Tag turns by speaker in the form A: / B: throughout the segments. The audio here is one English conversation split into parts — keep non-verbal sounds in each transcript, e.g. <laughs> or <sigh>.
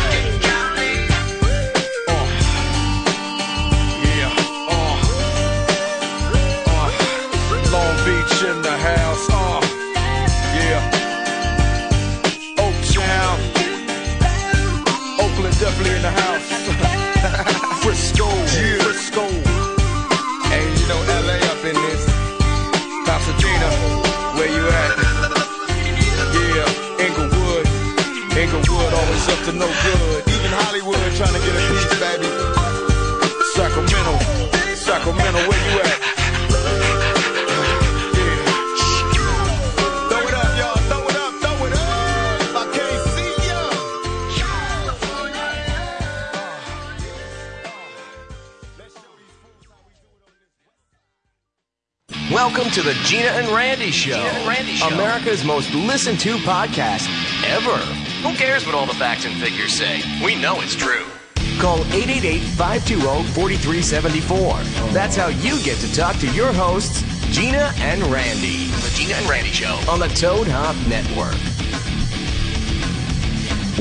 A: uh, uh, <laughs>
B: Sacramento, where you at? Yeah. Throw it up, y'all. Throw it up. Throw it up. I can't see ya.
A: Welcome to the Gina and Randy Show. America's most listened to podcast ever. Who cares what all the facts and figures say? We know it's true. Call 888 520 4374. That's how you get to talk to your hosts, Gina and Randy. The Gina and Randy Show. On the Toad Hop Network.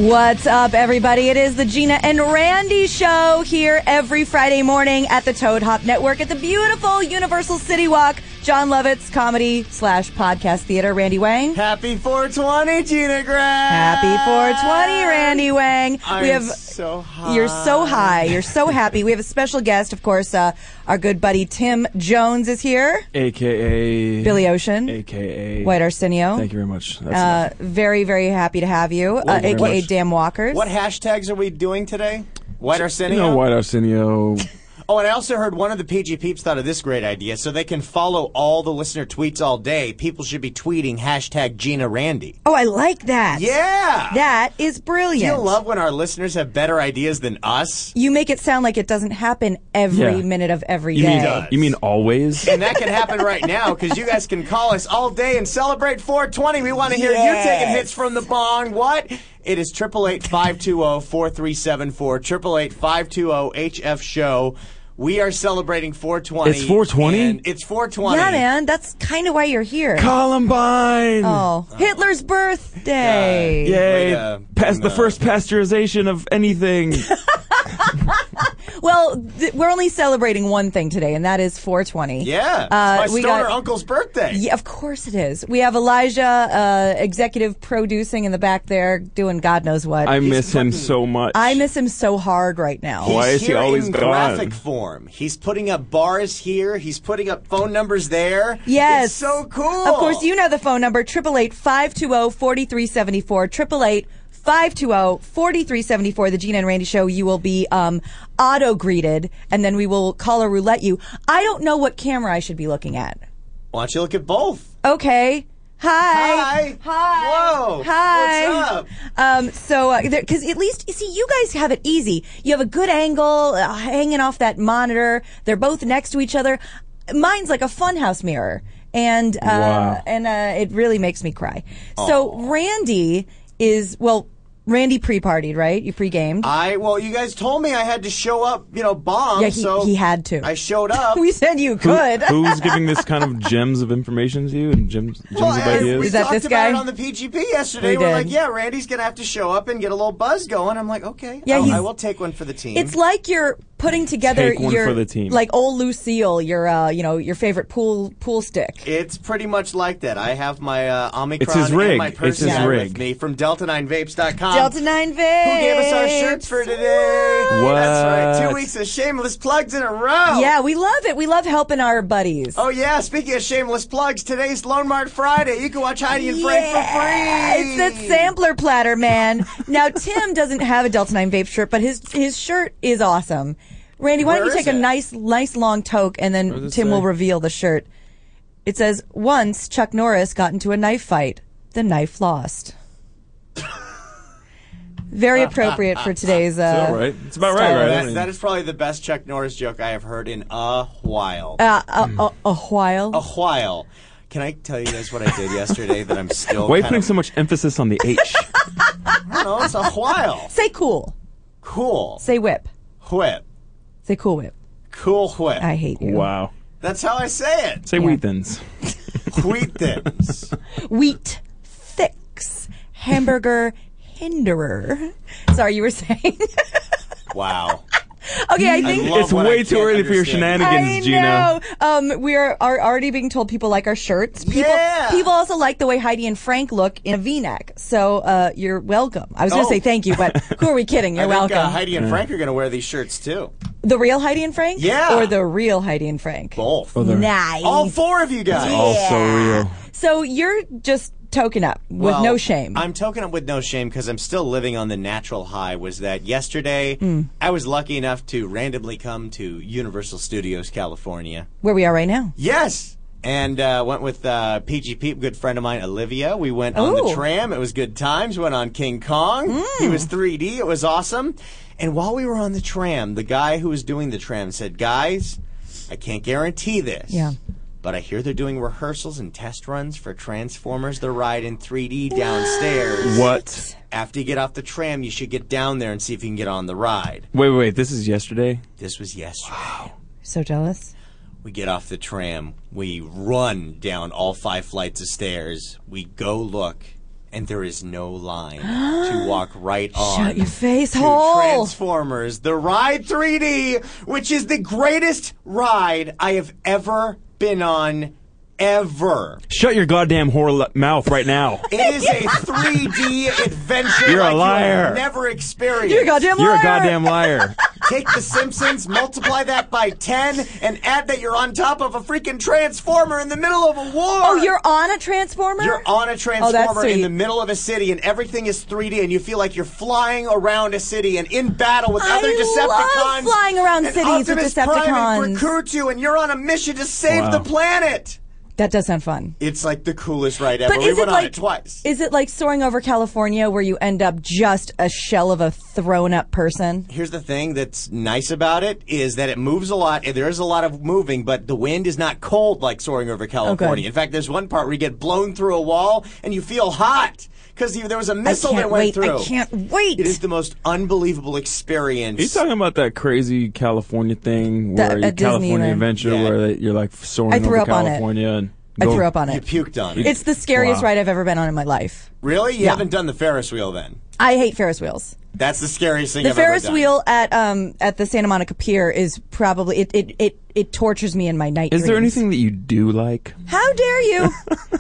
C: What's up, everybody? It is the Gina and Randy show here every Friday morning at the Toad Hop Network at the beautiful Universal City Walk. John Lovett's comedy slash podcast theater. Randy Wang.
D: Happy 420, Gina Grant.
C: Happy 420, Randy Wang.
D: I
C: we
D: am
C: have
D: so high.
C: You're so high. You're so happy. We have a special guest, of course. Uh, our good buddy Tim Jones is here.
E: AKA
C: Billy Ocean.
E: AKA
C: White Arsenio.
E: Thank you very much. That's
C: Uh,
E: enough.
C: very, very happy to have you, uh,
E: Thank you very
C: aka
E: much.
C: Dan Walkers.
D: What hashtags are we doing today? White Arsenio?
E: You know, White Arsenio.
D: Oh, and I also heard one of the PG peeps thought of this great idea. So they can follow all the listener tweets all day. People should be tweeting hashtag Gina Randy.
C: oh, I like that.
D: Yeah.
C: That is
D: Do
C: brilliant.
D: you love when our listeners have better ideas than us?
C: You make it sound like it doesn't happen every
E: Yeah.
C: minute of every day.
E: You mean, you mean
C: <laughs>
E: always?
D: And that can happen right now because you guys can call us all day and celebrate 420. We want to hear
C: Yes.
D: you taking hits from the bong. What? It is 888-520-4374, 888-520-HF show. We are celebrating 420.
E: It's 420?
D: and It's 420.
C: yeah, man, that's kind of why you're here.
E: Columbine!
C: Oh, Hitler's birthday.
E: Yay!
D: Way to
E: Past the
D: bring that
E: first pasteurization of
D: <laughs>
E: anything.
C: Well, th- we're only celebrating one thing today, and that is 420.
D: Yeah. It's
C: Uh,
D: my
C: we
D: stoner
C: got-
D: uncle's birthday.
C: Yeah, of course it is. We have Elijah, uh, executive producing in the back there, doing God knows what.
E: I miss him so much.
C: I miss him so hard right now.
E: Oh, Why
D: He's
E: is he
D: here
E: always
D: in
E: gone?
D: graphic form. He's putting up bars here. He's putting up phone numbers there.
C: Yes.
D: It's so cool.
C: Of course, you know the phone number 888 520 4374. 888 520 4374. The Gina and Randy Show. You will be um, auto greeted, and then we will call or roulette you. I don't know what camera I should be looking at.
D: Why don't you look at both?
C: Okay. Hi.
D: Hi.
C: Hi.
D: Whoa.
C: Hi.
D: What's up?
C: Um, so, because at least, you see, you guys have it easy. You have a good angle uh, hanging off that monitor. They're both next to each other. Mine's like a funhouse mirror. And, uh,
E: Wow.
C: and, uh, it really makes me cry. So, Randy is, well, Randy pre partied, right? You pre gamed.
D: I well, you guys told me I had to show up, you know, bomb.
C: Yeah, he-
D: so
C: he had to. <laughs>
D: I showed up.
C: we said
E: Who-
C: you <laughs> could.
E: who's giving this kind of gems of information to you and gems, gems
D: Well,
E: of
D: I-
E: ideas?
D: we
C: Is that
D: talked
C: this
D: about
C: guy?
D: it on the PGP yesterday.
C: We
D: We're
C: did.
D: like, yeah, Randy's gonna have to show up and get a little buzz going. I'm like, okay,
C: Yeah,
D: I'll-
C: he's-
D: I will take one for the team.
C: It's like you're putting together
E: Take one
C: your
E: for the team.
C: like old Lucille, your uh, you know your favorite pool pool stick.
D: It's pretty much like that. I have my uh, Omicron
E: It's his
D: and
E: rig.
D: my
E: It's his
D: person with
E: rig.
D: me from Delta9Vapes.com.
C: Delta Nine
D: Who
C: Vapes.
D: gave us our shirts for today?
E: What?
D: That's right. Two weeks of shameless plugs in a row.
C: Yeah, we love it. We love helping our buddies.
D: Oh yeah, speaking of shameless plugs, today's Lone Mart Friday. You can watch Heidi and Frank
C: Yeah,
D: for free.
C: It's that sampler platter, man. now Tim doesn't have a Delta Nine vape shirt, but his his shirt is awesome. Randy, why don't
D: Where
C: you
D: is
C: take a
D: it?
C: nice nice long toke and then Tim
E: it
C: will
E: say?
C: reveal the shirt. It says once Chuck Norris got into a knife fight, the knife lost. Very appropriate for today's. Uh,
E: All right. It's about right,
C: Stop.
E: right? I
D: That,
E: mean,
D: that is probably the best Chuck Norris joke I have heard in a while.
C: Uh, a, a, a while.
D: a while. Can I tell you guys what I did yesterday that I'm still
E: why are you
D: kind
E: putting
D: of,
E: so much emphasis on the
C: <laughs>
E: H?
D: I don't know, it's a while.
C: Say cool.
D: Cool.
C: Say whip.
D: Whip.
C: Say cool whip.
D: Cool whip.
C: I hate you.
E: wow.
D: That's how I say it.
E: Say wheat thins.
D: Tweet thins.
C: Wheat thicks. Hamburger <laughs> hinderer. Sorry, you were <laughs> saying.
D: Wow.
C: okay, I think.
D: Love
E: It's
D: when I
E: way too
D: can't
E: early for your
D: understand.
C: I
E: shenanigans, Gina.
C: know. Um, we are, are already being told people like our shirts. People,
D: Yeah.
C: people also like the way Heidi and Frank look in a V-neck. So uh, you're welcome. I was going
D: Oh.
C: to say thank you,
D: <laughs>
C: but who are we kidding? You're
D: I think,
C: welcome.
D: uh, Heidi and Frank are going to wear these shirts too.
C: the real Heidi and Frank,
D: Yeah. Oh,
C: or the real Heidi and Frank?
D: Both.
E: they're-
C: Nice.
D: All four of you guys.
E: Also real.
C: So you're just token up with
D: Well,
C: no shame.
D: I'm token up with no shame because I'm still living on the natural high. Was that yesterday?
C: Mm.
D: I was lucky enough to randomly come to Universal Studios, California.
C: where we are right now.
D: Yes. And uh, went with uh, PG Peep, good friend of mine, Olivia. We went on the
C: Ooh. Hmm.
D: tram. It was good times. Went on King Kong. He was 3D. It was awesome. And while we were on the tram, the guy who was doing the tram said, "Guys, I can't guarantee this.
C: Yeah.
D: But I hear they're doing rehearsals and test runs for Transformers: The Ride in 3D downstairs.
E: What?
D: After you get off the tram, you should get down there and see if you can get on the ride.
E: Wait, wait, wait. This is yesterday.
D: This was yesterday.
C: So jealous.
D: We get off the tram. We run down all five flights of stairs. We go look, and there is no
C: <gasps>
D: line to walk right on.
C: your face
D: to
C: hole.
D: Transformers: The Ride 3D, which is the greatest ride I have ever been on, ever.
E: Shut your goddamn whore l- mouth right
C: <laughs>
E: now.
D: It is a 3D adventure.
E: You're a
D: like you have
E: liar.
D: never experienced.
C: You're a <laughs> goddamn
E: You're a
C: liar.
E: goddamn
C: <laughs>
E: liar.
D: Take the Simpsons, multiply that by 10, and add that you're on top of a freaking Transformer in the middle of a war.
C: Oh, you're on a transformer. <gasps>
D: You're on a
C: Oh, that's
D: transformer in
C: sweet.
D: the middle of a city, and everything is 3D, and you feel like you're flying around a city and in battle with
C: I
D: other Decepticons.
C: love flying around
D: and
C: cities with
D: Optimus Prime and
C: Decepticons.
D: Rakutu, and you're on a mission to save
E: Wow.
D: the planet.
C: That does sound fun.
D: It's like the coolest ride ever.
C: But
D: we
C: is it
D: went on
C: like
D: it twice.
C: Is it like soaring over California, where you end up just a shell of a thrown-up person?
D: Here's the thing that's nice about it is that it moves a lot. and There is a lot of moving, but the wind is not cold like soaring over California. in fact, there's one part where you get blown through a wall and you feel hot because there was a missile
C: can't
D: that went
C: wait. I
D: through.
C: can't wait.
D: It is the most unbelievable experience.
E: Are you talking about that crazy California thing
C: That-
E: where
C: at
E: your
C: Disneyland.
E: California adventure
D: Yeah.
E: where they- you're like soaring
C: I
E: over
C: threw up on it.
E: California and
C: I
E: go-
C: threw up on
D: You
C: it.
D: puked on it.
C: It's the scariest
E: Wow.
C: ride I've ever been on in my life.
D: really? You
C: Yeah.
D: haven't done the Ferris wheel then?
C: I hate Ferris wheels.
D: That's the scariest thing
C: The
D: I've
C: Ferris
D: ever done.
C: wheel at um at the Santa Monica Pier is probably it it it, it tortures me in my night.
E: Is there
C: dreams.
E: anything that you do like?
C: How dare
E: <laughs>
C: you?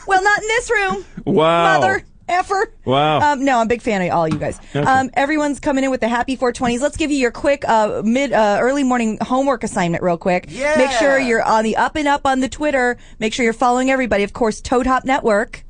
C: well, not in this room.
E: Wow.
C: Mother effer.
E: Wow.
C: Um, no, I'm a big fan of all you guys.
E: Okay.
C: Um, everyone's coming in with the happy 420s. Let's give you your quick uh, mid uh, early morning homework assignment real quick.
D: Yeah.
C: Make sure you're on the up and up on the Twitter. Make sure you're following everybody. Of course, Toad Hop Network,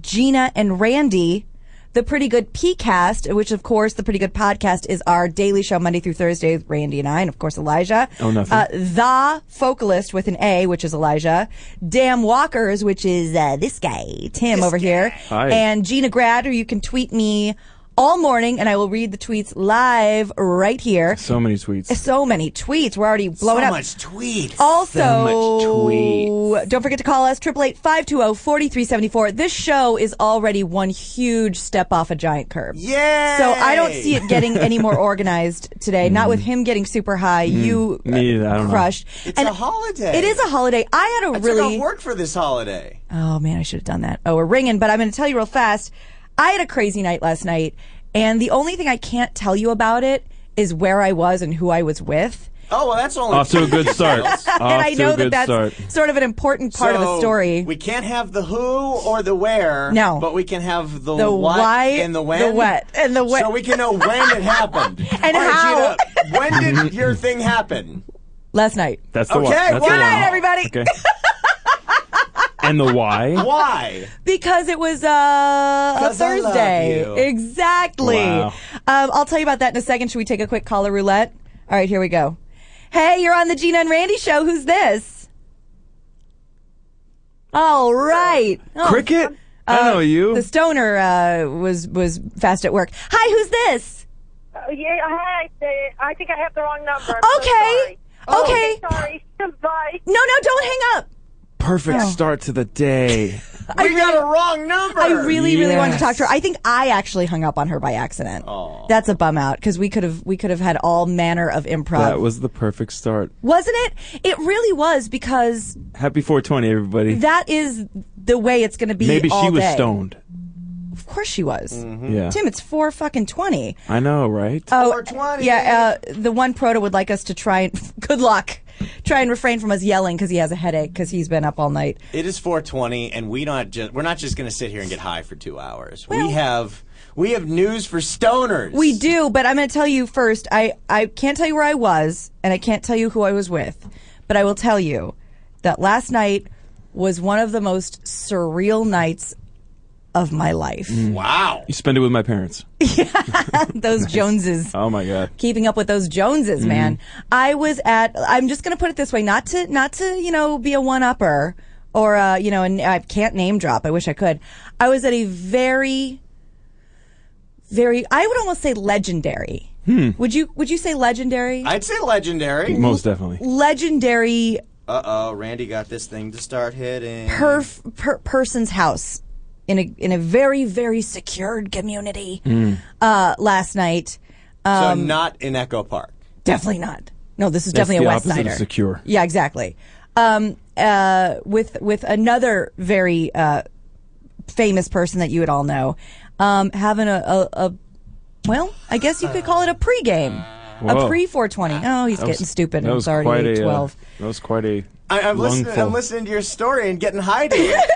C: Gina and Randy. The Pretty Good PCast, which of course the Pretty Good Podcast is our daily show Monday through Thursday with Randy and I, and of course Elijah.
E: Oh, nothing.
C: Uh, the Focalist with an A, which is Elijah. Damn Walkers, which is uh, this guy, Tim over here.
E: Hi.
C: And Gina Grad, or you can tweet me all morning and I will read the tweets live right here.
E: So many tweets.
C: So many tweets. We're already
D: So
C: blowing up. Oh,
D: much tweets.
C: Also,
E: tweets.
C: don't forget to call us 888-520-4374. This show is already one huge step off a giant curve.
D: Yay!
C: So I don't see it getting any more organized today. Not with him getting super high, you uh,
E: Mm. Me either, I don't know.
C: crushed.
D: It's a holiday.
C: It is a holiday. I had a
D: I took
C: really
D: off work for this holiday.
C: Oh man, I should have done that. Oh, we're ringing, but I'm going to tell you real fast. I had a crazy night last night, and the only thing I can't tell you about it is where I was and who I was with.
D: Oh well, that's only
E: Off to a
C: <laughs>
E: good start. Off
C: and I
E: to
C: know
E: a good
C: that that's
E: start.
C: sort of an important part of
D: So,
C: the story.
D: We can't have the who or the where.
C: No.
D: But we can have the,
C: The
D: what
C: why,
D: and the when.
C: the what, and the when.
D: So we can know when it happened.
C: <laughs> And
D: All right,
C: how.
D: Gina, when did your thing happen?
C: last night.
E: That's the
D: Okay,
E: one. That's
D: good
E: the
D: night,
E: one.
C: everybody. <laughs>
E: Okay. and the why?
D: Why?
C: Because it was uh, a
D: 'Cause I love
C: Thursday.
D: you.
C: Exactly.
E: Wow.
C: Um, I'll tell you about that in a second. Should we take a quick caller roulette? All right, here we go. Hey, you're on the Gina and Randy show. Who's this? All right. Oh,
E: Cricket? I know you.
C: The stoner uh, was was fast at work. Hi, who's this?
F: Oh, yeah, hi. they- I think I have the wrong number. I'm so
C: Okay.
F: sorry. Oh.
C: Okay.
F: Sorry. <laughs> Bye.
C: No, no, don't hang up.
E: Perfect
C: Oh.
E: start to the day.
D: We got a wrong number.
C: I really, really wanted to talk to her.
E: Yes.
C: I think I actually hung up on her by accident. That's a bum out because we could have we could have had all manner of improv.
E: That was the perfect start.
C: wasn't it? It really was because
E: Happy 420, everybody.
C: that is the way it's going to be.
E: Maybe
C: all
E: she was
C: day.
E: stoned.
C: Of course she was.
D: Mm-hmm.
E: Yeah.
C: Tim, it's four fucking twenty.
E: I know, right?
C: Oh,
D: 420.
C: yeah. Uh, the one proto would like us to try and <laughs> good luck. Try and refrain from us yelling because he has a headache because he's been up all night.
D: It is 4:20, and we not just we're not just going to sit here and get high for two hours.
C: Well-
D: we have we have news for stoners.
C: We do, but I'm going to tell you first. I I can't tell you where I was, and I can't tell you who I was with, but I will tell you that last night was one of the most surreal nights of my life.
D: Mm. Wow.
E: You spend it with my parents.
C: <laughs> Those Joneses.
E: Oh my god.
C: keeping up with those Joneses, man. I was at. I'm just going to put it this way, not to not to you know be a one upper or uh, you know, and I can't name drop. I wish I could. I was at a very, very. I would almost say legendary. Would you Would you say legendary?
D: I'd say legendary.
E: Most definitely.
C: legendary
D: Uh oh, Randy got this thing to start hitting.
C: per, per person's house in a in a very very secured community uh, last night.
D: so
C: um,
D: not in Echo Park.
C: Definitely not. No, this is
E: That's
C: definitely a
E: the
C: West
E: opposite of
C: Sider.
E: secure.
C: Yeah, exactly. Um, uh, with with another very uh, famous person that you would all know, um, having a, a, a well, I guess you could call it a pregame, a
E: Whoa.
C: pre 420. Oh, he's
E: That was-
C: getting stupid.
E: That
C: and
E: was
C: it's already
E: quite a.
C: 12.
E: Uh, that was quite a.
D: I, I'm listening.
E: lungful.
D: I'm listening to your story and getting high to
C: <laughs>
D: it.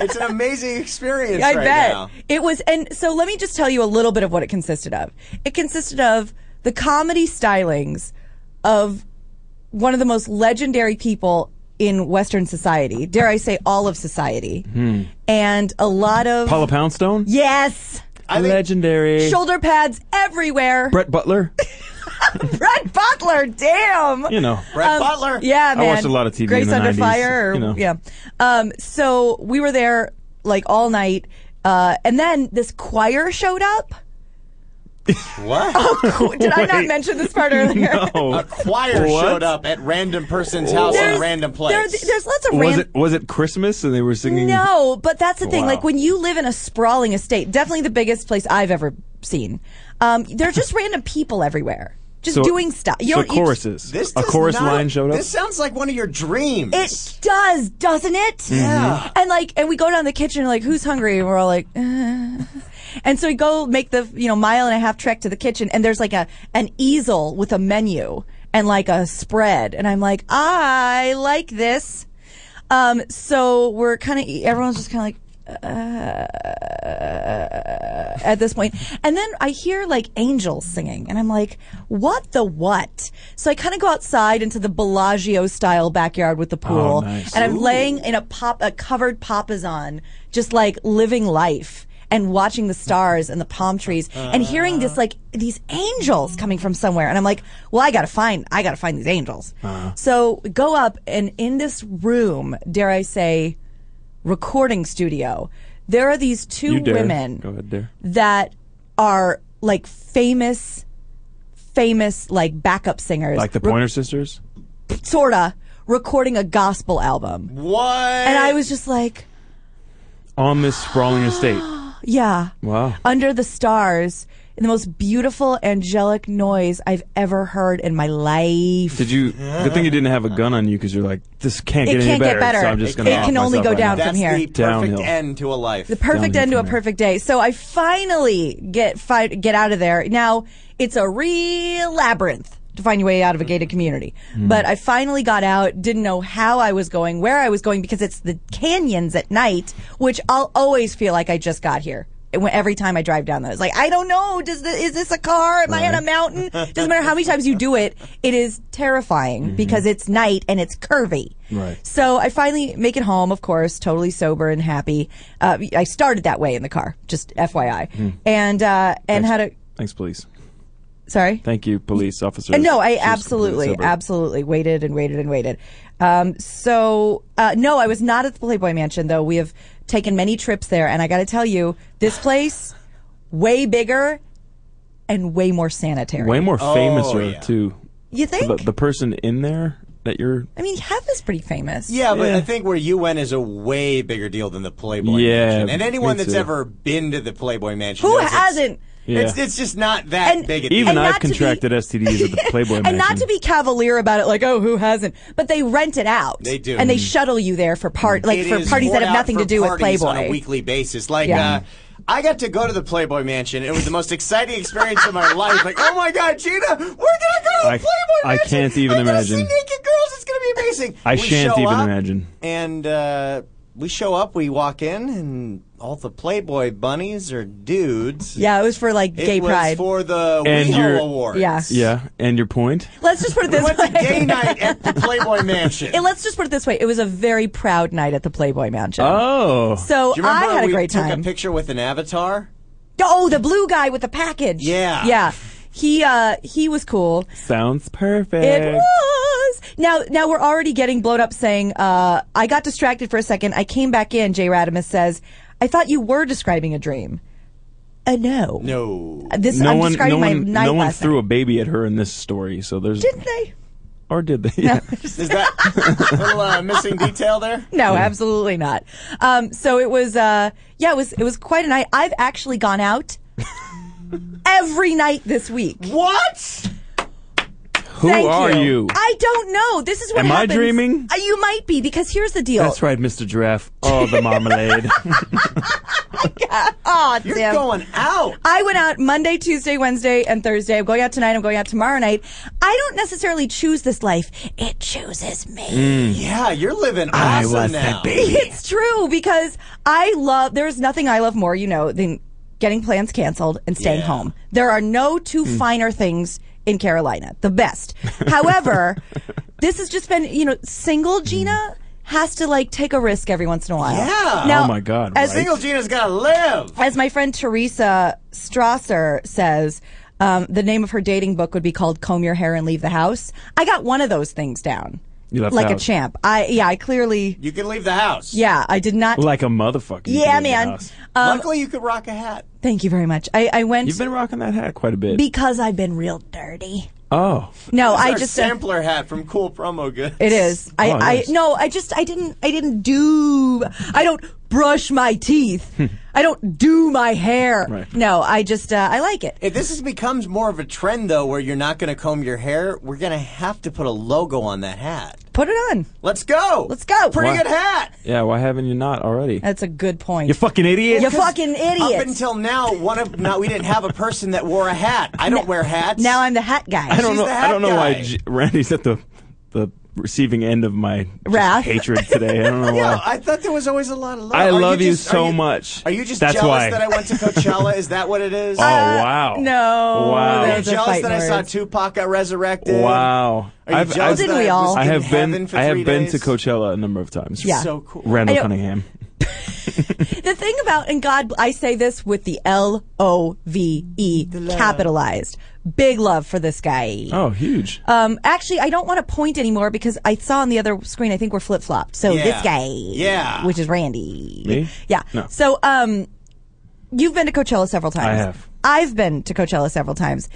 D: it's an amazing experience.
C: I
D: right
C: bet
D: now.
C: it was. And so let me just tell you a little bit of what it consisted of. It consisted of the comedy stylings of one of the most legendary people in Western society. Dare I say, all of society, and a lot of
E: Hmm. Paula Poundstone.
C: yes,
D: I think-
E: Legendary.
C: shoulder pads everywhere.
E: Brett
C: <laughs>
E: Butler.
C: Brett Butler, damn.
E: You know.
D: Brett Butler.
C: Um, Yeah, man.
E: I watched a lot of TV in
C: Grace
E: the
C: Under
E: 90s,
C: Fire. Or,
E: you know.
C: Yeah. Um, so we were there like all night, uh, and then this choir showed up.
D: What?
C: Qu- Did I not
E: Wait.
C: mention this part
E: <laughs>
C: earlier? <laughs>
E: Oh.
D: A choir
E: What?
D: showed up at random person's house in a random place.
C: there- there's lots of
E: Was
C: random.
E: it was it Christmas and they were singing?
C: No, but that's the thing.
E: Wow.
C: Like when you live in a sprawling estate, definitely the biggest place I've ever seen. Um, there's just random people everywhere, just
E: So-
C: doing stuff. You
E: so
C: don't- you-
E: choruses.
D: This
E: a
D: does
E: chorus
D: not-
E: line showed up.
D: This sounds like one of your dreams.
C: It does, doesn't it?
D: Yeah.
C: And like, and we go down the kitchen, like, who's hungry? And we're all like, uh. and so we go make the you know mile and a half trek to the kitchen, and there's like a an easel with a menu and like a spread, and I'm like, I like this. Um, so we're kind of everyone's just kind of like. Uh, at this point, and then I hear like angels singing, and I'm like, "What the what?" So I kind of go outside into the Bellagio style backyard with the pool,
E: Oh, nice.
C: and I'm laying in a pop a covered papasan, just like living life and watching the stars and the palm trees and hearing this like these angels coming from somewhere and i'm like well i gotta find i gotta find these angels
E: Uh-huh.
C: so go up and in this room dare i say recording studio there are these two
E: you dare.
C: women
E: Go ahead, dare.
C: that are like famous famous like backup singers
E: Like the
C: Re-
E: Pointer Sisters.
C: sorta recording a gospel album
D: what?
C: and I was just like,
E: on this sprawling
C: <gasps>
E: estate.
C: yeah.
E: Wow.
C: Under the stars, in the most beautiful angelic noise I've ever heard in my life.
E: Did you? Good thing you didn't have a gun on you because you're like, this can't
C: It
E: get any
C: can't get
E: better.
C: better.
E: So I'm just
C: It
E: gonna.
C: can- it
E: off
C: can only
E: myself
C: go
E: right
C: down
E: now.
D: That's
C: from here.
D: the perfect
E: Downhill.
D: end to a life.
C: the perfect
E: downhill
C: end to a
E: from there.
C: perfect day. So I finally get fi- get out of there. Now it's a real labyrinth to find your way out of a gated community. But I finally got out, didn't know how I was going, where I was going because it's the canyons at night, which I'll always feel like I just got here. It- when- Every time I drive down those, like I don't know, does the, is this a car? Am I on a mountain? Doesn't matter how many times you do it, it is terrifying because it's night and it's curvy.
E: Right.
C: So I finally make it home, of course, totally sober and happy. Uh, I started that way in the car, just FYI, and uh, and had a
E: Hmm. Thanks, police.
C: sorry.
E: Thank you, police officer.
C: Uh, No, I absolutely, absolutely waited and waited and waited. Um, so uh, no, I was not at the Playboy Mansion though. We have taken many trips there, and I got to tell you, this place way bigger and way more sanitary.
E: Way more famous or
D: yeah.
E: too.
C: You think?
E: The, the person in there that you're.
C: I mean, Hef is pretty famous.
D: Yeah, but
E: Yeah.
D: I think where you went is a way bigger deal than the Playboy
E: Yeah,
D: Mansion. And anyone
E: me
D: that's
E: too.
D: ever been to the Playboy Mansion
C: Who
D: knows it's-
C: hasn't?
D: It's,
E: Yeah.
D: it's just not that
C: And-
D: big a deal.
E: Even
C: and not
E: I've
C: to be-
E: contracted
C: <laughs>
E: STDs at the Playboy
C: and not
E: Mansion.
C: to be cavalier about it, like oh, who hasn't? But they rent it out.
D: They do. Mm-hmm.
C: and they shuttle you there for part, like
D: It
C: for
D: is
C: parties that
D: worn
C: have
D: out
C: nothing
D: for
C: to do with
D: parties
C: Playboy.
D: on a weekly basis. Like,
C: Yeah.
D: uh, I got to go to the Playboy Mansion. It was the most exciting experience of my life. Like, oh my god, Gina, we're gonna go to the
E: I-
D: Playboy
E: I
D: Mansion.
E: can't even
D: I'm gonna
E: imagine.
D: See naked girls. It's gonna be amazing.
E: I
D: We
E: shan't
D: show
E: even
D: up,
E: imagine.
D: And uh, we show up. We walk in, and all the Playboy bunnies are dudes.
C: Yeah, it was for like
D: It
C: gay
D: was
C: pride.
D: for the
E: And you're-
D: WeHo Awards.
C: Yeah.
E: Yeah, and your point?
C: let's just put it
D: We
C: this <laughs>
D: went
C: way.
D: to gay night at the Playboy Mansion.
C: And let's just put it this way: it was a very proud night at the Playboy Mansion.
E: Oh.
C: so
D: Do you
C: I
D: remember
C: had a
D: we
C: great
D: took
C: time.
D: a picture with an avatar?
C: oh, the blue guy with the package.
D: Yeah.
C: yeah. He uh he was cool.
E: Sounds perfect.
C: It was. Now, now we're already getting blown up saying, uh, I got distracted for a second. I came back in. Jay Radimus says, I thought you were describing a dream. Uh, no.
D: No.
C: This,
E: No
C: I'm
E: one,
C: describing
E: no
C: my
E: one,
C: night
E: no one
C: last
E: threw
C: night.
E: a baby at her in this story. So there's,
C: Didn't they?
E: or did they? Yeah.
D: Is that
C: <laughs>
D: a little uh, missing detail there?
C: No, absolutely not. Um, so it was, uh, yeah, it was, it was quite a night. I've actually gone out <laughs> every night this week.
D: What?
E: <laughs> Who
C: Thank Oh.
E: are you?
C: I don't know. This is what
E: Am I
C: happens.
E: dreaming?
C: Uh, you might be because here's the deal.
E: That's right, Mr. Giraffe. Oh, the marmalade.
C: Aw,
D: You're
C: Tim.
D: going out.
C: I went out Monday, Tuesday, Wednesday, and Thursday. I'm going out tonight. I'm going out tomorrow night. I don't necessarily choose this life. It chooses
D: Mm.
C: me.
E: Mm.
D: Yeah, you're living awesome now.
C: It's true because I love, there's nothing I love more, you know, than getting plans canceled and staying
D: Yeah.
C: home. There are no two finer things in Carolina. The best. However, this has just been, you know, single Gina has to like take a risk every once in a while.
D: Yeah.
C: <laughs> Now,
E: Oh my God,
C: As
E: right?
D: Single Gina's got to live.
C: as my friend Teresa Strasser says, um, the name of her dating book would be called "Comb Your Hair and Leave the House." I got one of those things down,
E: You left the
C: like a
E: house.
C: champ. I yeah, I clearly
D: You can leave the house.
C: yeah, I did not.
E: like a motherfucker. You
C: yeah,
E: leave the
C: man.
E: house.
C: Um,
D: Luckily, you could rock a hat.
C: thank you very much. I, I went
E: You've been rocking that hat quite a bit.
C: because I've been real dirty.
E: oh.
C: No,
D: It's
C: I
D: our
C: just uh,
D: sampler hat from Cool Promo Goods.
C: it is. I,
E: Oh, nice.
C: I no, I just I didn't I didn't do. I don't brush my teeth. I don't do my hair.
E: Hmm. Right.
C: No, I just uh, I like it.
D: If this is, becomes more of a trend, though, where you're not going to comb your hair, we're going to have to put a logo on that hat.
C: Put it on.
D: Let's go.
C: Let's go.
D: Pretty
E: Why-
D: good hat.
E: Yeah, why haven't you not already?
D: Uh,
C: That's a good point.
E: You fucking idiot.
C: You fucking idiot.
D: Up until now, one of now we didn't have a person that wore a hat. I don't wear hats.
C: now I'm the hat guy.
E: I don't
D: She's
E: know.
D: the
E: I don't
D: hat
E: know
D: guy.
E: why J- Randy's at the the receiving end of my just
C: Wrath.
E: hatred today. I don't know
D: <laughs> No,
E: why.
D: I thought there was always a lot of love.
E: I
D: Are
E: love you
D: just- are
E: so much.
D: Are you just
E: That's
D: jealous
E: why.
D: that I went to Coachella? is that what
C: <laughs>
D: it is?
E: oh wow.
C: uh, no,
E: Wow.
D: Are you
C: that's- Those are
D: jealous
C: fighting
D: that I saw
C: words.
D: Tupac got resurrected?
E: Wow.
D: Are you
E: I've,
D: jealous
E: I've,
C: Didn't
D: that
C: we
D: I was
C: all?
E: I
D: in
E: have
D: heaven
E: been
D: for
E: I
D: three
E: have been to
D: days?
E: Coachella a number of times.
C: Yeah.
D: So cool.
E: Randall
C: I know.
E: Cunningham.
C: The thing about and God, I say this with the L O V E capitalized. Big love for this guy.
E: Oh, huge.
D: Uh,
C: Um, actually, I don't want to point anymore because I saw on the other screen. I think we're flip flopped. So
D: Yeah.
C: this guy,
D: Yeah.
C: which is Randy,
E: Me?
C: yeah.
E: No.
C: So um, you've been to Coachella several times.
E: have.
C: I've been to Coachella several times,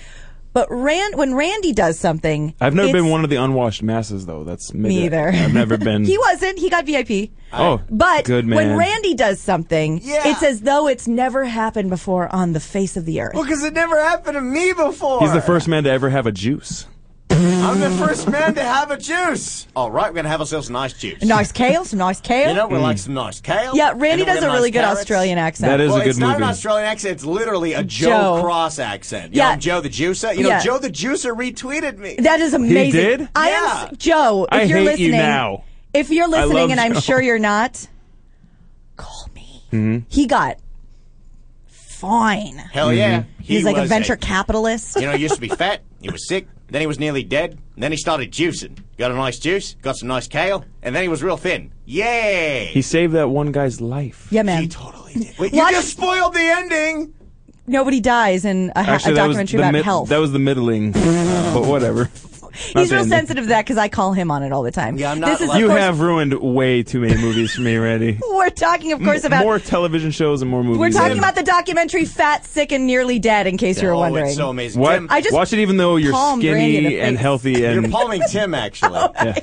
C: but Rand when Randy does something,
E: I've never been
C: it's-
E: one of the unwashed masses though. That's maybe
C: Me either.
E: I've never
D: <laughs>
E: been.
C: He wasn't. He got VIP.
E: Oh,
C: But
E: good man.
C: when Randy does something,
D: Yeah.
C: it's as though it's never happened before on the face of the earth.
D: Because it never happened to me before.
E: He's the first man to ever have a juice.
D: I'm the first man to have a juice. All right, we're gonna have ourselves some nice juice.
C: Nice kale, some nice kale.
D: You know, we like some nice kale.
C: yeah,
D: And
C: Randy
D: then we're
C: does a
D: gonna
C: really
D: nice
C: good
D: carrots.
C: Australian accent.
E: Mm. That is
D: Well,
E: a good
D: it's not
E: movie.
D: an Australian accent. It's literally a Joe,
C: Joe.
D: Cross accent. You know,
C: Yeah.
D: Joe the Juicer. You know,
C: Yeah.
D: Joe the Juicer retweeted me.
C: That is amazing.
E: did?
C: I
D: Yeah.
C: am s- Joe. If
E: I
C: you're
E: hate
C: listening,
E: you now.
C: if you're
E: love
C: listening, and I'm
E: Joe. Mm-hmm.
C: sure you're not, call me. He got fine.
D: Hell yeah.
E: Mm-hmm.
D: He
C: He's like a
D: was
C: venture capitalist.
D: You know, he used to be fat. He was sick. Then he was nearly dead. And then he started juicing. Got a nice juice. Got some nice kale. And then he was real thin. Yay!
E: He saved that one guy's life.
C: yeah, man.
D: he totally did.
C: Watch-
D: Wait, you just spoiled the ending.
C: Nobody dies in a, ha- a
E: that was
C: documentary
E: the
C: about
E: mid-
C: health.
E: That was the middling, but whatever.
C: He's real
E: saying-
C: sensitive to that because I call him on it all the time.
D: Yeah, I'm not
C: This is,
D: like-
C: of
E: You
C: course,
E: have ruined way too many movies for me, Randy.
C: We're talking, of course, about.
E: more television shows and more movies.
C: we're talking
E: than-
C: about the documentary "Fat, Sick, and Nearly Dead." In case you were
D: oh,
C: wondering.
D: it's so amazing.
E: What?
D: Tim,
C: I just
E: Watch it even though you're
C: palmed Randy in the
E: skinny and
C: face.
E: healthy
D: you're
E: and
D: palming
E: <laughs>
D: Tim, actually.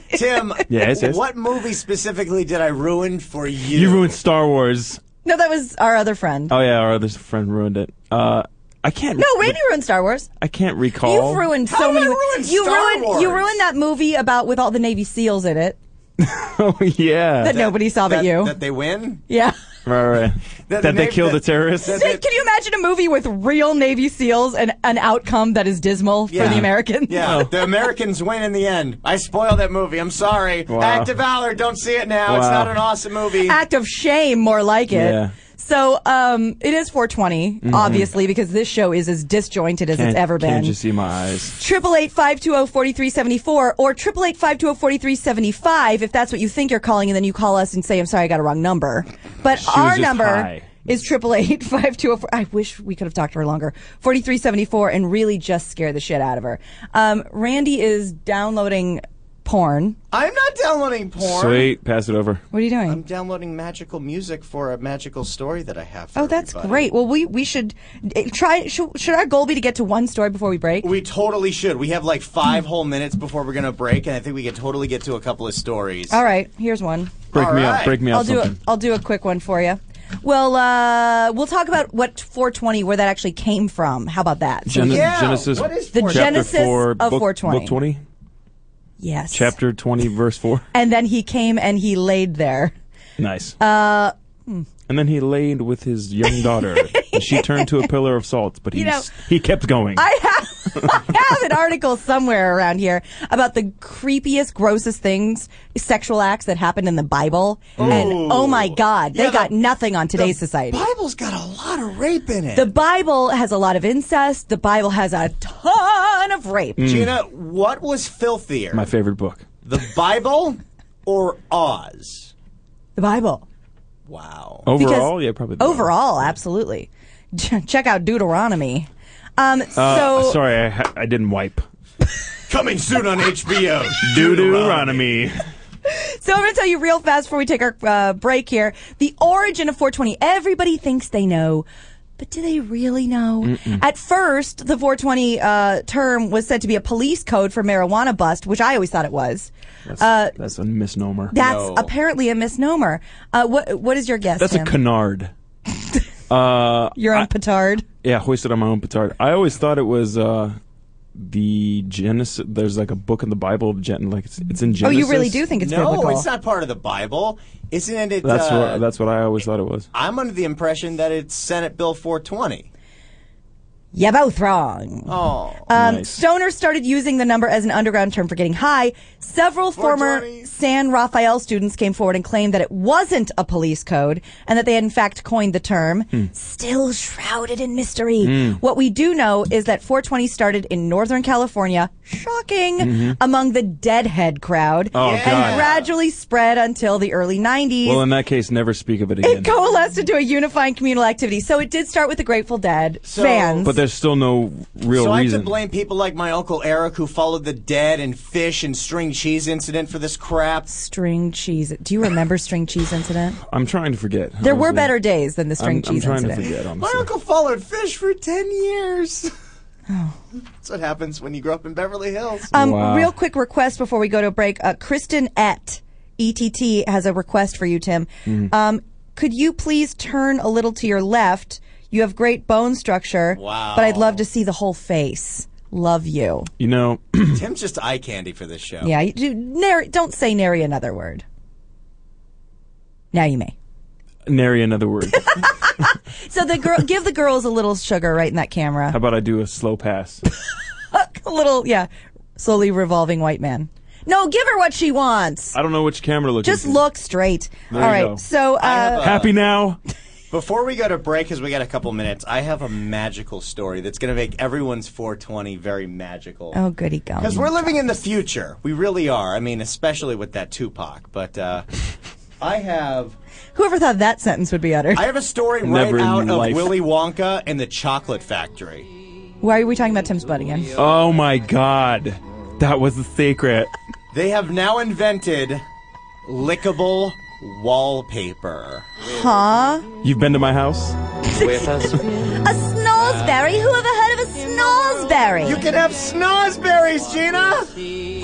D: Tim,
E: Yes, yes.
D: what movie specifically did I ruin for you?
E: you ruined Star Wars.
C: no, that was our other friend.
E: Oh yeah, our other friend ruined it. Uh, I can't.
C: no, Randy ruined Star Wars.
E: I can't recall.
C: You've ruined
D: Oh. How
C: so
D: did I
C: many.
D: ruin
C: you
D: Star
C: ruined
D: Wars?
C: you ruined that movie about with all the Navy SEALs in it
E: <laughs> Oh yeah.
C: that, nobody saw
D: that,
C: but you.
D: That they win?
C: yeah.
E: right, right.
D: That
E: That,
D: the
E: they
D: name-
E: killed
D: that-
E: the terrorists.
D: that-
C: Dude, <laughs> can you imagine a movie with real Navy SEALs and an outcome that is dismal
D: Yeah.
C: for the Americans?
D: Yeah, the Americans win in the end. I spoiled that movie. I'm sorry.
E: Wow.
D: Act of valor. Don't see it now. It's
E: Wow.
D: not an awesome movie.
C: Act of shame, more like it.
E: Yeah. Mm-hmm.
C: So um, it is 420, obviously, because this show is as disjointed as it's
E: Can't-
C: ever been.
E: Can't you see my eyes?
C: Triple eight five two zero forty three seventy four or triple eight five two zero forty three seventy five. If that's what you think you're calling, and then you call us and say, "I'm sorry, I got a wrong number." But
E: was
C: our
E: just
C: number
E: high.
C: is triple eight <laughs> five two zero four. I wish we could have talked to her longer. Forty three seventy four, and really just scare the shit out of her. Um, Randy is downloading porn.
D: I'm not downloading porn.
E: Sweet, pass it over.
C: What are you doing?
D: I'm downloading magical music for a magical story that I have. For
C: oh, that's
D: everybody.
C: great. Well, we we should eh, try. Should, should our goal be to get to one story before we break?
D: We totally should. We have like five whole minutes before we're gonna break, and I think we could totally get to a couple of stories.
C: All right, here's one.
E: Break
D: All
E: me
D: right.
E: up. Break me up.
C: I'll do a,
E: something.
C: I'll do a quick one for you. Well, uh, we'll talk about what 420, where that actually came from. How about that? So-
E: Gen-
D: Yeah,
E: Genesis.
D: what is
C: The
E: chapter
C: Genesis
E: four,
C: of
E: book,
C: 420.
E: Book twenty.
C: yes.
E: Chapter twenty, verse four.
C: And then he came and he laid there. <laughs>
E: Nice. Uh.
C: hmm.
E: And then he laid with his young
C: <laughs>
E: daughter, and she turned to a pillar of salt. But he
C: You know,
E: s- he kept going.
C: I have, I have an article somewhere around here about the creepiest, grossest things, sexual acts that happened in the Bible. And oh my God, they
D: Yeah, the-
C: got nothing on today's society.
D: Bible's got a lot of rape in it.
C: the Bible has a lot of incest. The Bible has a ton of rape.
D: Mm. Gina, what was filthier,
E: my favorite book.
D: the Bible or Oz?
C: The Bible.
D: Wow.
C: Because-
E: Overall, yeah, probably. the
C: overall, absolutely. Check out Deuteronomy. Um,
E: Uh,
C: so
E: sorry, I, ha- I didn't
C: <laughs>
E: wipe.
D: Coming soon on HBO.
E: Deuteronomy.
C: so I'm going to tell you real fast before we take our uh, break here. The origin of 420. Everybody thinks they know. But do they really know? At first, the 420 uh, term was said to be a police code for marijuana bust, which I always thought it was.
E: That's, that's a misnomer.
C: That's
D: No.
C: apparently a misnomer. Uh, what What is your guess?
E: that's
C: Tim?
E: a canard. uh,
C: Your own petard.
E: yeah, hoisted on my own petard. I always thought it was uh, the Genesis. There's like a book in the Bible, Gen- like it's, it's in
C: Oh,
E: Genesis.
C: you really do think it's
D: no,
C: biblical?
D: it's not part of the Bible. Isn't it?
E: That's
D: uh,
E: what that's what I always thought it was.
D: I'm under the impression that it's Senate Bill 420.
C: You're both wrong.
D: Oh.
C: Um,
E: Nice.
C: Stoners started using the number as an underground term for getting high. Several former
D: 420.
C: San Rafael students came forward and claimed that it wasn't a police code and that they had in fact coined the term.
E: Hmm.
C: Still shrouded in mystery. What we do know is that 420 started in Northern California, shocking, among the deadhead crowd.
E: Mm-hmm. Oh
D: Yeah.
E: God.
C: And gradually spread until the early 90s.
E: well, in that case, never speak of it again.
C: it coalesced into a unifying communal activity. So it did start with the Grateful Dead
D: So-
C: fans.
E: but there's still no real
D: so I have
E: reason.
D: to blame people like my Uncle Eric who followed the dead and fish and string cheese incident for this crap.
C: string cheese. Do you remember string
E: <laughs>
C: cheese incident?
E: I'm trying to forget.
C: There were
E: honestly.
C: better days than the
E: I'm,
C: string
E: I'm
C: cheese
E: trying
C: incident.
E: to forget.
D: My
E: Honestly.
D: uncle followed fish for 10 years. That's what happens when you grow up in Beverly Hills.
C: Um,
E: Wow.
C: Real quick request before we go to a break. Uh, Kristen Ett, ETT, has a request for you, Tim.
E: Mm.
C: Um, could you please turn a little to your left? You have great bone structure.
D: Wow.
C: But I'd love to see the whole face. Love you.
E: You know, <clears throat>
D: Tim's just eye candy for this
E: Oh.
D: show.
C: Yeah. You, do, nary, don't say nary another word. Now you may.
E: nary another
C: <laughs>
E: word. How
C: So the girl, <laughs> give the girls a little sugar right in that camera.
E: about I do a slow pass?
C: <laughs> a little, yeah, slowly revolving white man. No, give her what she wants.
E: I don't know which camera looking.
C: Just
E: to.
C: look straight.
E: There
C: All
E: you
C: right.
E: go.
C: So,
D: have
C: uh,
D: a-
E: Happy now.
D: Before we go to break, because we got a couple minutes, I have a magical story that's going to make everyone's 420 very magical.
C: oh, goody gum.
D: Because we're living in the future. We really are. I mean, especially with that Tupac. But uh, I have
C: Whoever thought that sentence would be uttered?
D: I have a story
E: Never
D: right
E: in
D: out of
E: life.
D: Willy Wonka and the Chocolate Factory.
C: Why are we talking about Tim's butt again?
E: Oh my god. That was the secret.
D: They have now invented lickable wallpaper.
C: Huh?
E: You've been to my house?
C: A snozzberry? Who ever heard of a snozzberry?
D: You can have snozberries, Gina.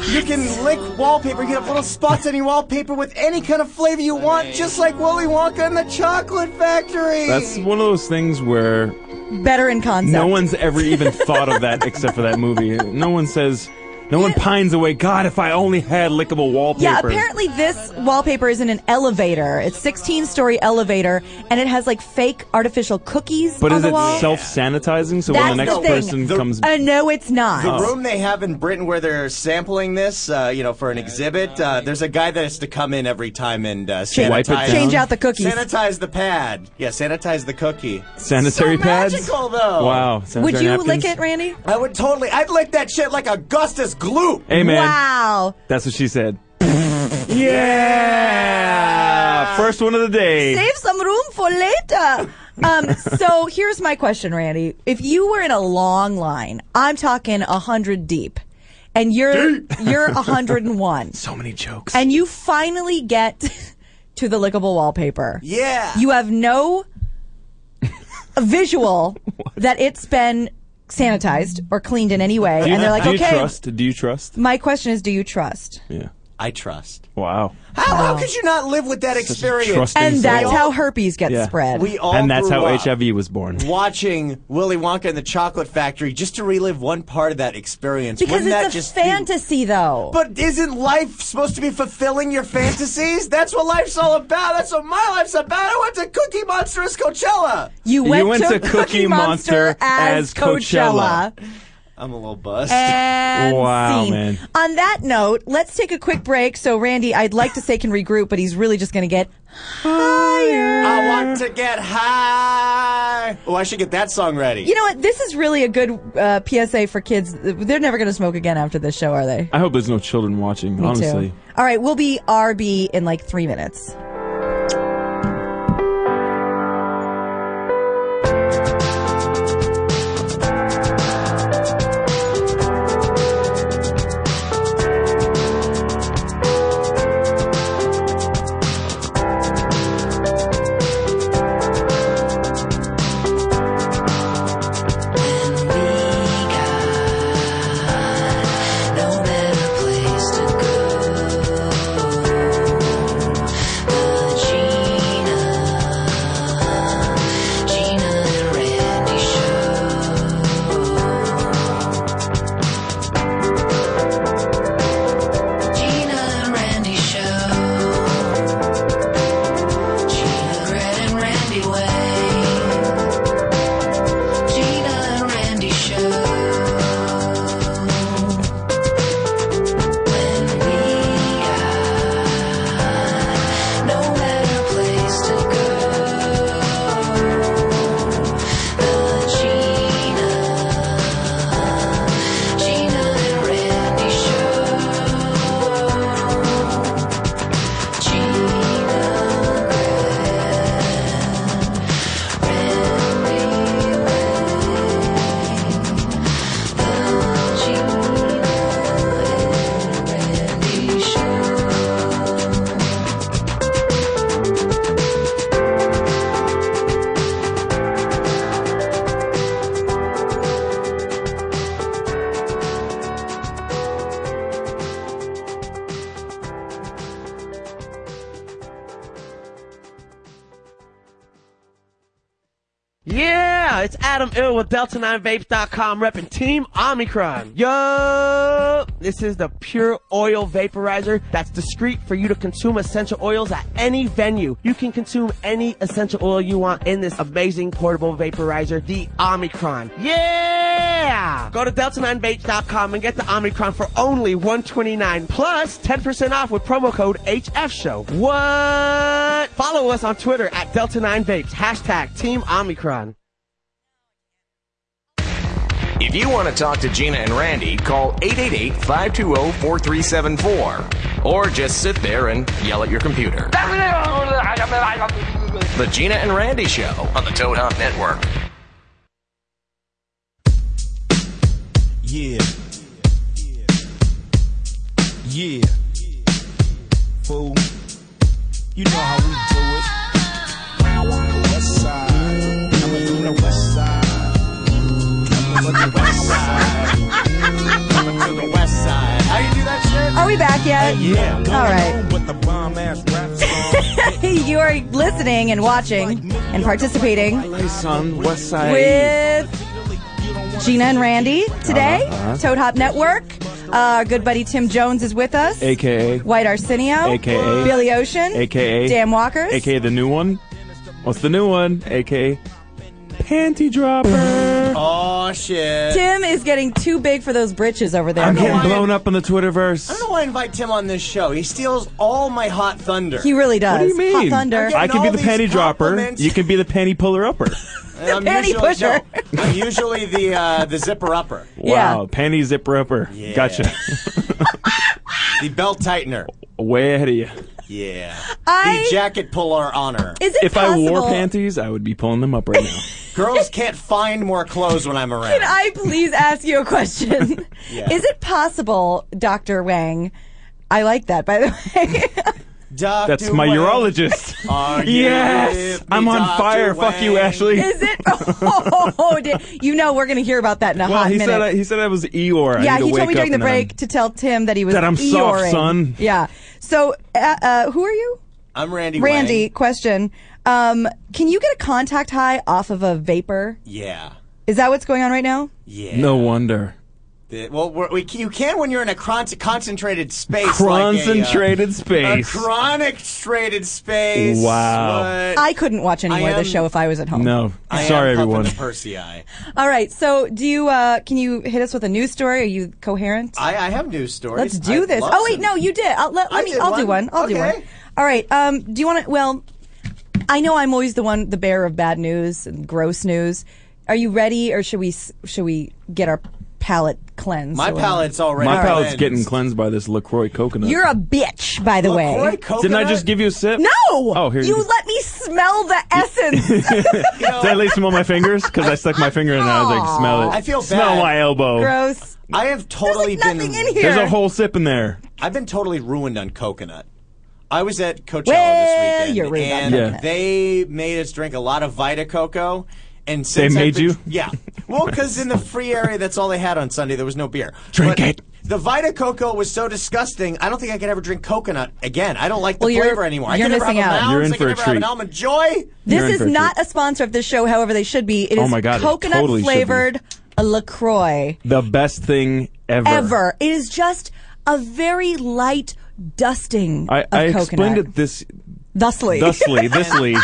D: You can lick wallpaper. You can have little spots on your wallpaper with any kind of flavor you want, just like Willy Wonka and the Chocolate Factory.
E: That's one of those things where
C: Better in concept.
E: no one's ever even thought of that except for that movie. No one says, No one pines away. God, if I only had lickable wallpaper.
C: Yeah, apparently this wallpaper is in an elevator. It's 16 story elevator, and it has like fake artificial cookies
E: But
C: on
E: is
C: the
E: it
C: wall.
E: self sanitizing? So
C: That's
E: when the next
C: the thing.
E: person
C: The-
E: comes,
C: uh, no, it's not.
D: The room they have in Britain where they're sampling this, uh, you know, for an exhibit, uh, there's a guy that has to come in every time and uh, sanitize.
E: Wipe it down?
C: Change out the cookies.
D: Sanitize the pad. Yeah, sanitize the cookie.
E: sanitary
D: so
E: pads.
D: magical, though.
E: Wow. sanitary
C: Would you
E: napkins?
C: lick it, Randy?
D: I would totally. I'd lick that shit like Augustus Gloop.
E: Hey man,
C: Wow.
E: that's what she
C: <laughs>
E: said. yeah, first one of the day.
C: Save some room for later. Um, so here's my question, Randy. If you were in a long line, I'm talking a hundred deep, and you're
E: <laughs>
C: you're a hundred and one,
E: so many jokes.
C: and you finally get <laughs> to the lickable wallpaper.
D: Yeah.
C: You
E: <laughs>
C: have no visual that it's been sanitized or cleaned in any way,
E: do you,
C: and they're like,
E: do
C: okay.
E: you trust? Do you trust?
C: My question is, do you trust?
E: Yeah.
D: I trust.
E: Wow.
D: How, how could you not live with that experience?
E: trusting
C: And
E: Insane.
C: that's
E: We
C: how herpes gets
E: Yeah.
C: spread.
D: we all
E: and that's
D: grew
E: how
D: up
E: HIV was born.
D: Watching Willy Wonka and the Chocolate Factory just to relive one part of that experience.
C: because
D: Wouldn't that
C: it's a
D: just be-
C: fantasy, though.
D: But isn't life supposed to be fulfilling your fantasies? That's what life's all about. That's what my life's about. I went to Cookie Monster's Coachella.
C: You went,
E: went
C: to,
E: to Cookie Monster as Coachella.
D: I'm a little bust.
C: And
E: Wow,
C: scene.
E: man.
C: On that note, let's take a quick break. So Randy, I'd like to say can regroup, but he's really just going to get higher.
D: I want to get high. Oh, I should get that song ready.
C: You know what? This is really a good uh, PSA for kids. They're never going to smoke again after this show, are they?
E: I hope there's no children watching. honestly,
C: Too. All right, we'll be RB in like three minutes.
G: Gina and Randy show. When we got no better place to go, the Gina, Gina and Randy show. Gina and Randy show.
H: Yeah, it's Adam Ill with Delta9Vapes.com repping Team Omicron. Yo! This is the pure oil vaporizer that's discreet for you to consume essential oils at any venue. You can consume any essential oil you want in this amazing portable vaporizer, the Omicron. Yeah! Go to Delta9Vapes.com and get the Omicron for only $129 plus 10% off with promo code HFShow. What? Follow us on Twitter at Delta9Vapes, hashtag Team Omicron.
A: If you want to talk to Gina and Randy, call 888 520 4374 or just sit there and yell at your computer. The Gina and Randy Show on the Toad Hop Network.
B: Yeah. Yeah. Fool. You know how we do it. West side. I'ma do the west side. I'ma do the west side.
D: Coming to the west side. How you do that
C: Are we back yet?
B: Uh, Yeah.
C: All right.
B: With the bomb ass rap song.
C: <laughs> you are listening and watching and participating
E: Nice on West Side. Uh-huh.
C: with Gina and Randy today, Toad Hop Network. Uh, our good buddy Tim Jones is with us.
E: AKA.
C: White Arsenio.
E: AKA.
C: Billy Ocean.
E: AKA.
C: Dan Walkers.
E: AKA the new one. What's the new one? AKA. Panty dropper.
D: Oh shit!
C: Tim is getting too big for those britches over there.
E: I'm
C: man.
E: getting blown up on the Twitterverse.
D: I don't know why I invite Tim on this show. He steals all my hot thunder.
C: He really does.
E: What do you mean?
C: Hot thunder.
E: I can be
D: all
E: the
D: these
E: panty dropper.
D: compliments.
E: You can be the panty puller upper.
D: And I'm
C: Panty
D: usually,
C: pusher.
D: no, I'm usually the uh, the zipper upper,
C: Yeah.
E: Wow, panty zipper upper. Gotcha. <laughs>
D: the belt tightener.
E: Way ahead of you.
D: Yeah,
C: I-
D: the jacket puller honor.
C: Is it
E: If
C: possible?
E: I wore panties, I would be pulling them up right
C: <laughs>
E: now.
D: <laughs> Girls can't find more clothes when I'm around.
C: Can I please ask you
E: <laughs>
C: a question?
D: Yeah.
C: Is it possible, Dr. Wang? I like that, by the way. <laughs>
D: Dr.
E: That's my
D: Wayne,
E: urologist.
D: are
E: <laughs>
D: you
E: yes,
D: with me,
E: I'm on
D: Dr.
E: fire. Fuck you,
D: Wayne?
E: Ashley. <laughs>
C: Is it? Oh, di- you know we're going to hear about that in a
E: Well,
C: hot
E: he
C: minute.
E: said I, he said I was Eeyore. I
C: yeah,
E: need to
C: he told
E: wake
C: me during
E: up
C: the
E: and then I'm-
C: break to tell Tim that he was
E: That I'm soft,
C: Eeyoring.
E: son.
C: Yeah. So, uh, uh, who are you,
D: I'm Randy.
C: Randy?
D: Wayne.
C: Question: um, Can you get a contact high off of a vapor?
D: Yeah.
C: Is that what's going on right now?
D: Yeah.
E: No wonder.
D: The- Well, we're, we, you can when you're in a con- concentrated space. Like uh,
E: Concentrated
D: a, uh,
E: space.
D: A chronic strated space.
E: Wow.
D: What?
C: I couldn't watch any
D: I
C: more of this
D: am-
C: show if I was at home.
E: no,
D: I am
E: sorry
D: puffing
E: everyone.
D: the Percy eye.
C: All right. So, do you? Uh, can you hit us with a news story? Are you coherent?
D: I, I have news stories.
C: Let's do
D: I
C: this.
D: love
C: Oh wait,
D: them.
C: no, you did. I'll, let,
D: I
C: let me.
D: did
C: I'll do
D: one.
C: one. I'll do
D: Okay.
C: one. All right. Um, do you want to? Well, I know I'm always the one, the bearer of bad news and gross news. Are you ready, or should we? s- Should we get our palate cleansed?
D: My
C: or whatever?
D: palate's already.
E: My palate's
D: cleansed.
E: getting cleansed by this Lacroix coconut.
C: You're a bitch, by the way.
D: LaCroix coconut?
E: Didn't I just give you a sip?
C: No.
E: Oh, here you
C: you
E: go.
C: let me
E: <laughs>
C: smell the essence.
E: Did I lay some on my fingers? Because I stuck my finger in and I was like, smell it.
D: I feel
E: Smell
D: bad.
E: my elbow.
C: gross.
D: I have totally
C: There's like
D: been.
C: nothing in here.
E: There's a whole sip in there.
D: I've been totally ruined on coconut. I was at Coachella
C: Well,
D: this weekend,
C: you're ruined on
D: and
E: coconut.
D: they made us drink a lot of Vita Coco. And since
E: They
D: I've
E: made
D: been-
E: you?
D: Yeah. Well, because in the free area, that's all they had on Sunday. There was no beer.
E: Drink
D: But
E: it.
D: The Vita Coco was so disgusting. I don't think I could ever drink coconut again. I don't like the
C: Well, you're-
D: flavor anymore. I
C: you're
D: can never
C: missing
D: have
C: out.
D: a Mounds,
E: You're in
D: I
E: for a
D: can never have an
E: treat.
D: almond joy.
E: You're in
C: This
E: for
C: is
E: a
C: not a sponsor of this show. However, they should be. It is
E: Oh my God, it
C: coconut
E: totally should be.
C: flavored Lacroix.
E: The best thing ever.
C: ever. It is just a very light dusting
E: I,
C: of
E: I
C: coconut.
E: explained it this
C: thusly.
D: <laughs>
E: thusly, thisly,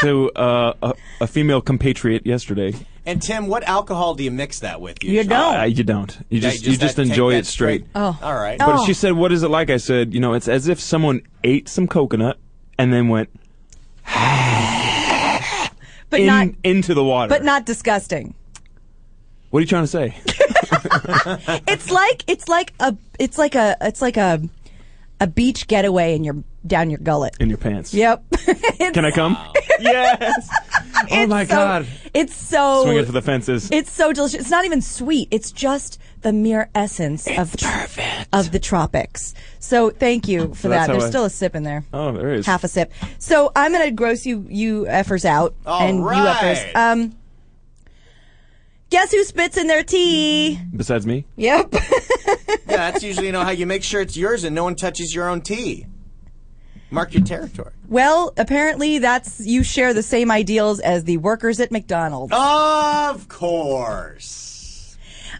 E: to uh, a, a female compatriot yesterday.
D: And Tim, what alcohol do you mix that with?
C: you
D: usually?
C: don't.
E: Uh, you don't. You
D: Yeah,
E: just you just
D: that- take
E: enjoy
D: that
E: it straight.
C: Oh.
D: All right.
E: But
C: Oh.
E: she said, "What is it like?" I said, "You know, it's as if someone ate some coconut and then went
C: <laughs> but
E: in,
C: not
E: into the water."
C: but not disgusting.
E: What are you trying to
C: <laughs>
E: say?
C: It's like it's like a it's like a it's like a a beach getaway in your down your gullet.
E: In your pants?
C: Yep. <laughs> It's-
E: Can I
C: <laughs>
E: come? yes. oh
C: it's
E: my
C: so-
E: god!
C: It's so
E: Swing it for the fences.
C: It's so delicious. It's not even sweet. It's just the mere essence of of the tropics. So thank you for
E: That's
C: that.
E: how
C: There's
E: I-
C: still a sip in there.
E: Oh, there is.
C: half a sip. So I'm gonna gross you you effers out
D: All
C: and you
D: right.
C: effers. Um, guess who spits in their tea?
E: Besides me,
C: Yep. <laughs>
D: Yeah, that's usually you know how you make sure it's yours and no one touches your own tea. Mark your territory.
C: well, apparently that's you share the same ideals as the workers at McDonald's.
D: Oh. Of course.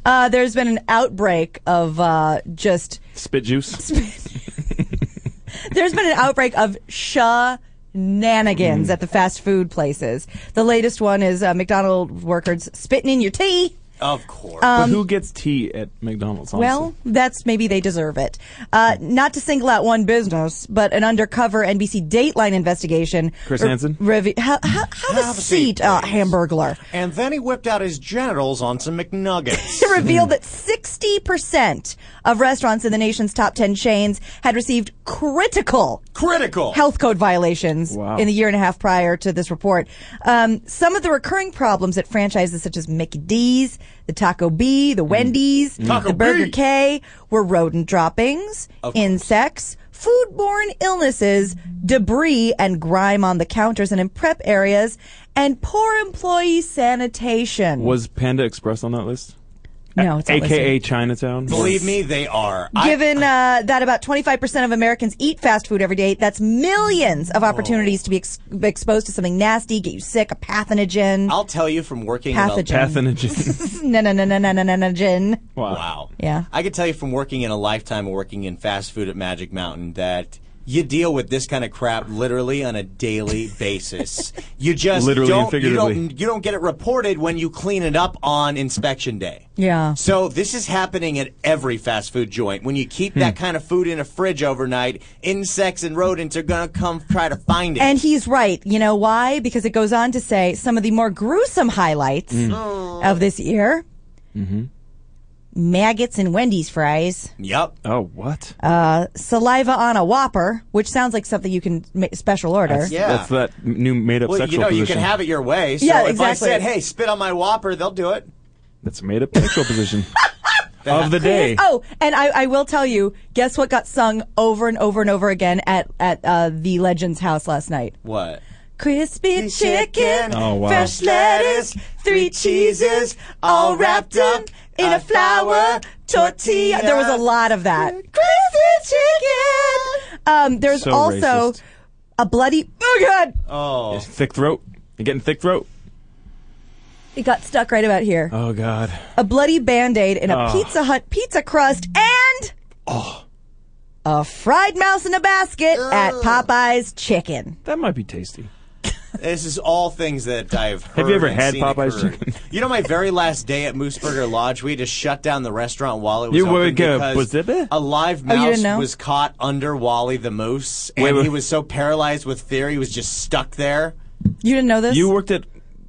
C: Uh, there's been an outbreak of uh, just.
E: spit juice.
C: There's been an outbreak of
D: Mm.
C: shenanigans at the fast food places. The latest one is uh, McDonald's workers spitting in your tea.
D: Of course.
E: but who gets tea at McDonald's? Honestly?
C: Um, Well, that's maybe they deserve it. Uh, not to single out one business, but an undercover NBC Dateline investigation.
E: Chris
C: re-
E: Hansen?
C: revi- ha- ha- have,
D: Have
C: a
D: a
C: seat,
D: seat,
C: uh,
D: please.
C: hamburglar.
D: and then he whipped out his genitals on some McNuggets.
C: To reveal that 60% of restaurants in the nation's top 10 chains had received <laughs> critical
D: Critical.
C: health code violations
E: Wow.
C: in the year and a half prior to this report. Um, some of the recurring problems at franchises such as Mickey D's, the Taco B, the Wendy's,
D: Mm. Taco
C: the Burger
D: B.
C: K were rodent droppings, insects, foodborne illnesses, debris and grime on the counters and in prep areas, and poor employee sanitation.
E: was Panda Express on that list?
C: No, it's not
E: AKA
C: listed.
E: Chinatown. <laughs>
D: Believe me, they are. I,
C: Given uh, that about 25% of Americans eat fast food every day, that's millions of opportunities to be ex- exposed to something nasty, get you sick, a pathogen.
D: I'll tell you from working in
C: pathogen. <laughs>
E: Pathogen.
C: No, no, no, no, no, no, no, no, gin.
D: a wow.
C: Yeah.
D: I could tell you from working in a lifetime of working in fast food at Magic Mountain that you deal with this kind of crap literally on
C: <laughs>
D: a daily basis. You just
E: Literally and
D: don't, you
E: figuratively.
D: don't you don't get it reported when you clean it up on inspection day.
C: Yeah.
D: So this is happening at every fast food joint. When you keep that
C: Hmm.
D: kind of food in a fridge overnight, insects and rodents are gonna come try to find it.
C: And he's right. You know why? Because it goes on to say some of the more gruesome highlights of this year. Maggots in Wendy's fries,
D: yep.
E: Oh, what?
C: Uh, saliva on a Whopper, which sounds like something you can ma- special order.
D: yeah.
E: That's that new made-up
D: Well,
E: sexual
D: you know, you
E: position.
D: can have it your way. So
C: Yeah,
D: if
C: exactly.
D: I said, "Hey, spit on my Whopper," they'll do it.
E: That's a made-up sexual
D: <laughs>
E: position of the day.
C: Oh, and I, I will tell you, guess what got sung over and over and over again at at uh, the Legends house last night?
D: What?
C: Crispy chicken,
E: Oh, wow.
C: fresh lettuce, three cheeses, all wrapped up in a flour tortilla. There was a lot of that. <laughs> Crispy chicken. Um, there's
E: So
C: also
E: racist.
C: a bloody. Oh God!
D: Oh,
E: Thick throat. You're getting thick throat.
C: It got stuck right about here.
E: Oh God.
C: a bloody band-aid and a
E: Ah.
C: Pizza Hut pizza crust and
D: Ah.
C: a fried mouse in a basket at Popeye's Chicken.
E: That might be tasty.
D: this is all things that I've heard.
E: Have you ever
D: and
E: had
D: seen
E: Popeye's
D: occur.
E: chicken?
D: <laughs> You know, my very last day at Moose Burger Lodge, we had to shut down the restaurant while it was
E: You
D: open
E: were go-
D: because
E: was it there?
D: a live
C: Oh, you
D: mouse
C: didn't know?
D: was caught under Wally the moose, and
E: Wait, wait.
D: he was so paralyzed with fear, he was just stuck there.
C: You didn't know this?
E: You worked at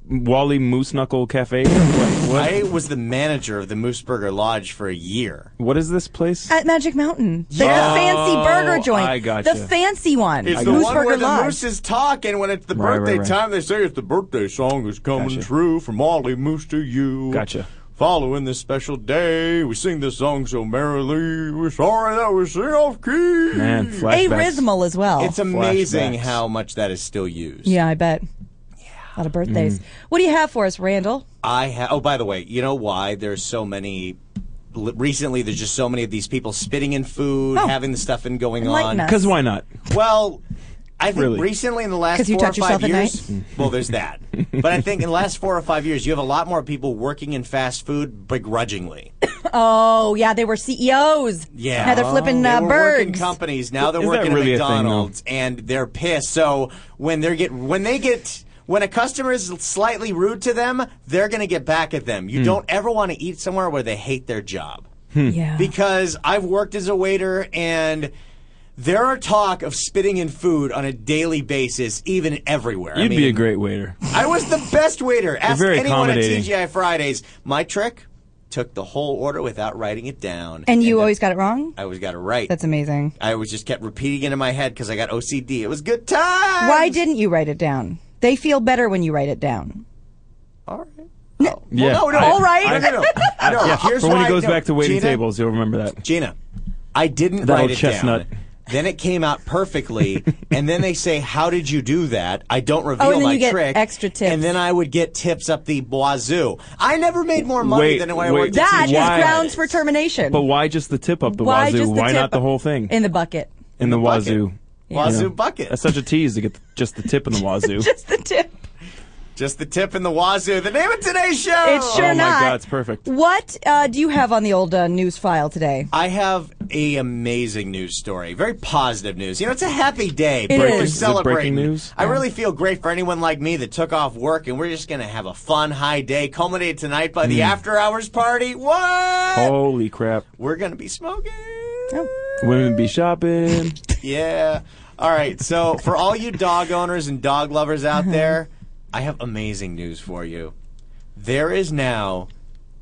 E: Wally Moose Knuckle Cafe. what, what-
D: I was the manager of the Moose Burger Lodge for a year.
E: what is this place?
C: at Magic Mountain. The
D: Yeah.
C: fancy burger
E: Oh,
C: joint.
E: I gotcha.
C: The fancy one.
D: It's the
C: Moose
D: one
C: Burger
D: where the
C: Lodge.
D: moose is talking when it's the
E: Right, right,
D: birthday
E: right.
D: time. They say it's the birthday song is coming
E: Gotcha.
D: true from Ollie Moose to you.
E: Gotcha.
D: Following this special day, we sing this song so merrily. We're sorry that we sing off key.
E: Man, flashbacks.
C: Arithmal as well.
D: It's amazing
E: Flashbacks.
D: how much that is still used.
C: yeah, I bet. A lot of
D: Mm.
C: birthdays. What do you have for us, Randall?
D: I ha- oh, by the way, you know why there's so many. l- Recently, there's just so many of these people spitting in food,
C: Oh.
D: having the stuffing going on.
C: Enlighten us.
E: Because why not?
D: Well, I think
E: Really?
D: recently in the last
C: 'Cause you
D: four or
C: touch yourself
D: five
C: at
D: years. Well, there's that. but I think in the last four or five years, you have a lot more people working in fast food begrudgingly.
C: Oh, yeah, they were CEOs.
D: Yeah,
C: Now they're flipping
D: They
C: uh,
D: were working
C: birds.
D: companies. Now they're
E: Is that
D: working
E: really a
D: at
E: thing, though?
D: McDonald's, and they're pissed. So when they get when they get when a customer is slightly rude to them, they're going to get back at them.
E: Hmm.
D: You don't ever want to eat somewhere where they hate their job
C: Hmm. yeah.
D: because I've worked as a waiter and there are talk of spitting in food on a daily basis, even everywhere. I
E: You'd
D: mean,
E: be a great waiter.
D: I was the best waiter. Ask
E: very
D: anyone at
E: accommodating.
D: TGI Fridays. My trick took the whole order without writing it down.
C: and you
D: then
C: always got it wrong?
D: I always got it right.
C: That's amazing.
D: I always just kept repeating it in my head because I got OCD. It was good time.
C: Why didn't you write it down? They feel better when you write it down.
D: All right. Oh.
E: Yeah.
D: Well, no, no.
E: I-
C: All right.
D: No, no, no.
E: I-
D: No,
E: yeah,
D: here's
E: for when
D: why-
E: he goes
D: no.
E: back to waiting
D: Gina,
E: tables, you'll remember that.
D: Gina, I didn't
E: That
D: write
E: old
D: it
E: chestnut.
D: down. Then it came
E: <laughs>
D: out perfectly, and then they say, "How did you do that?" I don't reveal
C: Oh, and then
D: my
C: you get
D: trick.
C: extra tips.
D: and then I would get tips up the wazoo. I never made more money
E: Wait,
D: than when I
E: wait.
D: worked. at
C: That is
D: TGI
E: Why?
C: grounds for termination.
E: But why just the tip up the
C: Why
E: wazoo?
C: just the
E: why
C: tip
E: not the whole thing
C: in the bucket? <laughs>
E: in the,
D: bucket.
E: wazoo?
D: Wazoo
E: Yeah.
D: bucket.
E: That's such a tease to get th- just the tip in the wazoo.
C: Just the tip.
D: Just the tip and the wazoo. The name of today's show.
C: It's sure
E: oh my
C: not.
E: God, it's perfect.
C: What uh, do you have on the old uh, news file today?
D: I have a amazing news story. Very positive news. You know, it's a happy day.
C: It
D: We're
C: is. Is
E: it breaking
D: celebrating.
E: news?
D: I really feel great for anyone like me that took off work, and we're just going to have a fun, high day, culminated tonight by the after-hours party. What?
E: Holy crap!
D: We're going to be smoking.
E: Women be shopping.
D: Yeah. All right. So, for all you dog owners and dog lovers out there, I have amazing news for you. There is now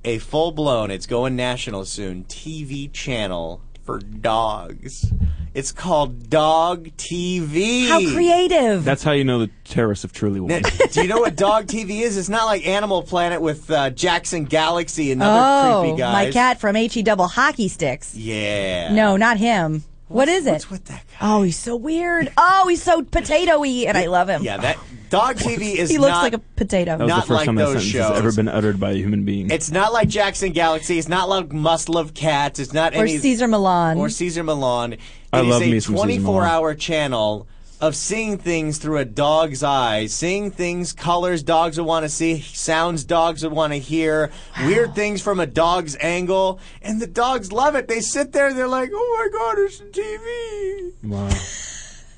D: a full blown, it's going national soon, TV channel for dogs. It's called Dog TV.
C: How creative!
E: That's how you know the terrorists have truly won.
D: Now, Do you know what Dog TV is? It's not like Animal Planet with uh, Jackson Galaxy and other
C: oh,
D: creepy guys.
C: my cat from He Double Hockey Sticks.
D: Yeah.
C: No, not him. What is it?
D: What's with that guy?
C: oh, he's so weird. Oh, he's so potatoy, and I love him.
D: Yeah, that Dog TV is
C: He looks
D: not,
C: like a potato.
E: That was
D: Not
E: the first
D: like
E: time that
D: those
E: sentence has
D: shows.
E: ever been uttered by a human being.
D: It's not like Jackson Galaxy. It's not like Must Love Cats. It's not
C: or
D: any
C: Caesar Milan.
D: or Caesar Milan. It
E: I
D: is
E: love me
D: a
E: some Cesar Millan.
D: 24-hour channel of seeing things through a dog's eyes, seeing things, colors dogs would want to see, sounds dogs would want to hear, weird things from a dog's angle, and the dogs love it. They sit there, they're like, "Oh my god, it's on TV."
E: wow.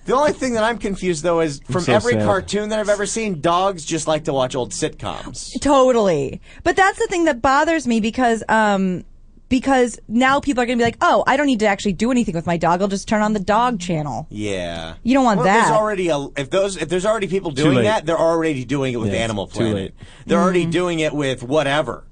D: The only thing that I'm confused though is from
E: so
D: every
E: sad.
D: cartoon that I've ever seen, dogs just like to watch old sitcoms.
C: Totally. But that's the thing that bothers me because um because now people are going to be like, "Oh, I don't need to actually do anything with my dog. I'll just turn on the dog channel."
D: Yeah,
C: You don't want
D: well, if
C: that.
D: There's already a, if those if there's already people doing
E: late.
D: that, they're already doing it with
E: Yeah,
D: Animal
E: too late.
D: Planet. They're already doing it with whatever.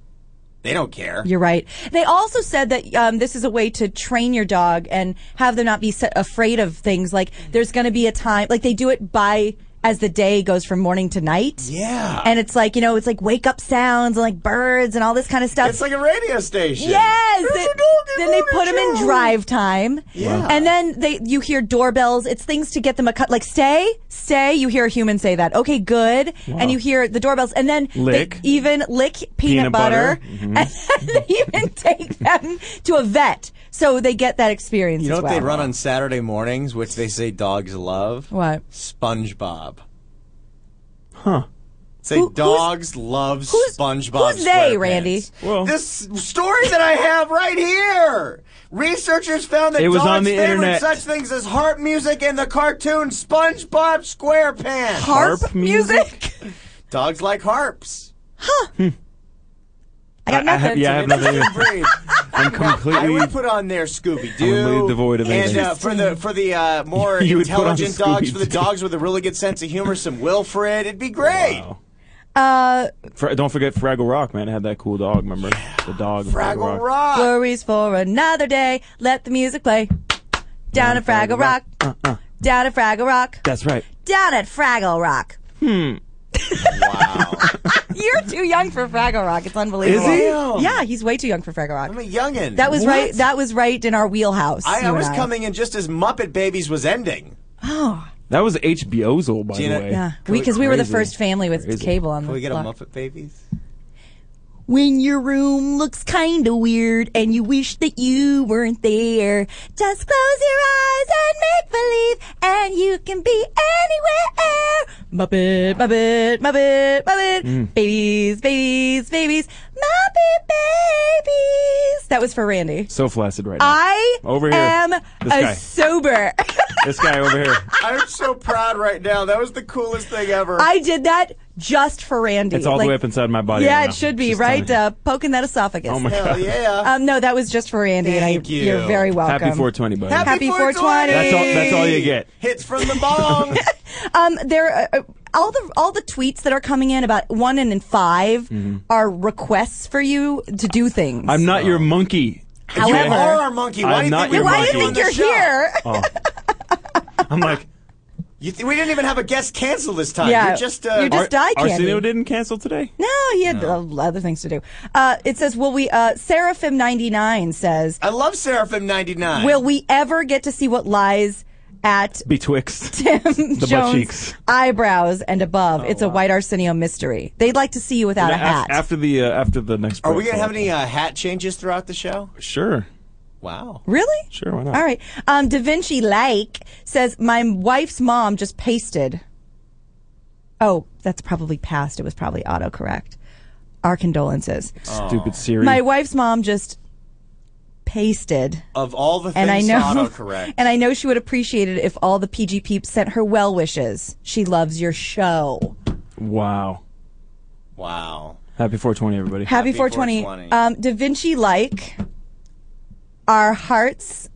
D: They don't care.
C: Mm-hmm. You're right. They also said that um, this is a way to train your dog and have them not be so afraid of things. Like there's going to be a time, like they do it by as the day goes from morning to night.
D: Yeah.
C: And it's like you know, it's like wake up sounds and like birds and all this kind of stuff.
D: it's like a radio station.
C: Yes.
D: There's
C: They-
D: a dog in
C: then they
D: morning
C: put them in
D: show.
C: drive time.
D: Yeah.
C: And then they you hear doorbells. It's things to get them a cut. Like stay, stay. You hear a human say that. Okay, good. And you hear the doorbells. And then they
E: Lick.
C: even lick peanut,
E: Peanut
C: butter.
E: butter. Mm-hmm.
C: And <laughs> then they even take them to a vet, so they get that experience.
D: You know
C: as
D: what
C: well.
D: they run on Saturday mornings, which they say dogs love?
C: What?
D: SpongeBob.
E: Huh.
D: Say
C: Who- who's-
D: dogs love
C: who's-
D: SpongeBob.
C: who's they,
D: SquarePants.
C: Randy?
E: Well-
D: this story that I have right here. Researchers found that
E: It was
D: dogs
E: on the
D: favored
E: internet.
D: such things as harp music and the cartoon SpongeBob SquarePants.
C: harp,
E: Harp
C: music.
D: dogs like harps.
C: I got
E: I- I have-
C: nothing.
E: yeah, I have nothing.
C: <laughs>
E: <laughs>
D: Can't breathe.
E: I'm
D: I
E: completely.
D: would put on there Scooby
E: I'm
D: Doo,
E: completely devoid of
D: and
E: anything.
D: uh, for the for the
E: <laughs>
D: uh, more
E: You would put on
D: intelligent dogs, for the
E: Scooby-Doo.
D: dogs with a really good sense of humor, some Wilfred. It'd be great.
E: Wow.
C: Uh,
E: Fra- don't forget Fraggle Rock, man. I had that cool dog. Remember the dog Fraggle,
D: Fraggle Rock.
C: worries for another day. Let the music play. Down at Fraggle Rock.
E: Uh,
C: Down at Fraggle Rock.
E: That's right.
C: down at Fraggle Rock.
D: Hmm. Wow.
C: <laughs> You're too young for Fraggle Rock. It's unbelievable.
D: Is he?
C: Yeah, he's way too young for Fraggle
D: I'm
C: Rock.
D: a youngin.
C: That was
D: What?
C: right. That was right in our wheelhouse.
D: I, I
C: you
D: was
C: and I.
D: coming in just as Muppet Babies was ending.
E: That was HBO's old, by
D: Gina-
E: the way.
C: Yeah, because we, were the
E: Crazy.
C: first family with
E: Crazy.
C: cable on
D: Can
C: the
D: we get a
C: block.
D: Muppet Babies?
C: When your room looks kind of weird and you wish that you weren't there, just close your eyes and make believe, and you can be anywhere. Muppet, Muppet, Muppet, Muppet,
E: Mm.
C: babies, babies, babies, Muppet babies. That was for Randy.
E: So flaccid right now.
C: I
E: Over here.
C: am
E: This
C: a
E: guy.
C: sober. <laughs>
E: this guy over here.
D: I'm so proud right now. That was the coolest thing ever.
C: I did that just for Randy.
E: It's all
C: Like,
E: the way up inside my body.
C: Yeah,
E: right now.
C: it should be
E: Just
C: right
E: tiny.
C: uh, poking that esophagus.
E: Oh my
D: Hell
E: god.
D: yeah.
C: Um, no, that was just for Andy, and
D: Thank
C: I,
D: you.
C: are very welcome.
E: Happy 420, buddy.
C: Happy 420.
E: That's all- that's all you get.
D: Hits from the
C: <laughs>
D: bong.
C: Um, there, uh, all the all the tweets that are coming in about one and in 5 are requests for you to do things.
E: Mm-hmm. I'm not your monkey.
D: you
C: However-
D: are our monkey.
E: I'm
D: Why do you
E: not
D: think
E: your
D: we
C: Why do
D: brought
C: you
E: monkey.
D: on
C: think
D: the
C: you're
D: show?
C: here?
E: Oh. <laughs> I'm like
D: You th- we didn't even have a guest cancel this time.
C: Yeah.
D: You're just, uh,
C: You're <laughs> just- die
E: Ar-
C: candy.
E: Arsenio didn't cancel today.
C: No, he had uh, other things to do. Uh, it says, "Will we?" Uh, Seraphim ninety nine says,
D: I love Seraphim 99.
C: "Will we ever get to see what lies
E: <laughs>
C: at
E: Betwixt.
C: Tim
E: butt
C: Jones'
E: cheeks. Oh,
C: eyebrows and above?" it's a white Arsenio mystery. They'd like to see you without a hat.
E: <laughs> Af- After the uh, after the next.
D: Are
E: break,
D: we going to
E: I'll
D: have
E: let
D: any uh, hat changes throughout the show?
E: you- Sure.
D: Wow.
C: really?
E: Sure. Why not?
C: All right. Um, da Vinci Lake says, My wife's mom just pasted. Oh, that's probably past. It was probably autocorrect. Our condolences.
E: Stupid Siri.
C: My wife's mom just pasted.
D: Of all the things
C: And I know,
D: autocorrect.
C: <laughs> and I know she would appreciate it if all the PG peeps sent her well wishes. She loves your show.
E: wow.
D: wow.
E: Happy 420, everybody.
C: Happy, 420.
D: 420.
C: Um, da Vinci like, our hearts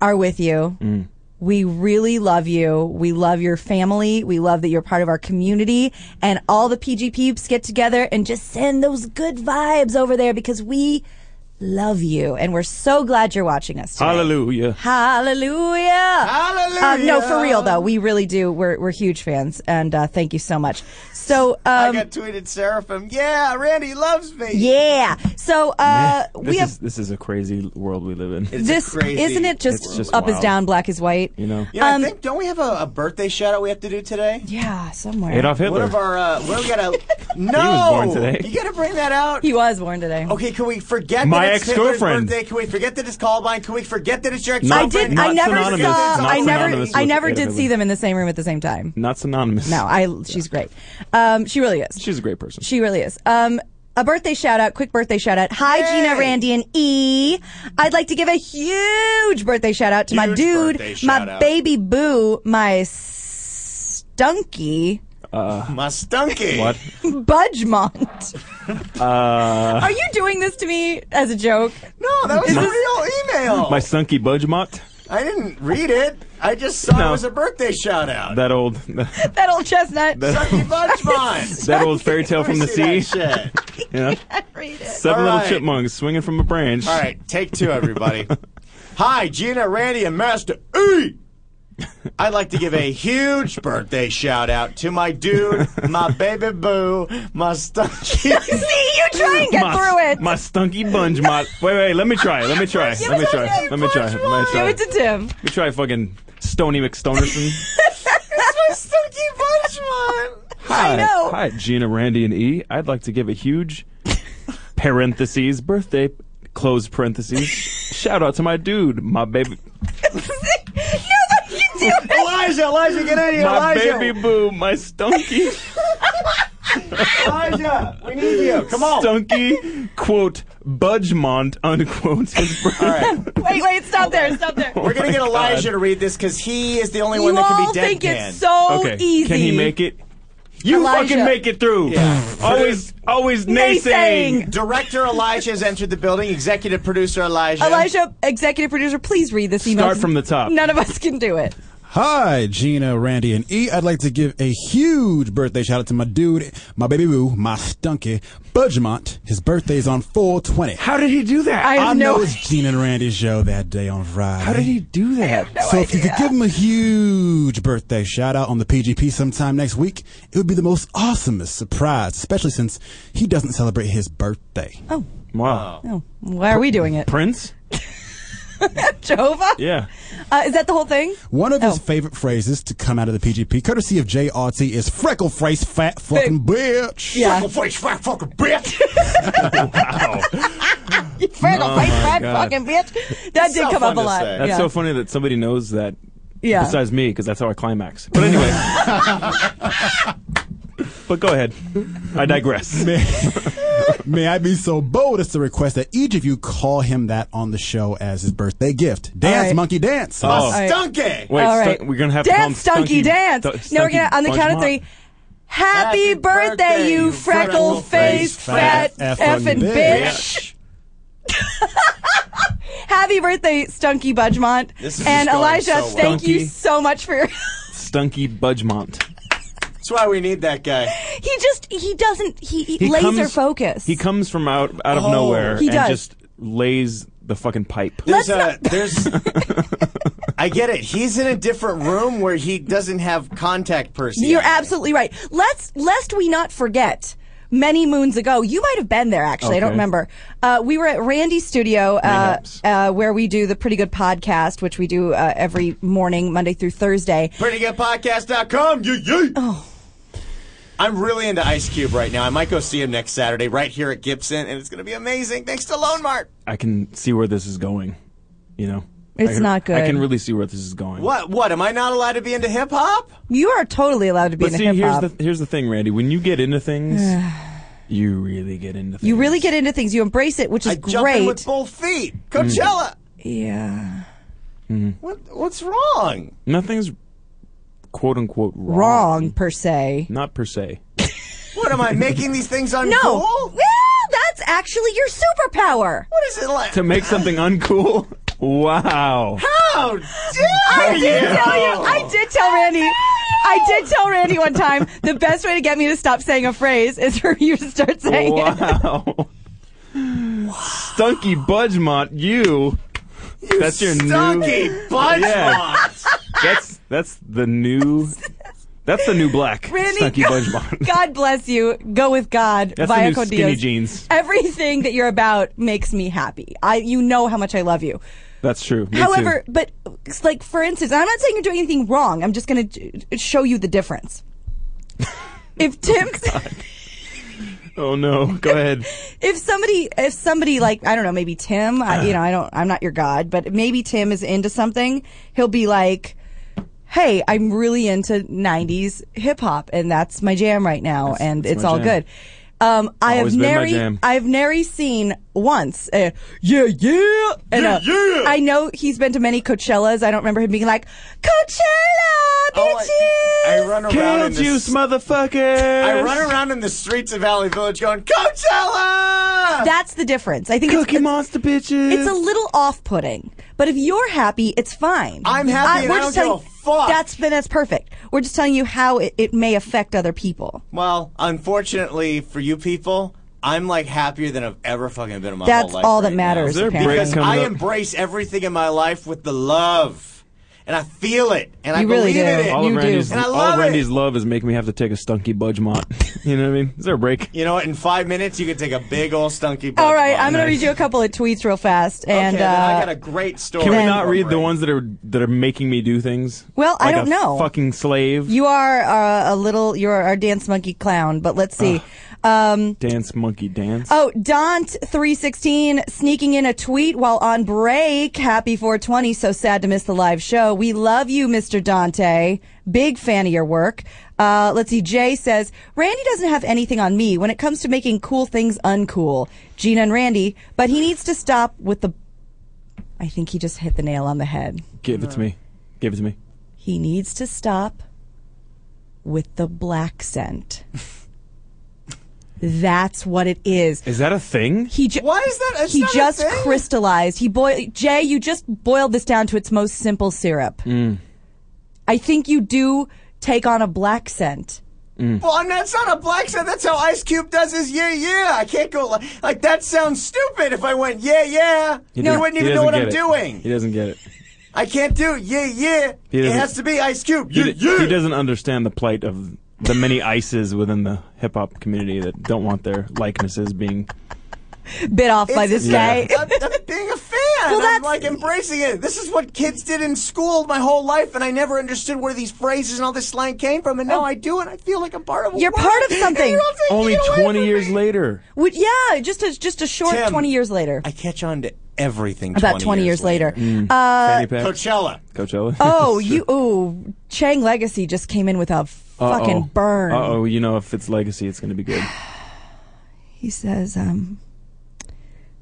C: are with you. We really love you. We love your family. We love that you're part of our community. And all the PG peeps get together and just send those good vibes over there because we love you. And we're so glad you're watching us today.
E: Hallelujah.
C: Hallelujah. Uh,
D: Hallelujah.
C: no, for real though, we really do. We're we're huge fans, and uh, thank you so much. So, um,
D: I got tweeted Seraphim. Yeah, Randy loves me.
C: yeah. So uh,
E: this
C: we have
E: is this is a crazy world we live in.
D: It's a
C: this,
D: crazy-
C: isn't it? Just,
E: It's just
C: up is
E: wild.
C: down, black is white.
E: <laughs> You know,
D: You know,
C: Um,
D: I think don't we have a, a birthday shout out we have to do today?
C: Yeah, somewhere.
E: Adolf
D: One
E: Hitler.
D: of our uh, well,
E: <laughs>
D: we gotta no.
E: was born today.
D: You gotta bring that out.
C: He was born today.
D: Okay, can we forget
E: My
D: that it's Hitler's
E: ex-girlfriend.
D: birthday? Can we forget that it's Columbine? Can we forget that it's your
E: Not-
C: I
D: ex-girlfriend?
C: did.
E: Not
C: I never
E: synonymous.
C: saw.
E: Not
C: I never.
E: synonymous
C: I
E: with
C: never did
E: Hitler.
C: see them in the same room at the same time.
E: Not synonymous.
C: No, I. She's great. Um, she really is.
E: She's a great person.
C: She really is. Um, a birthday shout out, quick birthday shout out. Hi,
D: Yay!
C: Gina, Randy, and E. I'd like to give a huge birthday shout out to my
D: Huge
C: dude,
D: birthday shout
C: my
D: out.
C: baby boo, my stunky
D: My stunky.
E: what?
C: Budgemont.
E: <laughs> Uh,
C: Are you doing this to me as a joke?
D: No, that was a real email.
E: My sunky budgemot.
D: I didn't read it. I just saw
E: No.
D: it was a birthday shout out.
E: That old <laughs> that
C: That old chestnut.
D: Sunny
E: <laughs>
D: Bunchbon.
E: old fairy tale from the sea. <laughs> You
C: <laughs>
E: know?
C: Read it.
E: Seven
D: All
E: little
D: right.
E: chipmunks swinging from a branch.
D: All right, take
E: <laughs>
D: two, everybody. Hi, Gina, Randy, and Master E. I'd like to give a huge birthday shout out to my dude, my baby boo,
E: <laughs>
D: my stunky.
C: See, you try and get
E: my,
C: through it.
E: My stunky bungemot. Wait, wait. Let me try. Let me try.
C: Give
E: Let me
C: it to
E: try.
C: him.
E: Let me try. Let me try.
C: Give
E: Let
C: it to Tim.
E: me try. Fucking Stony McStonerson.
D: It's my stunky Bunchbon.
E: Hi.
C: know. <laughs>
E: Hi, Gina, Randy, and E. I'd like to give a huge parentheses birthday close parentheses shout out to my dude, my baby,
C: Nobody can do it.
D: Elijah, Elijah, get in here,
E: my
D: Elijah.
E: baby boo, my stunky,
D: Elijah, we need you. Come
E: <laughs>
D: on.
E: stunky quote Budgemont unquote. His
D: All
E: birthday.
D: right.
C: Wait, wait, stop there, stop there.
D: We're gonna get
E: my God.
D: Elijah to read this because he is the only one
C: You
D: that can
C: all
D: be deadpan.
C: think it's so
E: Okay,
C: easy.
E: can he make it? You
C: Elijah.
E: fucking make it through. Always, always naysaying.
C: Naysaying.
D: Director Elijah has entered the building. Executive producer Elijah.
C: Elijah, executive producer, please read this email.
E: Start from the top.
C: None of us can do it.
I: Hi, Gina, Randy, and E. I'd like to give a huge birthday shout out to my dude, my baby boo, my stunky, Budgemont. His birthday's on 420.
E: How did he do that?
C: I have
I: I
C: no. <laughs>
I: know it's Gina and Randy's show that day on Friday.
E: How did he do that?
I: so if you could give him a huge birthday shout out on the PGP sometime next week, it would be the most awesomest surprise, especially since he doesn't celebrate his birthday.
C: oh,
E: Wow.
C: oh, why are we doing it?
E: Prince?
C: Jehovah?
E: Yeah.
C: Uh, is that the whole thing?
I: One of
C: Oh.
I: his favorite phrases to come out of the PGP, courtesy of JRT, is freckle face fat fucking bitch.
C: Yeah.
D: Freckle face, fat fucking
C: <laughs>
D: bitch.
C: Fergal,
E: Oh my
C: face, fat
E: God.
C: fucking bitch. That did
D: so
C: come up
D: fun
C: a
D: to
C: lot.
D: say.
E: That's
C: yeah.
E: so funny that somebody knows that
C: yeah.
E: besides me because that's how I climax. But
C: <laughs>
E: anyway. but go ahead. I digress.
I: <laughs> May I be so bold as to request that each of you call him that on the show as his birthday gift. Dance,
C: right.
I: monkey, dance.
E: Oh.
C: right.
D: Stunky.
E: Wait,
C: All
E: Stun-
C: right.
E: we're gonna have
C: dance,
E: to call him
C: stunky, dance.
E: Stu-
C: no, we're
E: Stunky
C: gonna on the count of
E: Bunchmont.
C: three. Happy,
D: Happy
C: birthday,
D: birthday,
C: you
D: you
C: freckle faced fat
I: freckle-faced fat
C: effing
I: effing
C: bitch. Happy birthday, Stunky Budgemont.
D: This is
C: and
D: just going
C: Elijah,
D: so well.
C: thank you
E: Stunky.
C: so much for <laughs> your
E: Stunky Budgemont.
D: That's why we need that guy.
C: He just he doesn't he, laser focus.
E: He comes from out out of
D: Oh.
E: nowhere
C: He
E: and
C: does.
E: just lays the fucking pipe.
D: There's
C: Let's
D: a
C: <laughs>
D: there's. I get it. He's in a different room where he doesn't have contact person.
C: You're absolutely right. Let's lest we not forget. Many moons ago, you might have been there. Actually, I don't
E: Okay.
C: remember. Uh, we were at Randy's studio, uh,
E: Mayhaps.
C: uh, where we do the Pretty Good podcast, which we do uh, every morning, Monday through Thursday.
D: PrettyGoodPodcast.com. Yeah, yeah.
C: Oh.
D: I'm really into Ice Cube right now. I might go see him next Saturday right here at Gibson, and it's going to be amazing. Thanks to Lone Mart.
E: I can see where this is going. You know?
C: It's
E: I can-
C: not good.
E: I can really see where this is going.
D: What? What? Am I not allowed to be into hip hop?
C: You are totally allowed to be
E: But
C: in
E: see,
C: hip
E: here's
C: hop.
E: the here's the thing, Randy. When you get into
C: <sighs>
E: things, you really get into things.
C: you really get into things. You embrace it, which is
D: I jump
C: great. Mm.
D: in with both feet. Coachella.
C: yeah,
D: What? What's wrong?
E: nothing's quote unquote wrong.
C: wrong per se.
E: Not per se.
D: What am I making these things uncool?
C: No, well, that's actually your superpower.
D: What is it like?
E: to make something uncool. Wow.
D: Oh,
C: I
D: dude!
C: did tell you. I did tell Randy. I did tell Randy one time the <laughs> best way to get me to stop saying a phrase is for you to start saying it.
E: Wow. Stunky Budgemont, you. that's your
D: Stunky
E: new. Yeah. That's that's the new. That's the new black.
C: Randy,
E: Stunky
C: God-
E: Budgemont.
C: God bless you. Go with God.
E: That's
C: via
E: the new skinny
C: Codillas.
E: jeans.
C: Everything that you're about makes me happy. I, you know how much I love you.
E: That's true. Me
C: However,
E: too.
C: but like for instance, I'm not saying you're doing anything wrong. I'm just going to show you
E: <laughs>
C: the difference. if Tim,
E: Oh no. Go ahead.
C: if somebody, if somebody like I don't know, maybe Tim. I,
E: <sighs>
C: you know, I don't. I'm not your god, but maybe Tim is into something. He'll be like. Hey, I'm really into 90s hip hop and that's my jam right now and
E: that's
C: it's
E: my
C: all
E: jam.
C: good. Um, I have
E: Always been my
C: nary,
E: jam.
C: I've nary seen once. Uh, yeah, yeah, and uh, I know he's been to many Coachellas. I don't remember him being like Coachella,
E: Oh,
C: bitches.
D: I run around
E: Kale
D: in the
E: juice, motherfucker.
D: I run around in the streets of Valley Village going Coachella.
C: That's the difference. I think it's,
E: Cookie Monster bitches.
C: it's a little off-putting, but if you're happy, it's fine.
D: I'm happy and
C: we're
D: I
C: just
D: don't
C: telling-
D: give a fuck.
C: That's then that's perfect. We're just telling you how it, it may affect other people.
D: well, unfortunately for you people, I'm like happier than I've ever fucking been in my
C: That's
D: whole life.
C: all that
D: right now.
C: matters.
E: Is there a
C: apparently.
E: break
D: Because
E: coming
D: I
E: up?
D: embrace everything in my life with the love, and I feel it, and I
C: You really
D: believe
C: do.
D: in it.
E: all
C: You
E: of
C: do.
E: Randy's,
D: And I
E: all
D: love
E: of
D: it.
E: Randy's love is making me have to take a stunky budgemont. you know what I mean? Is there a break?
D: You know what? In five minutes, you can take a big old stunky.
C: All right, I'm going to
E: Nice.
C: read you a couple of tweets real fast, and
D: okay, then I
C: uh,
D: got a great story.
E: Can we
C: Then-
E: not read the ones that are that are making me do things?
C: Well, I
E: Like
C: don't
E: a
C: know.
E: Fucking slave.
C: You are uh, a little, you're our dance monkey clown, but let's see. Um,
E: dance monkey dance.
C: oh, Daunt316 sneaking in a tweet while on break. Happy 420. So sad to miss the live show. We love you, Mr. Dante. Big fan of your work. Uh, let's see. Jay says, Randy doesn't have anything on me when it comes to making cool things uncool. Gina and Randy, but he needs to stop with the. I think he just hit the nail on the head.
E: Give it to me. Give it to me.
C: He needs to stop with the black scent. <laughs> That's what it is.
E: Is that a thing?
C: He ju-
D: Why is that? It's
C: he
D: not a
C: just
D: thing.
C: crystallized. He boil Jay, you just boiled this down to its most simple syrup. I think you do take on a black scent.
D: Well, I'm not, it's not a black sound. That's how Ice Cube does his yeah, yeah. I can't go like, like that sounds stupid if I went yeah, yeah. You
E: doesn't-
D: wouldn't
E: he
D: even know
E: doesn't
D: what
E: get
D: I'm
E: it. He
D: doing.
E: doesn't get it.
D: I can't do yeah, yeah.
E: He
D: It
E: doesn't-
D: has to be Ice Cube.
E: He,
D: Yeah,
E: d-
D: yeah.
E: he doesn't understand the plight of the many ices within the hip hop community that don't want their likenesses being.
C: Bit off by
D: It's-
C: this
E: Yeah.
C: guy.
D: I'm, I'm being a fan. I'm
C: that's-
D: like embracing it. This is what kids did in school my whole life, and I never understood where these phrases and all this slang came from. And now I do, and I feel like I'm part of.
C: <laughs>
D: A
C: Oh. You're
D: world,
C: part of
D: and
C: something.
D: you're all taking
E: Only
D: it away
E: 20
D: from
C: Uh,
E: years
D: me.
E: later.
C: Would- yeah, just a, just a short
D: Tim,
C: 20 years later.
D: I catch on to everything.
C: about 20 years, later. Uh,
E: Fanny pack.
D: Coachella.
E: Coachella. <laughs>
C: oh, you ooh, Chang Legacy just came in with a fucking burn.
E: Uh oh, you know, if it's legacy, it's going to be good.
C: He says um,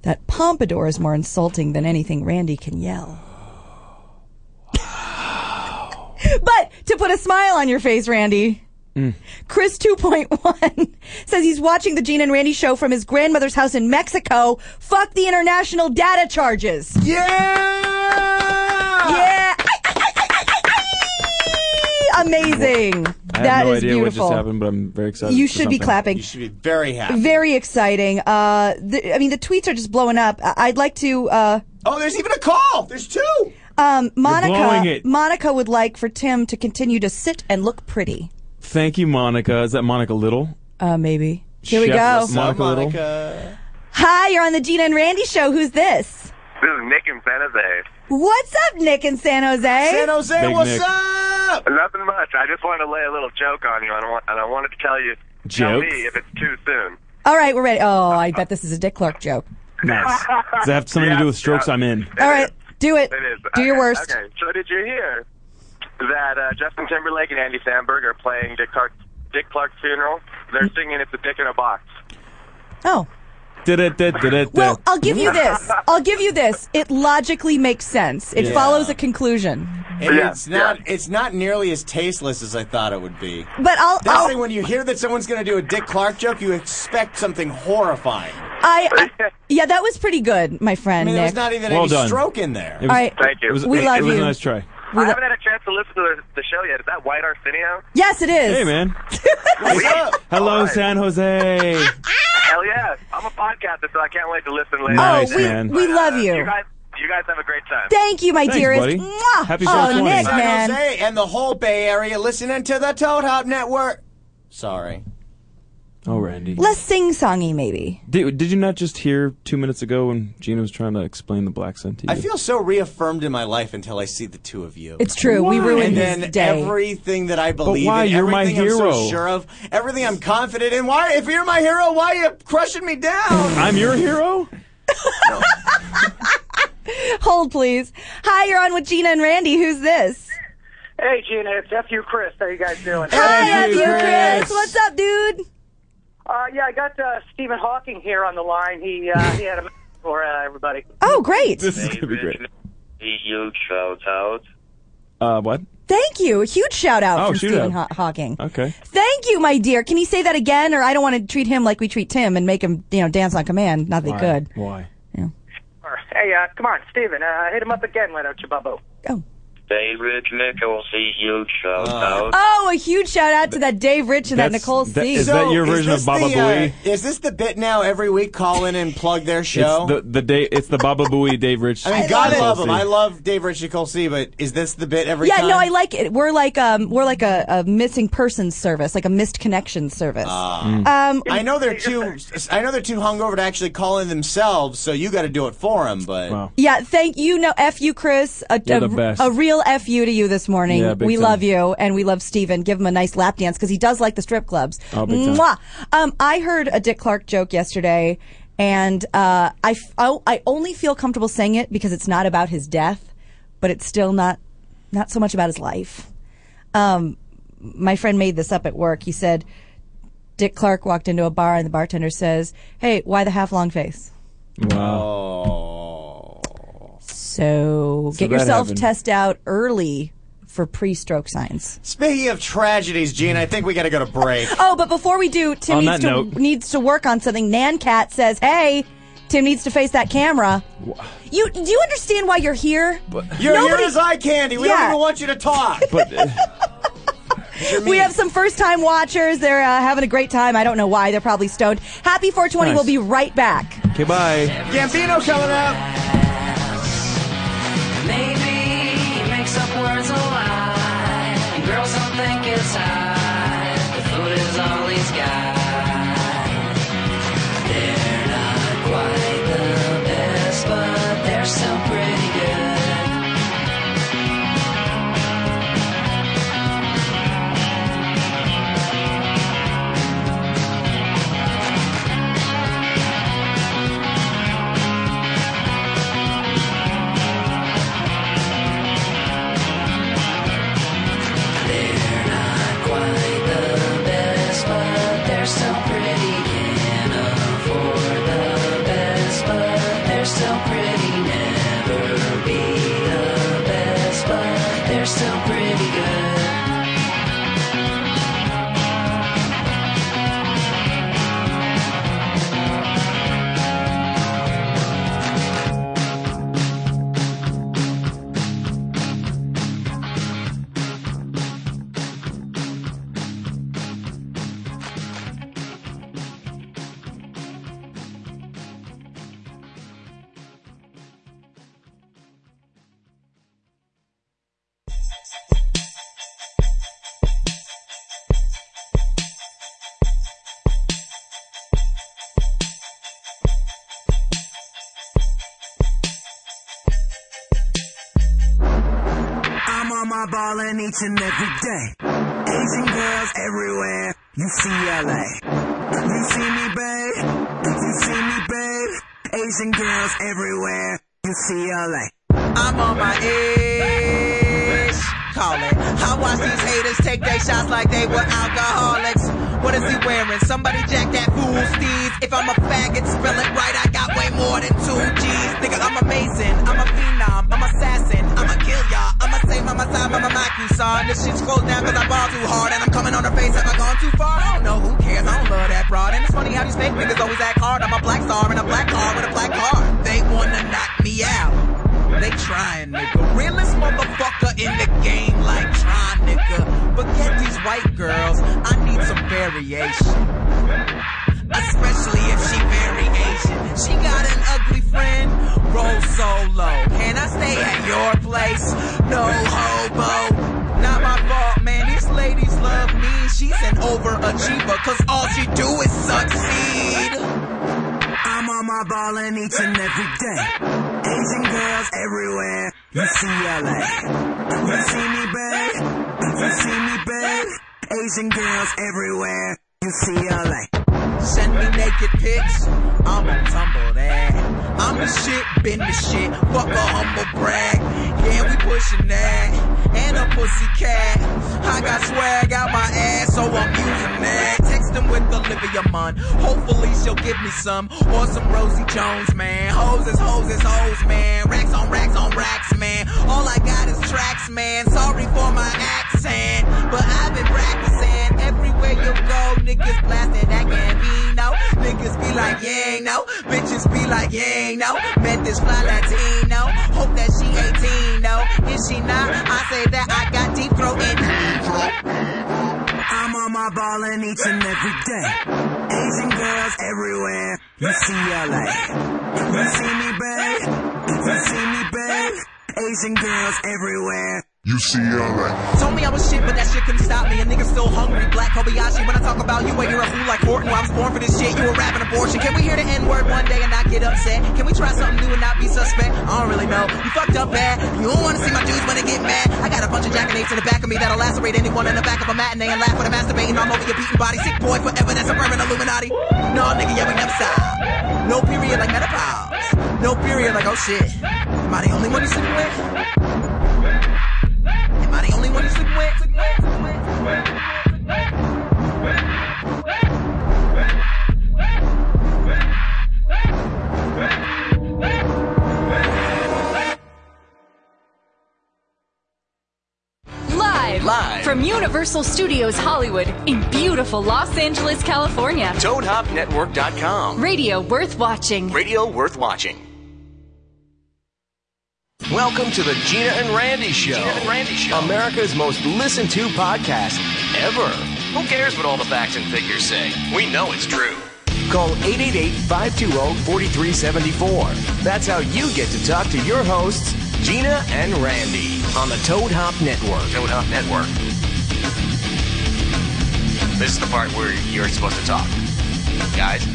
C: that pompadour is more insulting than anything Randy can yell. <laughs> but to put a smile on your face, Randy.
E: Mm.
C: Chris 2.1 says he's watching the Gene and Randy show from his grandmother's house in Mexico. Fuck the international data charges.
D: Yeah.
C: Yeah. Amazing.
E: I have
C: That
E: no
C: is
E: idea
C: beautiful.
E: what just happened, but I'm very excited.
C: You
E: for
C: should be
E: something.
C: clapping.
D: You should be very happy.
C: Very exciting. Uh, the, I mean, the tweets are just blowing up. I- I'd like to. Uh,
D: Oh, there's even a call. There's two.
C: um,
E: blowing
C: Monica.
E: it.
C: Monica would like for Tim to continue to sit and look pretty.
E: Thank you, Monica. Is that Monica Little?
C: Uh, maybe. Here we
E: Chef
C: go.
E: Lisa. Monica Little.
D: Monica.
C: Hi, you're on the Gina and Randy show. Who's this?
J: This is Nick in San Jose.
C: What's up, Nick in San Jose?
D: San Jose,
E: Big
D: what's
E: Nick.
D: up?
J: Nothing much. I just wanted to lay a little joke on you, and I, want, and I wanted to tell you,
E: Joke?
J: tell me if it's too soon.
C: All right, we're ready. Oh, I bet this is a Dick Clark joke.
E: Nice. Does that have something to do with strokes I'm in?
C: All right, do it.
J: It is.
C: Do your
J: Okay,
C: worst.
J: Okay. So did you hear that uh, Justin Timberlake and Andy Samberg are playing Dick Clark, Dick Clark's funeral? They're singing "It's a Dick in a Box."
C: Oh.
E: Did it, did it, did it.
C: Well, I'll give you
J: <laughs>
C: this. I'll give you this. It logically makes sense. It follows a conclusion.
D: And
J: Yeah,
D: it's not
J: yeah.
D: it's not nearly as tasteless as I thought it would be.
C: But I'll,
D: That's the
C: I'll
D: thing when you hear that someone's going to do a Dick Clark joke, you expect something horrifying.
C: I, I- yeah, that was pretty good, my
D: I
C: friend
D: mean,
C: Nick.
D: there's not even
E: Well
D: any
E: done.
D: stroke in there.
E: It was-
C: All right,
J: Thank you.
E: It was,
C: We
E: it,
C: love
E: it was
C: you.
E: a nice try.
J: I haven't had a chance to listen to the, the show yet. Is that White Arsenio?
C: Yes, it is.
E: Hey,
C: <laughs>
E: man. Hello, San Jose.
J: Hell yeah. I'm a podcaster, so I can't wait to listen later.
E: Nice, Oh, we- man. we love you.
J: You guys, you guys have a great time.
C: Thank you, my
E: Thanks,
C: dearest.
E: buddy.
C: Mwah!
E: Happy
C: oh,
E: 420.
C: Nick,
D: San
C: man.
D: Jose and the whole Bay Area listening to the Toad Hop Network. Sorry.
E: Oh, Randy.
C: Less sing-songy, maybe.
E: Did, did you not just hear two minutes ago when Gina was trying to explain the black sun to you?
D: I feel so reaffirmed in my life until I see the two of you.
C: It's true. We Why? ruined
D: And
C: his
D: then
C: day.
D: everything that I believe
E: why?
D: in,
E: You're my
D: everything I'm so
E: hero.
D: sure of, everything I'm confident in. Why? If you're my hero, why are you crushing me <laughs> down?
E: I'm your hero?
C: Hold, please. Hi, you're on with Gina and Randy. Who's this?
F: Hey, Gina, it's F.U. Chris. How you guys doing?
C: Hi, you, Chris. What's up, dude?
F: Uh, yeah, I got uh, Stephen Hawking here on the line. He
E: <laughs>
F: uh, he had a message for uh, everybody.
C: Oh, great.
E: This is going to be great.
J: Huge shout out.
E: Uh, what?
C: Thank you. A huge shout out
E: Oh,
C: from
E: shoot
C: Stephen
E: out.
C: Haw- Hawking.
E: Okay.
C: Thank you, my dear. Can he say that again? Or I don't want to treat him like we treat Tim and make him, you know, dance on command. Not that he could.
E: Why?
F: Or, hey, uh, come on, Stephen, uh, hit him up again, why don't you, Bubbo?
J: David Nichols, a huge shout
A: Uh,
J: out.
C: Oh, a huge shout out to that Dave Rich and that Nicole C.
E: that your version
D: this
E: of Baba
D: the, uh,
E: Booey?
D: is this the bit now every week? Call in and plug their show.
E: It's the, the day. It's the Baba Booey Dave Rich.
D: I mean, God love him.
E: policy.
D: I love Dave Rich Nicole C, but is this the bit every
C: yeah,
D: time?
C: no, I like it. We're like um, we're like a, a missing persons service, like a missed connection service. um,
D: I
C: <laughs>
D: know they're too. I know they're too hungover to actually call in themselves. So you got to do it for them. But
E: Wow.
C: yeah, thank you. No, f you, Chris. A,
E: You're the
C: a-
E: best.
C: a real f you to you this morning.
E: Yeah, big
C: we
E: time.
C: love you and we love Steven. Give him a nice lap dance because he does like the strip clubs.
E: Oh, big time.
C: Mwah. Um, I heard a Dick Clark joke yesterday, and uh, I f- I I only feel comfortable saying it because it's not about his death, but it's still not not so much about his life. Um, my friend made this up at work. He said. Dick Clark walked into a bar and the bartender says, "Hey, why the half long face?"
E: Wow.
C: So, get
E: that
C: yourself
E: happened.
C: test out early for pre-stroke signs.
D: speaking of tragedies, Gene, I think we got to go to break.
C: Oh, but before we do, Tim
E: On
C: needs to
E: that note-
C: needs to work on something. Nancat says, "Hey, Tim needs to face that camera." You do you understand why you're here?
D: You're
C: Nobody-
D: here as eye candy. We
C: Yeah.
D: don't even want you to talk.
E: But uh,
C: We have some first-time watchers. They're uh, having a great time. I don't know why. They're probably stoned. Happy 420.
E: Nice.
C: We'll be right back.
E: okay, bye.
D: Gambino coming up.
G: Maybe he makes up words a lot. And girls don't think it's hot. The food is all he's got. They're not quite the best, but they're still pretty good. Quite the best, but they're still pretty. Can't afford the best, but they're still pretty. Never be the best, but they're still pretty good.
K: I'm on my ball and each and every day. Asian girls everywhere. You see LA. You see me, babe. You see me, babe. Asian girls everywhere. You see LA. I'm on my edge. Call it. I watch these haters take their shots like they were alcoholics. What is he wearing? Somebody jack that fool's steeds. If I'm a faggot, spell it right. I got way more than two G's. Nigga, I'm amazing. I'm a phenom. I'm assassin. I'ma kill y'all. I'ma save my side. I'ma mock you, son. This shit's closed down cause I ball too hard. And I'm coming on her face. Have I gone too far? I don't know. Who cares? I don't love that broad. And it's funny how these fake niggas always act hard. I'm a black star in a black car with a black car. They wanna knock me out. They trying, nigga. Realest motherfucker in the game like she's an overachiever, cause all she do is succeed. I'm on my ball and each and every day. Asian girls everywhere. You see LA. You see me, babe. You see me, babe. Asian girls everywhere. You see LA. Send me naked pics. I'ma tumble that. I'm the shit, been the shit. Fuck a humble brag. Yeah, we pushing that. And a pussy cat. I got swag out my ass, so I'm using that. Text him with Olivia Munn. Hopefully she'll give me some. Or some Rosie Jones, man. Hoes is hoes is hoes, man. Racks on racks on racks, man. All I got is tracks, man. Sorry for my accent. But I've been practicing. Everywhere you go, niggas blasting that Gambino. Niggas be like, yeah, no. Bitches be like, yeah, no. Met this fly Latino. Hope that she 18, no. Is she not? I say that I got deep throat and I'm on my ball and each and every day. Asian girls everywhere. You see LA. You see me, babe. You see me, babe. Asian girls everywhere.
L: You see LA.
K: Told me I was shit, but that shit couldn't stop me. A nigga still hungry. Black Kobayashi. When I talk about you, and you're a fool like Horton. I was born for this shit. You were rapping abortion. Can we hear the N word one day and not get upset? Can we try something new and not be suspect? I don't really know. You fucked up bad. You don't want to see my dudes when they get mad. I got a bunch of jackanapes in the back of me that'll lacerate anyone in the back of a matinee and laugh when I'm masturbating. I'm over your beaten body. Sick boy forever. That's a burning Illuminati. No, nigga, yeah, we never stop. No period like menopause. No period like, oh shit. Am I the only one you sleeping with? Am I the only one you sleeping with?
M: Live,
A: Live.
M: from Universal Studios Hollywood in beautiful Los Angeles, California.
A: ToadHopNetwork.com.
M: Radio worth watching.
A: Radio worth watching. Welcome to the Gina and Randy Show. Gina and Randy Show. America's most listened to podcast ever. Who cares what all the facts and figures say? We know it's true. Call 888 520 4374. That's how you get to talk to your hosts, Gina and Randy, on the Toad Hop Network. Toad Hop Network. This is the part where you're supposed to talk. Guys,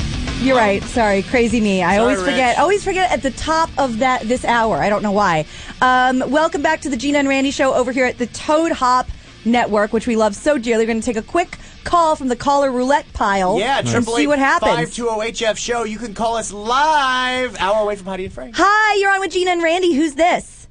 C: You're right. Sorry, crazy me. I
A: Sorry,
C: always forget.
A: Rich.
C: Always forget at the top of that this hour. I don't know why. Um, welcome back to the Gina and Randy show over here at the Toad Hop Network, which we love so dearly. We're going to take a quick call from the caller roulette pile.
D: Yeah,
C: and
D: triple
C: see what happens.
D: Five two zero HF show. You can call us live, hour away from Heidi and Frank.
C: Hi, you're on with Gina and Randy. Who's this?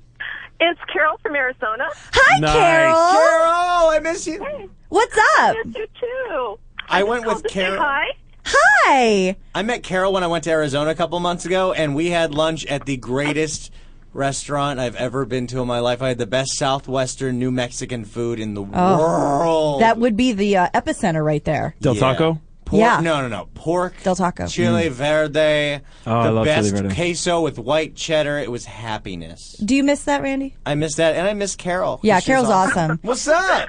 N: It's Carol from Arizona.
C: Hi,
D: Nice.
C: Carol.
D: Carol, I miss you.
C: What's up?
N: I miss you too.
D: I went
N: Called
D: with
N: to say
D: Carol.
N: Hi.
C: Hi.
D: I met Carol when I went to Arizona a couple months ago, and we had lunch at the greatest restaurant I've ever been to in my life. I had the best southwestern New Mexican food
C: Oh,
D: in the world.
C: that would be the uh, epicenter right there.
E: Del
D: Yeah.
E: Taco?
D: Pork,
C: Yeah.
D: No, no, no. Pork.
C: Del Taco.
D: Chili verde.
E: Mm. Oh, I
D: the
E: love chili
D: best
E: verde.
D: queso with white cheddar. It was happiness.
C: Do you miss that, Randy?
D: I miss that, and I miss Carol.
C: Yeah,
D: She's
C: Carol's awesome.
D: <laughs> What's up?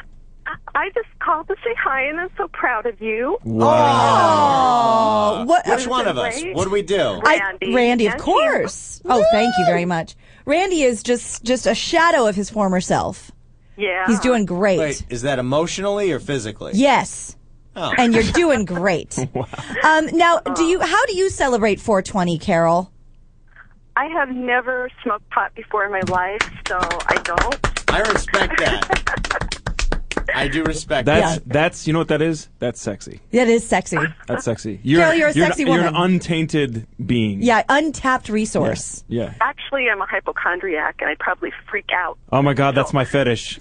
N: I just called to say hi, and I'm so proud of you.
D: Wow. Uh,
C: Oh, what-
D: Which one of us? What do we do?
C: I, Randy, of course. Oh, thank you very much. Randy is just just a shadow of his former self.
N: Yeah.
C: He's doing great.
D: Uh-huh. Wait, is that emotionally or physically?
C: Yes.
D: Oh. Uh.
C: And you're doing
D: <laughs>
C: great. Um, now, do you? How do you celebrate 420, Carol?
N: I have never smoked pot before in my life, so I don't.
D: I respect that. I do respect
E: That's
D: that.
E: that's you know what that is? That's sexy.
C: That is sexy.
E: That's sexy.
C: Girl, Uh, you're a sexy
E: you're an
C: woman.
E: untainted being.
C: Yeah, untapped resource.
E: Yeah.
N: Actually, I'm a hypochondriac, and I probably freak out.
E: Oh my god, that's my
D: <laughs>
E: fetish.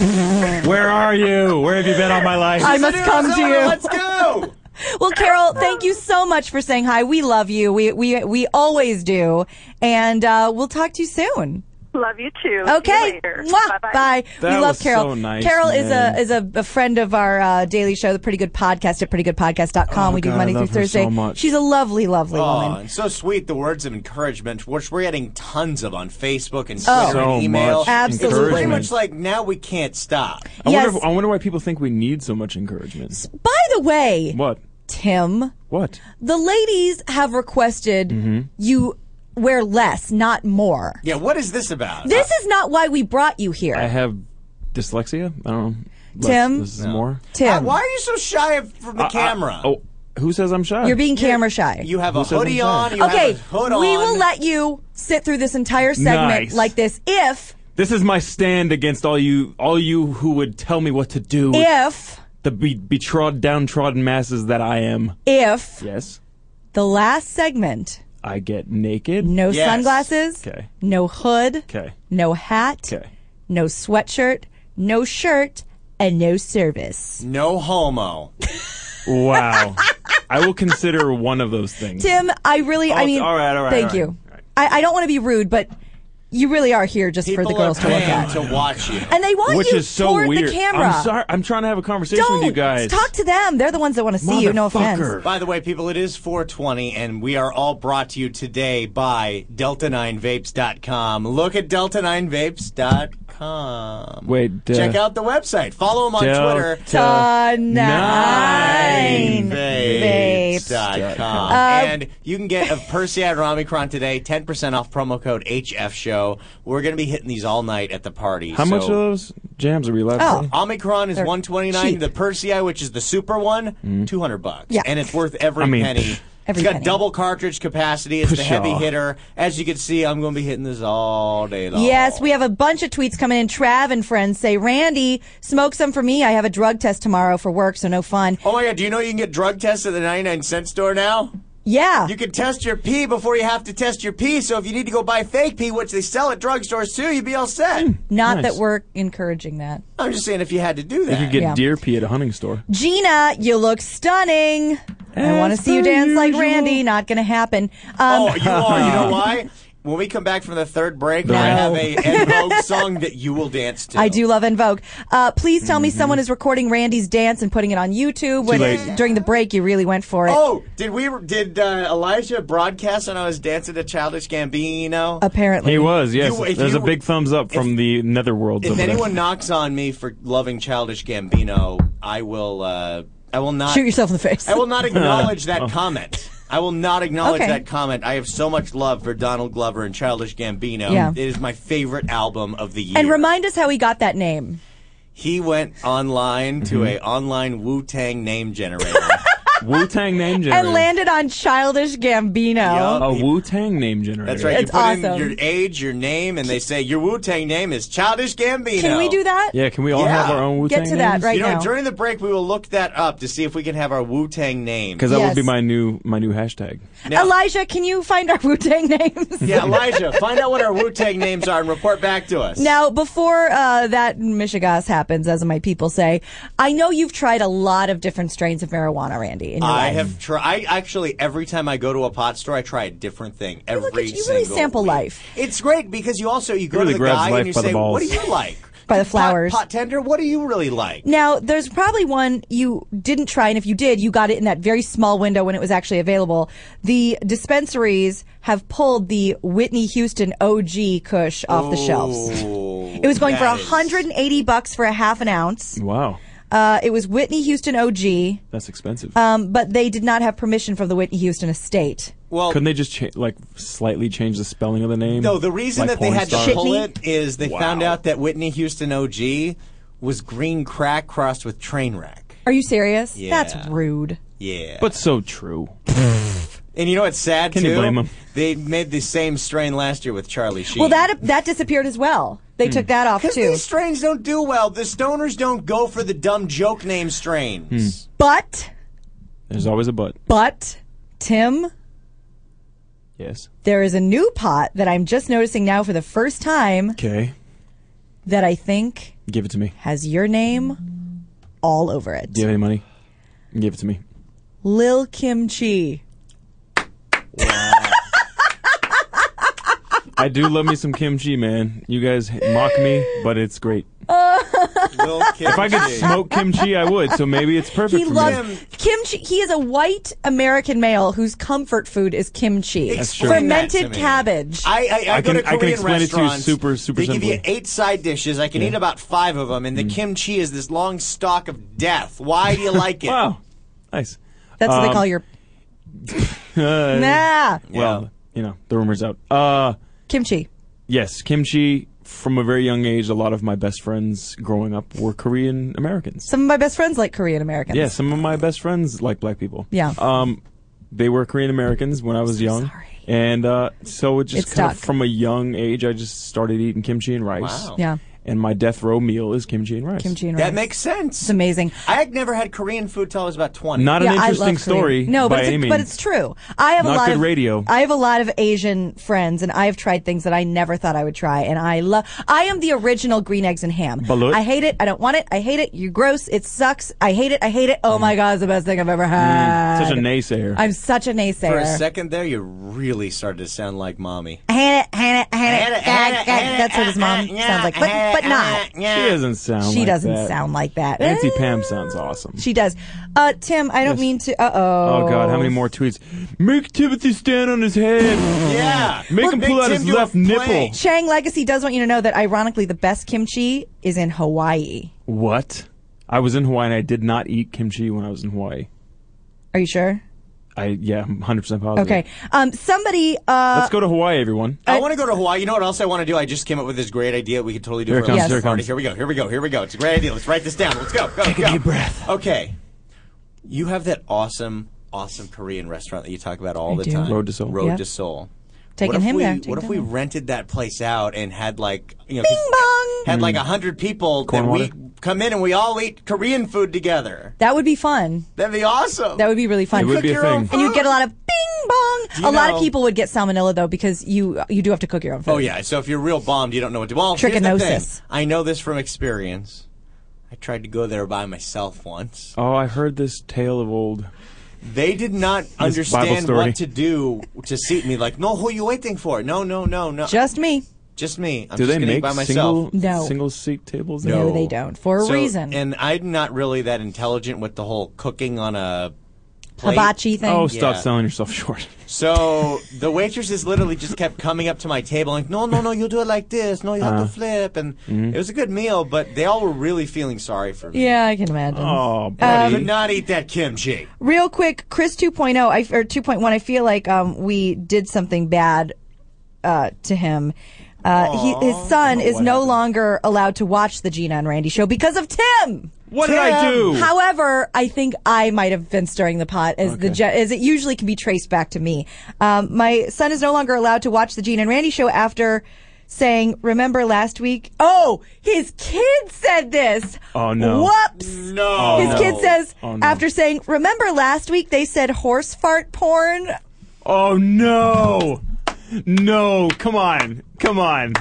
E: Where are you? Where have you been all my life?
C: I must come to you.
D: Let's go.
C: Well, Carol, thank you so much for saying hi. We love you. We we we always do, and uh, we'll talk to you soon.
N: Love you too.
C: Okay. Mwah. Bye.
E: That
C: we love
E: was
C: Carol.
E: so nice,
C: Carol is
E: man.
C: a is a, a friend of our uh, daily show, the Pretty Good Podcast at prettygoodpodcast.com.
E: Oh,
C: we do
E: God, I
C: Monday through
E: love her
C: Thursday.
E: so much.
C: She's a lovely, lovely
D: <laughs> Oh,
C: woman.
D: and so sweet the words of encouragement, which we're getting tons of on Facebook and Twitter
C: Oh.
E: So
D: and email.
E: much
D: It's pretty
E: encouragement.
D: much like now we can't stop.
E: I
C: Yes.
E: wonder if- I wonder why people think we need so much encouragement.
C: By the way,
E: What?
C: Tim,
E: What?
C: the ladies have requested
E: Mm-hmm.
C: you wear less, not more.
D: Yeah, what is this about?
C: This is not why we brought you here.
E: I have dyslexia. I don't know. Less-
C: Tim?
E: this is
C: No.
E: more.
C: Tim.
D: Uh, Why are you so shy of, from the
E: Uh, uh,
D: camera?
E: oh, who says I'm shy?
C: You're being camera shy.
D: you have a
E: Who says I'm
D: hoodie
E: shy?
D: on. You
C: okay,
D: have a hood
C: we
D: on.
C: will let you sit through this entire segment
E: Nice.
C: like this if
E: This is my stand against all you, all you who would tell me what to do.
C: if
E: the be- betrod, downtrodden masses that I am.
C: if
E: Yes,
C: the last segment
E: I get naked.
C: no sunglasses,
E: Okay.
C: no hood,
E: Okay.
C: no hat,
E: Okay.
C: no sweatshirt, no shirt, and no service.
D: No homo.
E: Wow. I will consider one of those things.
C: Tim, I really, I
E: Oh,
C: mean,
E: all right, all right,
C: thank
E: all right,
C: you. I, I don't want to be rude, but you really are here just for the
D: People are
C: girls to look
D: paying
C: at.
D: to watch you.
C: And they want
E: Which
C: you
E: is so
C: toward
E: weird.
C: the camera.
E: I'm sorry. I'm trying to have a conversation
C: Don't
E: with you guys.
C: talk to them. They're the ones that want to see you. No offense.
D: By the way, people, it is 420, and we are all brought to you today by Delta9Vapes.com. Look at Delta9Vapes.com.
E: Wait. Uh,
D: Check out the website. Follow them on Twitter.
C: Delta nine vapes.
D: Vapes.com.
C: Uh,
D: and you can get a Percy at Romicron today, 10% off promo code HF Show. We're going to be hitting these all night at the party.
E: How much of
D: so-
E: those jams are we allowed?
C: Oh.
E: to say?
D: Omicron is
C: They're
D: 129.
C: cheap. Mm.
D: The Persei, which is the super one, 200 bucks.
C: Yeah.
D: And it's worth every
E: I mean,
D: penny.
E: pfft.
C: Every
D: it's got
C: penny.
D: double cartridge capacity. It's the
E: Pshaw.
D: heavy hitter. As you can see, I'm going to be hitting this all day long.
C: Yes, we have a bunch of tweets coming in. Trav and friends say, Randy, smoke some for me. I have a drug test tomorrow for work, so no fun.
D: Oh my God! Do you know you can get drug tests at the 99 cent store now?
C: Yeah.
D: You can test your pee before you have to test your pee. So if you need to go buy fake pee, which they sell at drugstores too, you'd be all set.
E: Hmm.
C: Not
E: Nice.
C: that we're encouraging that.
D: I'm just saying if you had to do
E: You
D: that.
E: could get
C: Yeah.
E: deer pee at a hunting store.
C: Gina, you look stunning. I want to see you dance like Randy. Not going to happen. Um,
D: Oh, you are.
E: <laughs>
D: You know why? When we come back from the third break, I have a Ed Vogue song that you will dance to.
C: I do love En Vogue. Uh, please tell
D: Mm-hmm.
C: me someone is recording Randy's dance and putting it on YouTube. When,
E: late.
C: During the break, you really went for it.
D: Oh, did we did uh, Elijah broadcast when I was dancing to Childish Gambino?
C: Apparently.
E: He was, yes.
D: You- if
E: There's
D: you-
E: a big thumbs up from the netherworlds
D: if
E: over there.
D: anyone knocks on me for loving Childish Gambino, I will. Uh, I will not
C: Shoot yourself in the face.
D: I will not acknowledge that comment. I will not acknowledge
C: Okay.
D: that comment. I have so much love for Donald Glover and Childish Gambino.
C: Yeah.
D: It is my favorite album of the year.
C: and remind us how he got that name.
D: he went online to a online Wu Tang name generator.
E: Wu Tang name generator.
C: And landed on Childish Gambino.
E: a Wu Tang name generator.
D: That's right.
C: It's
D: you put in
C: awesome.
D: your age, your name, and they say your Wu Tang name is Childish Gambino.
C: Can we do that?
E: Yeah, can we all
D: Yeah.
E: have our own Wu Tang?
C: Get to that right
D: you know,
C: now.
D: during the break, we will look that up to see if we can have our Wu Tang name.
E: Because that would be
C: Yes.
E: my new my new hashtag.
D: Now-
C: Elijah, can you find our <laughs> Wu Tang names?
D: yeah, Elijah, find out what our Wu Tang names are and report back to us.
C: Now, before uh, that Michigas happens, as my people say, I know you've tried a lot of different strains of marijuana, Randy. In your
D: I
C: life.
D: have tried. I actually every time I go to a pot store, I try a different thing every
C: look at you. You
D: single.
C: really sample
D: week.
C: life.
D: It's great because you also you go
E: Really
D: to the
E: grabs
D: guy
E: life
D: and you
E: by the
D: say, "What do
E: balls."
D: you like?"
C: <laughs> By the
D: Pot-
C: flowers.
D: pot tender. What do you really like?
C: Now, there's probably one you didn't try, and if you did, you got it in that very small window when it was actually available. The dispensaries have pulled the Whitney Houston OG Kush off the shelves.
D: Ooh,
C: It was going for
D: that is-
C: 180 bucks for a half an ounce.
E: Wow,
C: Uh, it was Whitney Houston OG,
E: that's expensive.
C: um, but they did not have permission from the Whitney Houston estate.
D: Well,
E: Couldn't they just cha- like slightly change the spelling of the name?
D: No, the reason
E: Like
D: that they
E: porn
D: had to
E: stars?
D: pull
C: Shitney?
D: it is they
E: Wow.
D: found out that Whitney Houston OG was green crack crossed with train wreck.
C: Are you serious?
D: Yeah.
C: That's rude.
D: Yeah.
E: But so true.
D: and you know what's sad
E: Can
D: too?
E: you blame 'em?
D: They made the same strain last year with Charlie Sheen.
C: Well, that that disappeared as well. They
E: Hmm.
C: took that off
D: because
C: too.
D: these strains don't do well. The stoners don't go for the dumb joke name strains.
C: But
E: There's always a but.
C: but Tim,
E: Yes.
C: there is a new pot that I'm just noticing now for the first time
E: Okay.
C: that I think
E: Give it to me.
C: has your name all over it.
E: Do you have any money? Give it to me.
C: Lil Kimchi.
E: I do love me some kimchi, man. You guys mock me, but it's great.
D: Lil' Kim
E: If I could
C: <laughs>
D: Chi.
E: smoke kimchi, I would. So maybe it's perfect
C: He
E: for
C: loves
E: me.
C: kimchi. He is a white American male whose comfort food is kimchi,
D: Explain that
C: fermented
D: to me.
C: cabbage.
D: I, I, I,
E: I
D: go
E: can-
D: to
E: I
D: Korean
E: can explain it to you
D: restaurants.
E: super, super
D: They give you
E: simply.
D: eight side dishes. I can eat about five of them, and the kimchi is this long stalk of death. Why do you like it?
E: Wow. Nice.
C: That's what they
E: Um,
C: call your
E: Uh,
C: nah
E: Well, you know, the rumor's out. Uh,
C: kimchi.
E: yes, kimchi from a very young age, a lot of my best friends growing up were Korean Americans.
C: Some of my best friends like Korean Americans.
E: Yeah, some of my best friends like black people.
C: Yeah.
E: Um, they were Korean Americans when I was young, and uh, so it just
C: It
E: kind of
C: stuck.
E: from a young age, I just started eating kimchi and rice.
D: Wow.
C: Yeah.
E: And my death row meal is kimchi and rice.
C: Kimchi and
D: That
C: rice.
D: makes sense. It's
C: amazing.
D: I had never had Korean food till I was about 20.
E: Not an
C: Yeah, I love
E: interesting story
C: Korean. No,
E: by
C: but it's,
E: any means.
C: but it's true. I have a
E: Not
C: lot
E: good
C: of
E: radio.
C: I have a lot of Asian friends, and I have tried things that I never thought I would try, and I love. I am the original green eggs and ham.
E: Balut.
C: I hate it. I don't want it. I hate it. You're gross. It sucks. I hate it. I hate it. Oh my god, it's the best thing I've ever had.
E: Mm. Such a naysayer.
C: I'm such a naysayer.
D: For a second there, you really started to sound like mommy.
C: I hate it. Hate it. Hate it. Gag, gag. That's what
E: uh,
C: his mom sounds like, but but not.
E: She doesn't sound.
C: She
E: like
C: doesn't
E: that.
C: sound like that.
E: Auntie Pam sounds awesome.
C: She does. Uh, Tim, I don't mean to. Uh oh.
E: Oh God, how many more tweets? Make Timothy stand on his head.
D: yeah.
E: Make him pull out his left nipple.
C: Chang Legacy does want you to know that, ironically, the best kimchi is in Hawaii.
E: What? I was in Hawaii and I did not eat kimchi when I was in Hawaii.
C: Are you sure?
E: I yeah, I'm 100 percent positive.
C: Okay. Um, somebody. Uh,
E: Let's go to Hawaii, everyone.
D: I want to go to Hawaii. You know what else I want to do? I just came up with this great idea we could totally do
E: Here
D: for
E: it comes,
D: a
E: here it
D: party.
E: comes.
D: Here we go. Here we go. Here we go. It's a great idea. Let's write this down. Let's go. go Take a deep breath. Okay. You have that awesome, awesome Korean restaurant that you talk about all
E: I
D: the
E: do.
D: time.
E: Road to Seoul.
D: Road
E: Yeah.
D: to Seoul.
C: Taking
D: what if
C: him
D: we,
C: there, taking
D: What if
C: him
D: we
C: there.
D: rented that place out and had like you know, Bing bong. had like a hundred people
E: Mm. Corn
D: that
E: water.
D: we come in and we all eat Korean food together.
C: that would be fun.
D: That'd be awesome.
C: That would be really fun.
D: It would Cook be a your own thing.
C: And you'd get a lot of bing bong.
D: Do
C: A
D: you
C: lot of
D: know-
C: people would get salmonella though because you you do have to cook your own food.
D: Oh yeah. So if you're real bombed, you don't know what to. Well, here's the thing.
C: Trichinosis.
D: I know this from experience. I tried to go there by myself once.
E: Oh, I heard this tale of old.
D: They did not
E: Bible
D: understand
E: story.
D: what to do to seat me. Like, no, who are you waiting for? No, no, no, no.
C: Just me.
D: Just me. I'm
E: Do
D: just
E: they
D: gonna eat
E: make
D: by myself.
E: single single seat tables?
C: No, they don't for a
D: So-
C: reason.
D: And I'm not really that intelligent with the whole cooking on a plate.
C: Hibachi thing.
E: Oh, stop
D: Yeah.
E: selling yourself short.
C: <laughs>
D: So the waitresses literally just kept coming up to my table like, no, no, no, you do it like this. No, you have
E: Uh.
D: to flip. And
E: Mhm.
D: it was a good meal, but they all were really feeling sorry for me.
C: Yeah, I can imagine.
D: Oh,
C: buddy.
D: could not eat that kimchi.
C: Real quick, Chris 2.0 I, or 2.1, I feel like um, we did something bad uh, to him. Uh, he, his son is no longer allowed to watch the Gina and Randy show because of Tim.
E: What did I do?
C: However, I think I might have been stirring the pot, as the ge- as it usually can be traced back to me. Um, my son is no longer allowed to watch the Gina and Randy show after saying, "Remember last week? Oh, his kid said this.
E: Oh, no.
C: Whoops!
E: No.
C: His
E: Oh,
C: kid
E: no.
C: says
E: Oh, no.
C: after saying, "Remember last week they said horse fart porn."
E: Oh no, no! Come on, come on,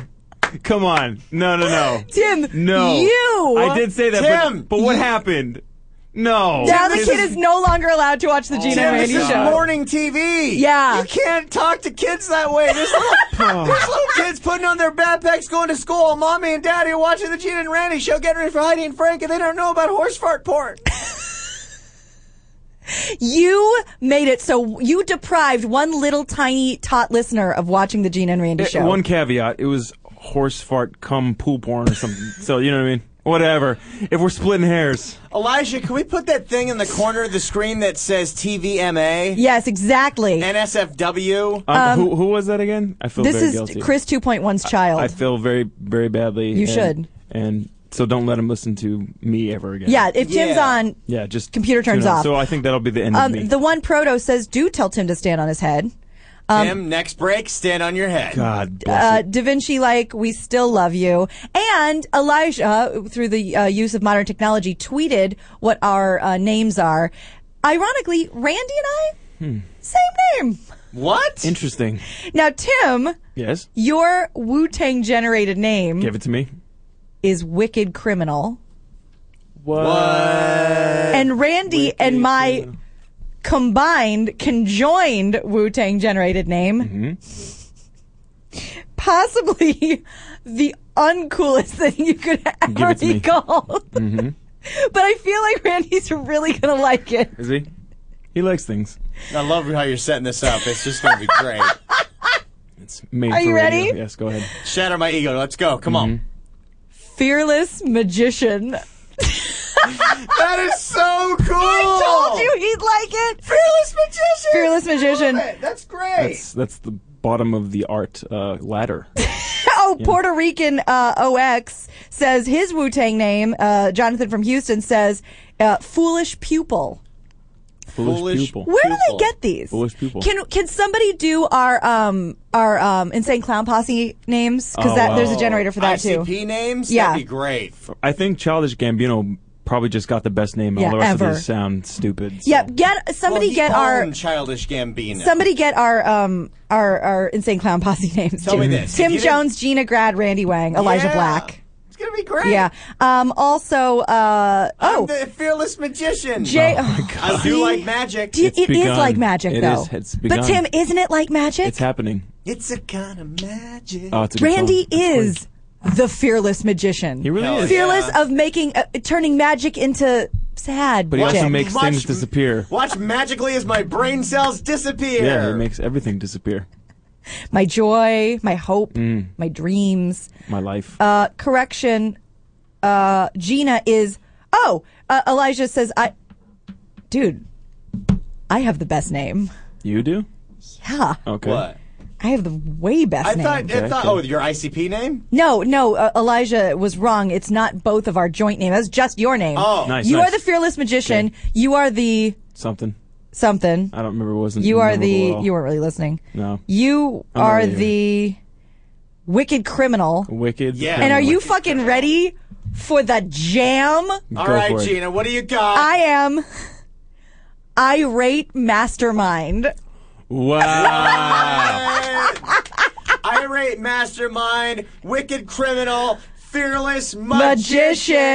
E: come on! No, no,
C: <laughs>
E: no,
C: Tim,
E: No,
C: you.
E: I did say that, but-
D: Tim,
E: but, what happened? No.
C: Now the
E: This
C: kid is no longer allowed to
E: Oh,
C: watch the Gina
D: Tim,
C: and
D: this
C: Randy
D: is
C: show.
D: morning TV.
C: Yeah.
D: You can't talk to kids that way. There's little, <laughs> there's little kids putting on their backpacks going to school. Mommy and daddy are watching the Gene and Randy show, getting ready for Heidi and Frank, and they don't know about horse fart porn.
C: You made it so you deprived one little tiny tot listener of watching the Gina and Randy
E: Eh,
C: show.
E: One caveat: it was horse fart cum pool porn or
C: <laughs>
E: something. so you know what I mean. Whatever. If we're splitting hairs,
D: <laughs> Elijah, can we put that thing in the corner of the screen that says TVMA?
C: Yes, exactly.
D: NSFW.
E: um, who, who was that again? I feel
C: this
E: very
C: is
E: guilty.
C: Chris 2.1's child.
E: I feel very, very badly.
C: You
E: and-
C: should.
E: And so don't let him listen to me ever again.
C: Yeah, if Tim's Yeah. on,
E: yeah, just
C: computer
E: tune
C: turns
E: out.
C: off.
E: So I think that'll be the end of
C: um,
E: me.
C: the one proto says, "Do tell Tim to stand on his head."
D: Tim, next break, stand on your head.
E: God
C: uh, Da Vinci, like, we still love you. And Elijah, through the uh, use of modern technology, tweeted what our uh, names are. Ironically, Randy and I,
E: Hmm.
C: same name.
D: What?
E: Interesting.
C: Now, Tim,
E: Yes.
C: your Wu Tang generated name
E: Give it to me.
C: is Wicked Criminal.
E: What?
C: And Randy and my combined, conjoined Wu Tang generated name,
E: Mm-hmm.
C: possibly <laughs> the uncoolest thing you could
E: Give
C: ever
E: it to me.
C: be called.
E: hmm
C: <laughs> But I feel like Randy's really gonna like it.
E: Is he? He likes things.
D: I love how you're setting this up. It's just going to be <laughs> great.
E: Made
C: Are
E: for
C: you
E: radio.
C: ready?
E: Yes, go ahead.
D: Shatter my ego. Let's go. Come on.
C: Fearless magician.
D: Mm-hmm. that is so cool.
C: I
E: Oh!
C: told you he'd like it.
D: Fearless magician.
C: Fearless magician.
D: That's
C: <laughs>
D: great.
E: That's that's the bottom of the art uh, ladder.
C: oh Oh, Puerto Rican uh, OX says his Wu Tang name, uh, Jonathan from Houston, says uh, Foolish Pupil.
E: Foolish, pupil.
C: Where do they get these?
E: Foolish pupil.
C: Can can somebody do our um our um insane clown posse names? Because
E: Oh,
C: that there's a
E: wow.
C: generator for that too.
D: ICP names?
C: Yeah.
D: That'd be great.
E: I think Childish Gambino probably just got the best name, and
C: Yeah,
E: all the rest
C: ever.
E: of these sound stupid.
C: Yeah, get somebody
D: Well, he
C: get our
D: owned Childish Gambino.
C: somebody get our um our our insane clown posse <laughs> names.
D: Tell
C: too.
D: me this. If
C: Tim
D: you didn't-
C: Jones, Gina Grad, Randy Wang, Elijah
D: Yeah.
C: Black.
D: It's going to be great.
C: Yeah. Um. Also. Uh.
D: I'm
C: Oh.
D: the fearless magician.
C: Jay- Oh
E: my
D: I do like magic.
C: Do you- it is like magic,
E: It
C: though.
E: is- it's
C: but
E: begun.
C: Tim, isn't it like magic?
E: It's happening.
D: It's a kind of magic.
E: Oh, it's a good
C: Randy is the fearless magician. He
E: really Hell is.
C: fearless
D: yeah.
C: of making uh, turning magic into sad.
E: But he also
C: magic.
E: makes things disappear.
D: Watch magically as my brain cells disappear.
E: Yeah, he makes everything disappear.
C: my joy, my hope,
E: Mm.
C: my dreams.
E: My life.
C: Uh, correction, uh, Gina is. Oh, uh, Elijah says I. Dude, I have the best name.
E: You do?
C: Yeah,
E: Okay.
D: What?
C: I have the way best
D: I
C: name.
D: thought, I thought oh, your ICP name?
C: No, no, uh, Elijah was wrong. It's not both of our joint names. That's just your name.
E: Oh. Nice,
C: You
E: nice.
C: are the fearless magician. You are the
E: Something.
C: something.
E: I don't remember. It wasn't.
C: You are
E: memorable
C: the.
E: at all.
C: You weren't really listening.
E: No.
C: You
E: I'm not
C: are
E: either.
C: the wicked criminal.
E: Wicked.
C: And are you fucking ready for the jam?
D: All right, Gina, what do you got?
C: I am irate mastermind.
E: Wow.
D: <laughs> Irate mastermind, wicked criminal, fearless magician.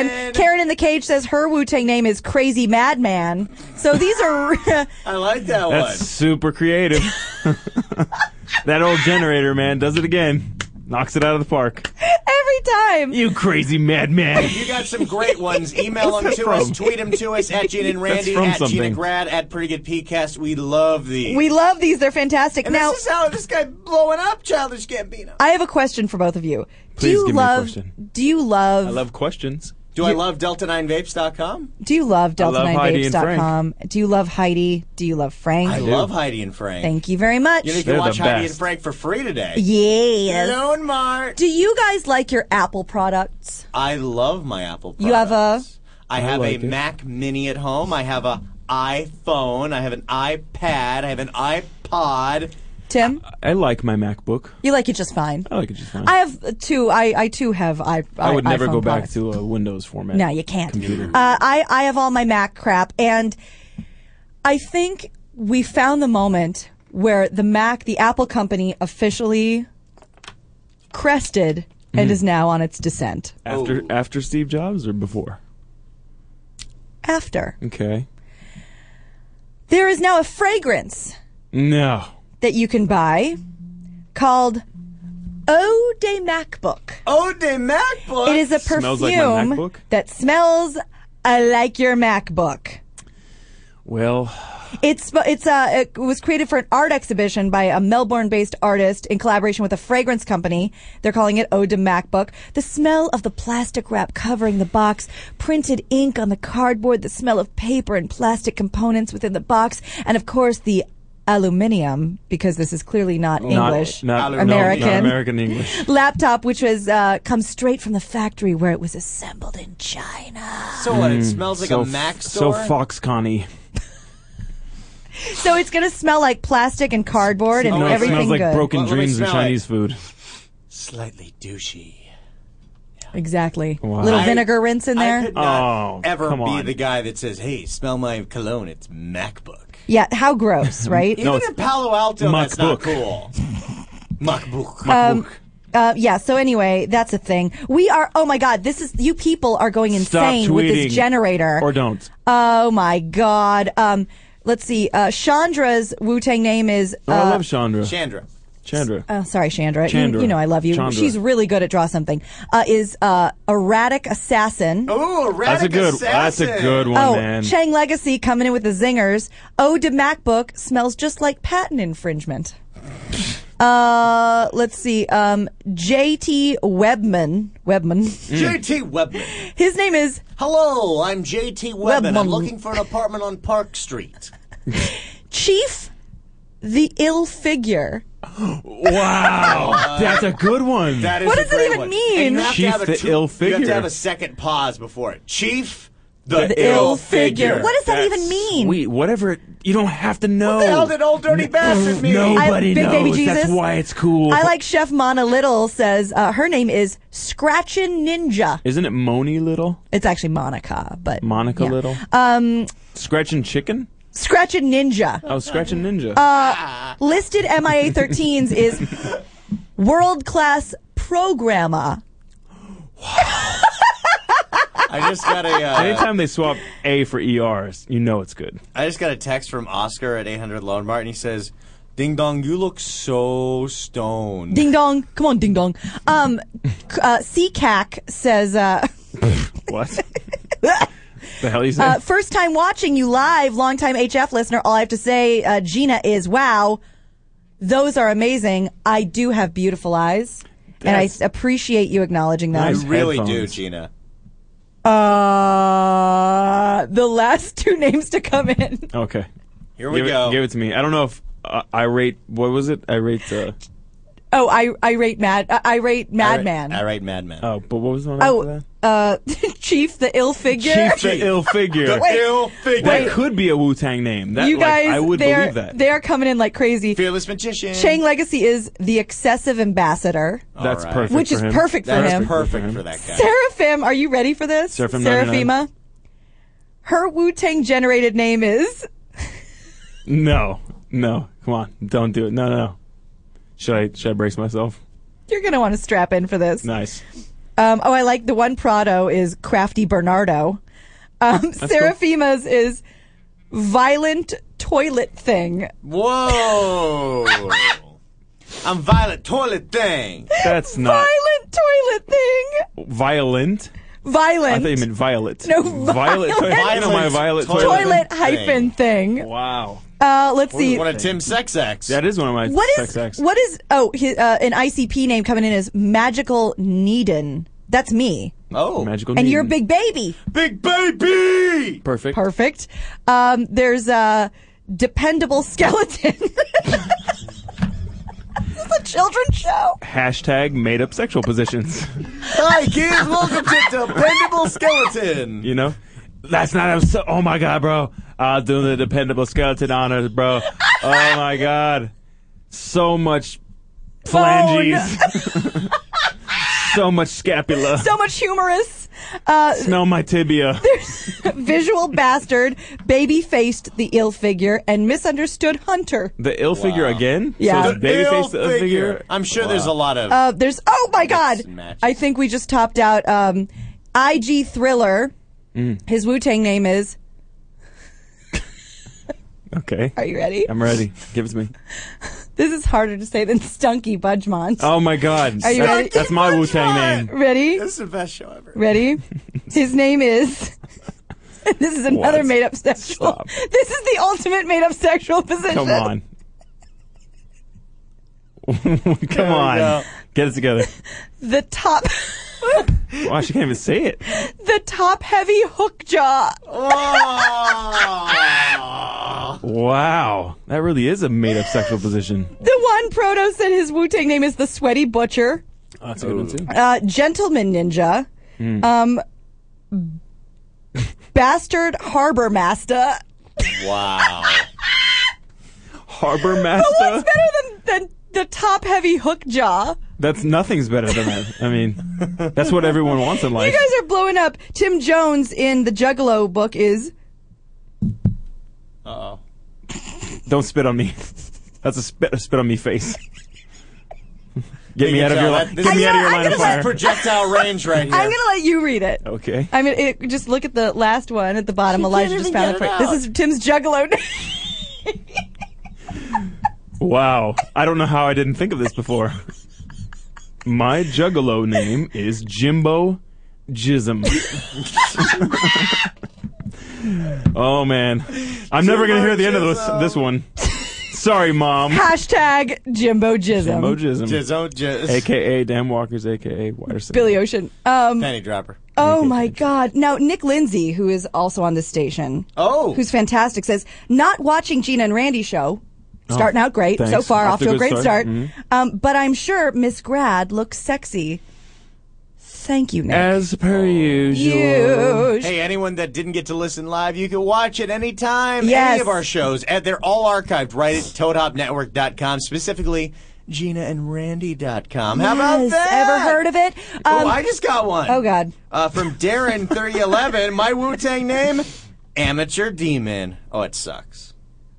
C: Magician. Karen in the cage says her Wu Tang name is Crazy Madman. So these are <laughs>
D: I like that
E: That's
D: one.
E: super creative. <laughs> that old generator man does it again. Knocks it out of the park.
C: every time.
E: You crazy madman.
D: You got some great ones. Email them
E: What's
D: to
E: that
D: us,
E: from?
D: tweet them to us at Gina and
E: That's
D: Randy,
E: from
D: at Gina
E: something.
D: Grad, at Pretty Good PCast. We love these.
C: We love these. They're fantastic.
D: and
C: now
D: this is how this guy blowing up Childish Gambino.
C: I have a question for both of you. do
E: Please
C: you
E: give me a
C: love
E: question.
C: do you love,
E: I love questions.
D: Do I love Delta9Vapes.com?
C: do you love
E: I love Heidi and
C: delta9babes.com? Do you love Heidi? Do you love Frank?
D: I love Heidi and Frank.
C: Thank you very much.
D: You know, you can watch Heidi and Frank for free today.
C: Yes.
D: Lone Mart.
C: Do you guys like your Apple products?
D: I love my Apple products.
C: You have a
D: I have
E: like
D: a
E: it.
D: Mac Mini at home. I have a iPhone. I have an iPad. I have an iPod.
C: Tim.
E: I like my MacBook.
C: You like it just fine.
E: I like it just fine.
C: I have uh, two. I I too have i.
E: I would never
C: iPhone
E: go back
C: products.
E: to a Windows format.
C: No, you can't.
E: Computer.
C: Uh, I I have all my Mac crap, and I think we found the moment where the Mac, the Apple company, officially crested
E: Mm-hmm.
C: and is now on its descent.
E: after after Steve Jobs or before?
C: After
E: Okay.
C: there is now a fragrance
E: No.
C: that you can buy called Eau de MacBook.
D: Oh, de MacBook.
C: It is a perfume
E: Smells like my MacBook?
C: that smells uh, like your MacBook.
E: Well,
C: It's it's uh, it was created for an art exhibition by a Melbourne-based artist in collaboration with a fragrance company. They're calling it Ode to MacBook. The smell of the plastic wrap covering the box, printed ink on the cardboard, the smell of paper and plastic components within the box, and of course the aluminium because this is clearly not English,
E: not, not no,
C: American.
E: not
C: <laughs>
E: American English.
C: Laptop, which was uh, comes straight from the factory where it was assembled in China.
D: So what? It
E: Mm,
D: smells like
E: so
D: a
E: f-
D: Mac
E: So
D: store.
E: Foxconny.
C: So it's gonna smell like plastic and cardboard and
E: no, it
C: everything
E: smells like
C: good.
E: broken
D: Well, let me
E: dreams and
D: smell it.
E: Chinese food.
D: Slightly douchey.
C: Exactly.
E: Wow.
C: Little
E: I-
C: vinegar rinse in
D: I
C: there.
D: could not
E: Oh,
D: ever
E: come
D: be
E: on.
D: the guy that says, "Hey, smell my cologne. It's MacBook."
C: yeah,
E: <laughs>
C: how gross, right?
D: Even in Palo Alto, that's
E: MacBook.
D: not cool. <laughs> MacBook.
C: Um, uh, yeah, so anyway, that's a thing. We are, oh my God, this is, you people are going
E: Stop
C: insane
E: tweeting
C: with this generator.
E: or don't.
C: Oh my God. Um, let's see. Uh, Chandra's Wu Tang name is.
E: Oh,
C: Uh,
E: I love Chandra.
D: Chandra.
E: Chandra.
C: Oh, sorry, Chandra. You-
E: Chandra.
C: You, know I love you.
E: Chandra.
C: She's really good at draw something. Uh, is uh, erratic assassin.
D: Ooh,
E: that's a
D: erratic
E: good.
D: Assassin.
E: That's a good one,
C: oh,
E: man.
C: Chang Legacy coming in with the zingers. Ode to MacBook smells just like patent infringement. Uh, let's see. Um, JT Webman.
E: Hmm.
C: Webman. <laughs>
D: JT Webman.
C: His name is.
D: Hello, I'm JT Webman. I'm
C: Webman.
E: Hmm.
D: looking for an apartment on Park Street.
C: Chief the ill figure.
D: <laughs>
E: Wow, that's a good one.
D: That is
C: What
D: a
C: does it
D: great
C: even
D: one.
C: mean?
D: And you have to
E: Chief
D: have a
E: the
D: two-
E: ill
D: You have
E: figure.
D: to have a second pause before it. Chief the,
E: The
C: <laughs>
E: ill figure.
C: What does that
E: That's
C: even mean?
E: Sweet, whatever. It, you don't have to know.
D: What the hell did old dirty bastard mean?
E: Nobody
C: I- Big
E: knows.
C: Baby
E: That's
C: Jesus.
E: why it's cool.
C: I like Chef Mana Little says uh, her name is Scratchin' Ninja.
E: Isn't it Moni Little?
C: It's actually Monica, but
E: Monica
C: yeah.
E: Little.
C: Um,
E: Scratching chicken.
C: Scratchin' Ninja.
E: Oh, scratching ninja.
C: Uh, listed MIA 13s is world class programmer.
D: I just got a. Uh,
E: Anytime they swap A for ERs, you know it's good.
D: I just got a text from Oscar at 800 Lone Mart, and he says, "Ding dong, you look so stoned."
C: Ding dong. Come on, ding dong. Um, c- uh, CCAC says, uh, <laughs>
E: what? the hell you say?
C: uh, first time watching you live, long time HF listener. All I have to say, uh, Gina, is wow, those are amazing. I do have beautiful eyes, and I
D: That's-
C: appreciate you acknowledging that.
D: I really do, Gina.
C: Uh, the last <laughs> two names to come in.
E: okay.
D: Here we
E: give
D: go.
E: It, give it to me. I don't know if uh, I rate. What was it? I rate. Uh,
C: Oh, I I rate mad. I- I rate Madman.
D: I rate Madman.
E: Oh, but what was the one after
C: Oh,
E: that?
C: uh, <laughs> Chief the ill figure.
E: Chief the ill figure.
C: The Wait, ill
D: figure.
E: That
C: wait.
E: could be a Wu Tang name. That,
C: you
E: like,
C: guys,
E: I would
C: they're,
E: believe that.
C: They're coming in like crazy.
D: Fearless magician.
C: Chang Legacy is the excessive ambassador.
E: That's perfect.
C: Which
E: for
C: is
E: him.
C: perfect for
E: That's
C: him.
D: perfect for that
C: <laughs>
D: guy.
C: Seraphim, are you ready for this?
E: Seraphim 99.
C: Seraphima. Her Wu Tang generated name is.
E: No, no. Come on, don't do it. No, no, no. Should I? Should I brace myself?
C: You're gonna want to strap in for this.
E: Nice.
C: Um, oh, I like the one Prado is Crafty Bernardo. Um,
E: cool.
C: Seraphima's is Violent Toilet Thing.
D: Whoa! I'm Violet Toilet Thing.
E: That's not
C: Violent Toilet Thing.
E: violent.
C: Violent.
E: I thought you meant violet.
C: No,
E: violet. toilet-
D: violent.
E: No, my violet
D: Toilet
E: toilet,
C: toilet
E: thing.
C: hyphen thing.
E: Wow.
C: Uh, let's see.
D: One of Tim's sex acts.
E: That is one of my
C: What
E: sex
C: is
E: acts.
C: what is oh hi uh, an ICP name coming in is Magical Needon. That's me.
D: Oh,
E: magical.
C: And
E: Newton.
C: you're Big Baby.
D: Big baby.
E: Perfect.
C: Perfect. Um, there's uh, Dependable Skeleton. <laughs> this is a children's show.
E: Hashtag made up sexual positions. <laughs>
D: Hi kids, welcome to Dependable Skeleton.
E: you know, that's not. I'm so, oh my god, bro! I'll do the dependable skeleton honors, bro.
C: <laughs>
E: Oh my god, so much phalanges, <laughs> so much scapula.
C: <laughs> So much humorous. Uh,
E: Smell my tibia.
C: visual bastard, baby faced the ill figure, and misunderstood hunter.
E: The ill figure again?
C: Yeah.
E: So
C: The
E: it's baby
D: ill
E: face the ill figure.
D: I'm sure there's a lot of.
C: Uh, there's oh my god!
D: matches.
C: I think we just topped out. Um, IG Thriller.
E: Mm.
C: His Wu Tang name is.
E: Okay.
C: Are you ready?
E: I'm ready. Give it to me.
C: This is harder to say than Stunky Budgemont.
E: Oh my god.
C: Are you
E: that's,
C: ready?
E: that's my Wu Tang name.
C: Ready?
D: This is the best show ever.
E: <laughs>
C: Ready? His name is. <laughs> this is another
E: What?
C: made up sexual.
E: Stop.
C: <laughs> This is the ultimate made up sexual position.
E: Come on. <laughs> Come on. Get it together.
C: The top. <laughs>
E: Wow, she can't even say it.
C: the top heavy hook jaw.
E: Wow. That really is a made up sexual position.
C: The one Proto said his Wu Tang name is the Sweaty Butcher.
E: Oh, that's a good one too. Hmm.
C: Uh, Gentleman Ninja. Um, Bastard Harbor Master.
D: Wow.
E: Harbor
C: But what's
E: Master?
C: better than, than the top heavy hook jaw?
E: That's nothing's better than that. I mean, that's what everyone wants in
C: You
E: life.
C: guys are blowing up. Tim Jones in the Juggalo book is
D: Uh-oh.
E: Don't spit on me. That's a spit, a spit on me face. Get
D: You
E: me out
D: can
E: of
D: tell
E: your
D: that
E: line.
D: this
E: Get me
D: is-
E: out of your
C: I'm
E: line of
C: gonna
E: fire.
D: <laughs> projectile range right here.
C: I'm gonna let you read it.
E: Okay.
C: I mean, it, just look at the last one at the bottom. Elijah just found it. for- This is Tim's Juggalo. <laughs>
E: Wow. I don't know how I didn't think of this before. My juggalo name is Jimbo Jism. <laughs> oh man. I'm never gonna hear the end of this this one. Sorry,
C: <laughs>
E: mom.
C: Hashtag Jimbo Jism.
E: Jimbo Jism.
D: Jizz, oh, jizz.
E: AKA Dan Walkers, AKA Watterson.
C: Billy Ocean. Um,
D: Penny dropper.
C: oh my God! Now Nick Lindsay, who is also on this station,
D: Oh.
C: who's fantastic, says not watching Gina and Randy show.
E: Oh,
C: Starting out great so
E: thanks.
C: far,
E: Off
C: off
E: to a
C: to a
E: good
C: great
E: start.
C: start.
D: Mm-hmm.
E: Mhm.
C: Um, but I'm sure Miss Grad looks sexy. Thank you, Nick.
E: As
C: Oh.
E: per usual.
D: Hey, anyone that didn't get to listen live, you can watch it anytime,
C: Yes.
D: any of our shows. And they're all archived right at toadhopnetwork.com, specifically GinaandRandy.com. How about
C: Yes,
D: that?
C: Ever heard of it? Um,
D: oh, I just got one.
C: Oh God.
D: Uh, from Darren3011, my Wu Tang name? Amateur Demon. Oh, it sucks.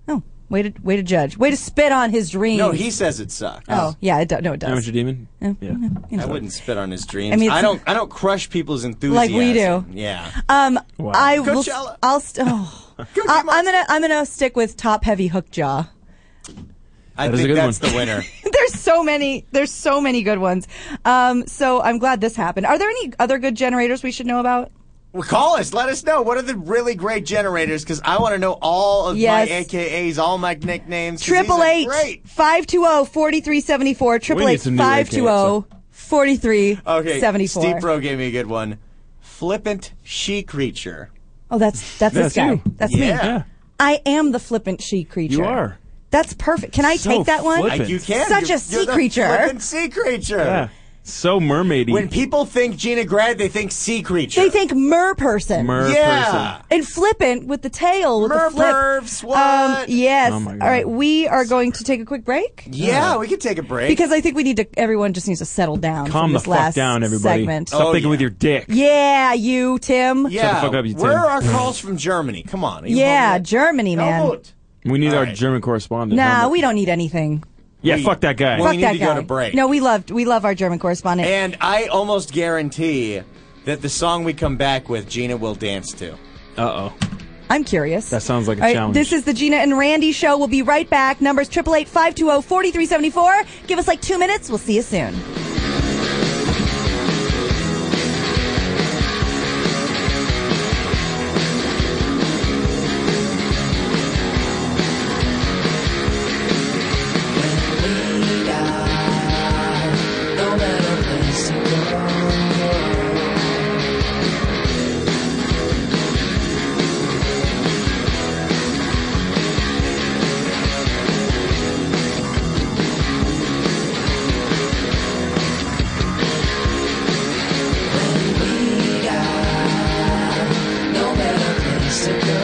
C: Oh, way to way to judge. Way to spit on his dream.
D: No, he says it sucks.
C: Oh yeah, it do, no, it does.
D: Amateur
E: Demon?
C: Yeah.
D: I wouldn't spit on his dreams. I,
C: I mean, it's-
D: don't. I don't crush people's
C: Like
D: enthusiasm.
C: we
D: Yeah.
C: Um,
D: Wow.
C: I will.
D: Coachella.
C: I'll.
D: <laughs>
C: St- oh. I, I'm gonna. I'm gonna stick with top heavy hook jaw.
D: I
E: That is a
D: think
E: good
D: that's
E: one.
D: the winner.
C: <laughs> there's so many. There's so many good ones. Um, so I'm glad this happened. Are there any other good generators we should know about?
D: <laughs> Well, call us. Let us know. What are the really great generators? Because I want to know all of
C: Yes.
D: my AKAs, all my nicknames. 'cause these
C: Triple
D: are
C: eight
D: Great.
C: five two zero forty three seventy four. Triple eight
D: some new
C: five two zero forty three
D: Okay.
C: seventy
D: Steve
C: four.
D: Pro gave me a good one. Flippant she creature.
C: Oh, that's that's this
D: That's
C: guy.
D: you.
C: That's
D: Yeah. Yeah.
C: me. I am the flippant she creature.
D: You are.
C: That's perfect. Can I
E: So
C: take that one?
E: flippant.
D: You can.
C: Such
D: You're-
C: a sea
D: you're the
C: creature.
D: Flippant sea creature.
E: Yeah. So mermaidy.
D: When people think Gina Grad, <laughs> they think sea creature.
C: They think mer person.
E: Mer
D: Yeah. person.
C: And flippant with the tail, with the flip.
D: Merpervs, what?
C: Um, yes.
D: Oh my
C: All right, we are going to take a quick break.
D: Yeah, we could take a break.
C: Because I think we need to, everyone just needs to settle down.
E: Calm
C: from
E: the
C: this
E: fuck
C: last
E: down, everybody.
C: Segment.
E: Stop thinking with your dick.
C: Yeah, you, Tim.
E: Yeah. Shut the fuck up, you
D: Where
E: Tim.
D: are our calls from Germany? Come on. Are you
C: Yeah, Germany, man.
E: We need our German correspondent.
C: Nah,
E: Helmut.
C: we don't need anything.
E: Yeah, fuck that guy.
C: Fuck that guy. No, we loved, we love our German correspondent.
D: And I almost guarantee that the song we come back with, Gina will dance to.
E: Uh oh.
C: I'm curious.
E: That sounds like a
C: All right,
E: challenge.
C: This is the Gina and Randy show. We'll be right back. Numbers 888 520 4374. Give us like two minutes. We'll see you soon.
G: no better place to go. When we die, no better place to go.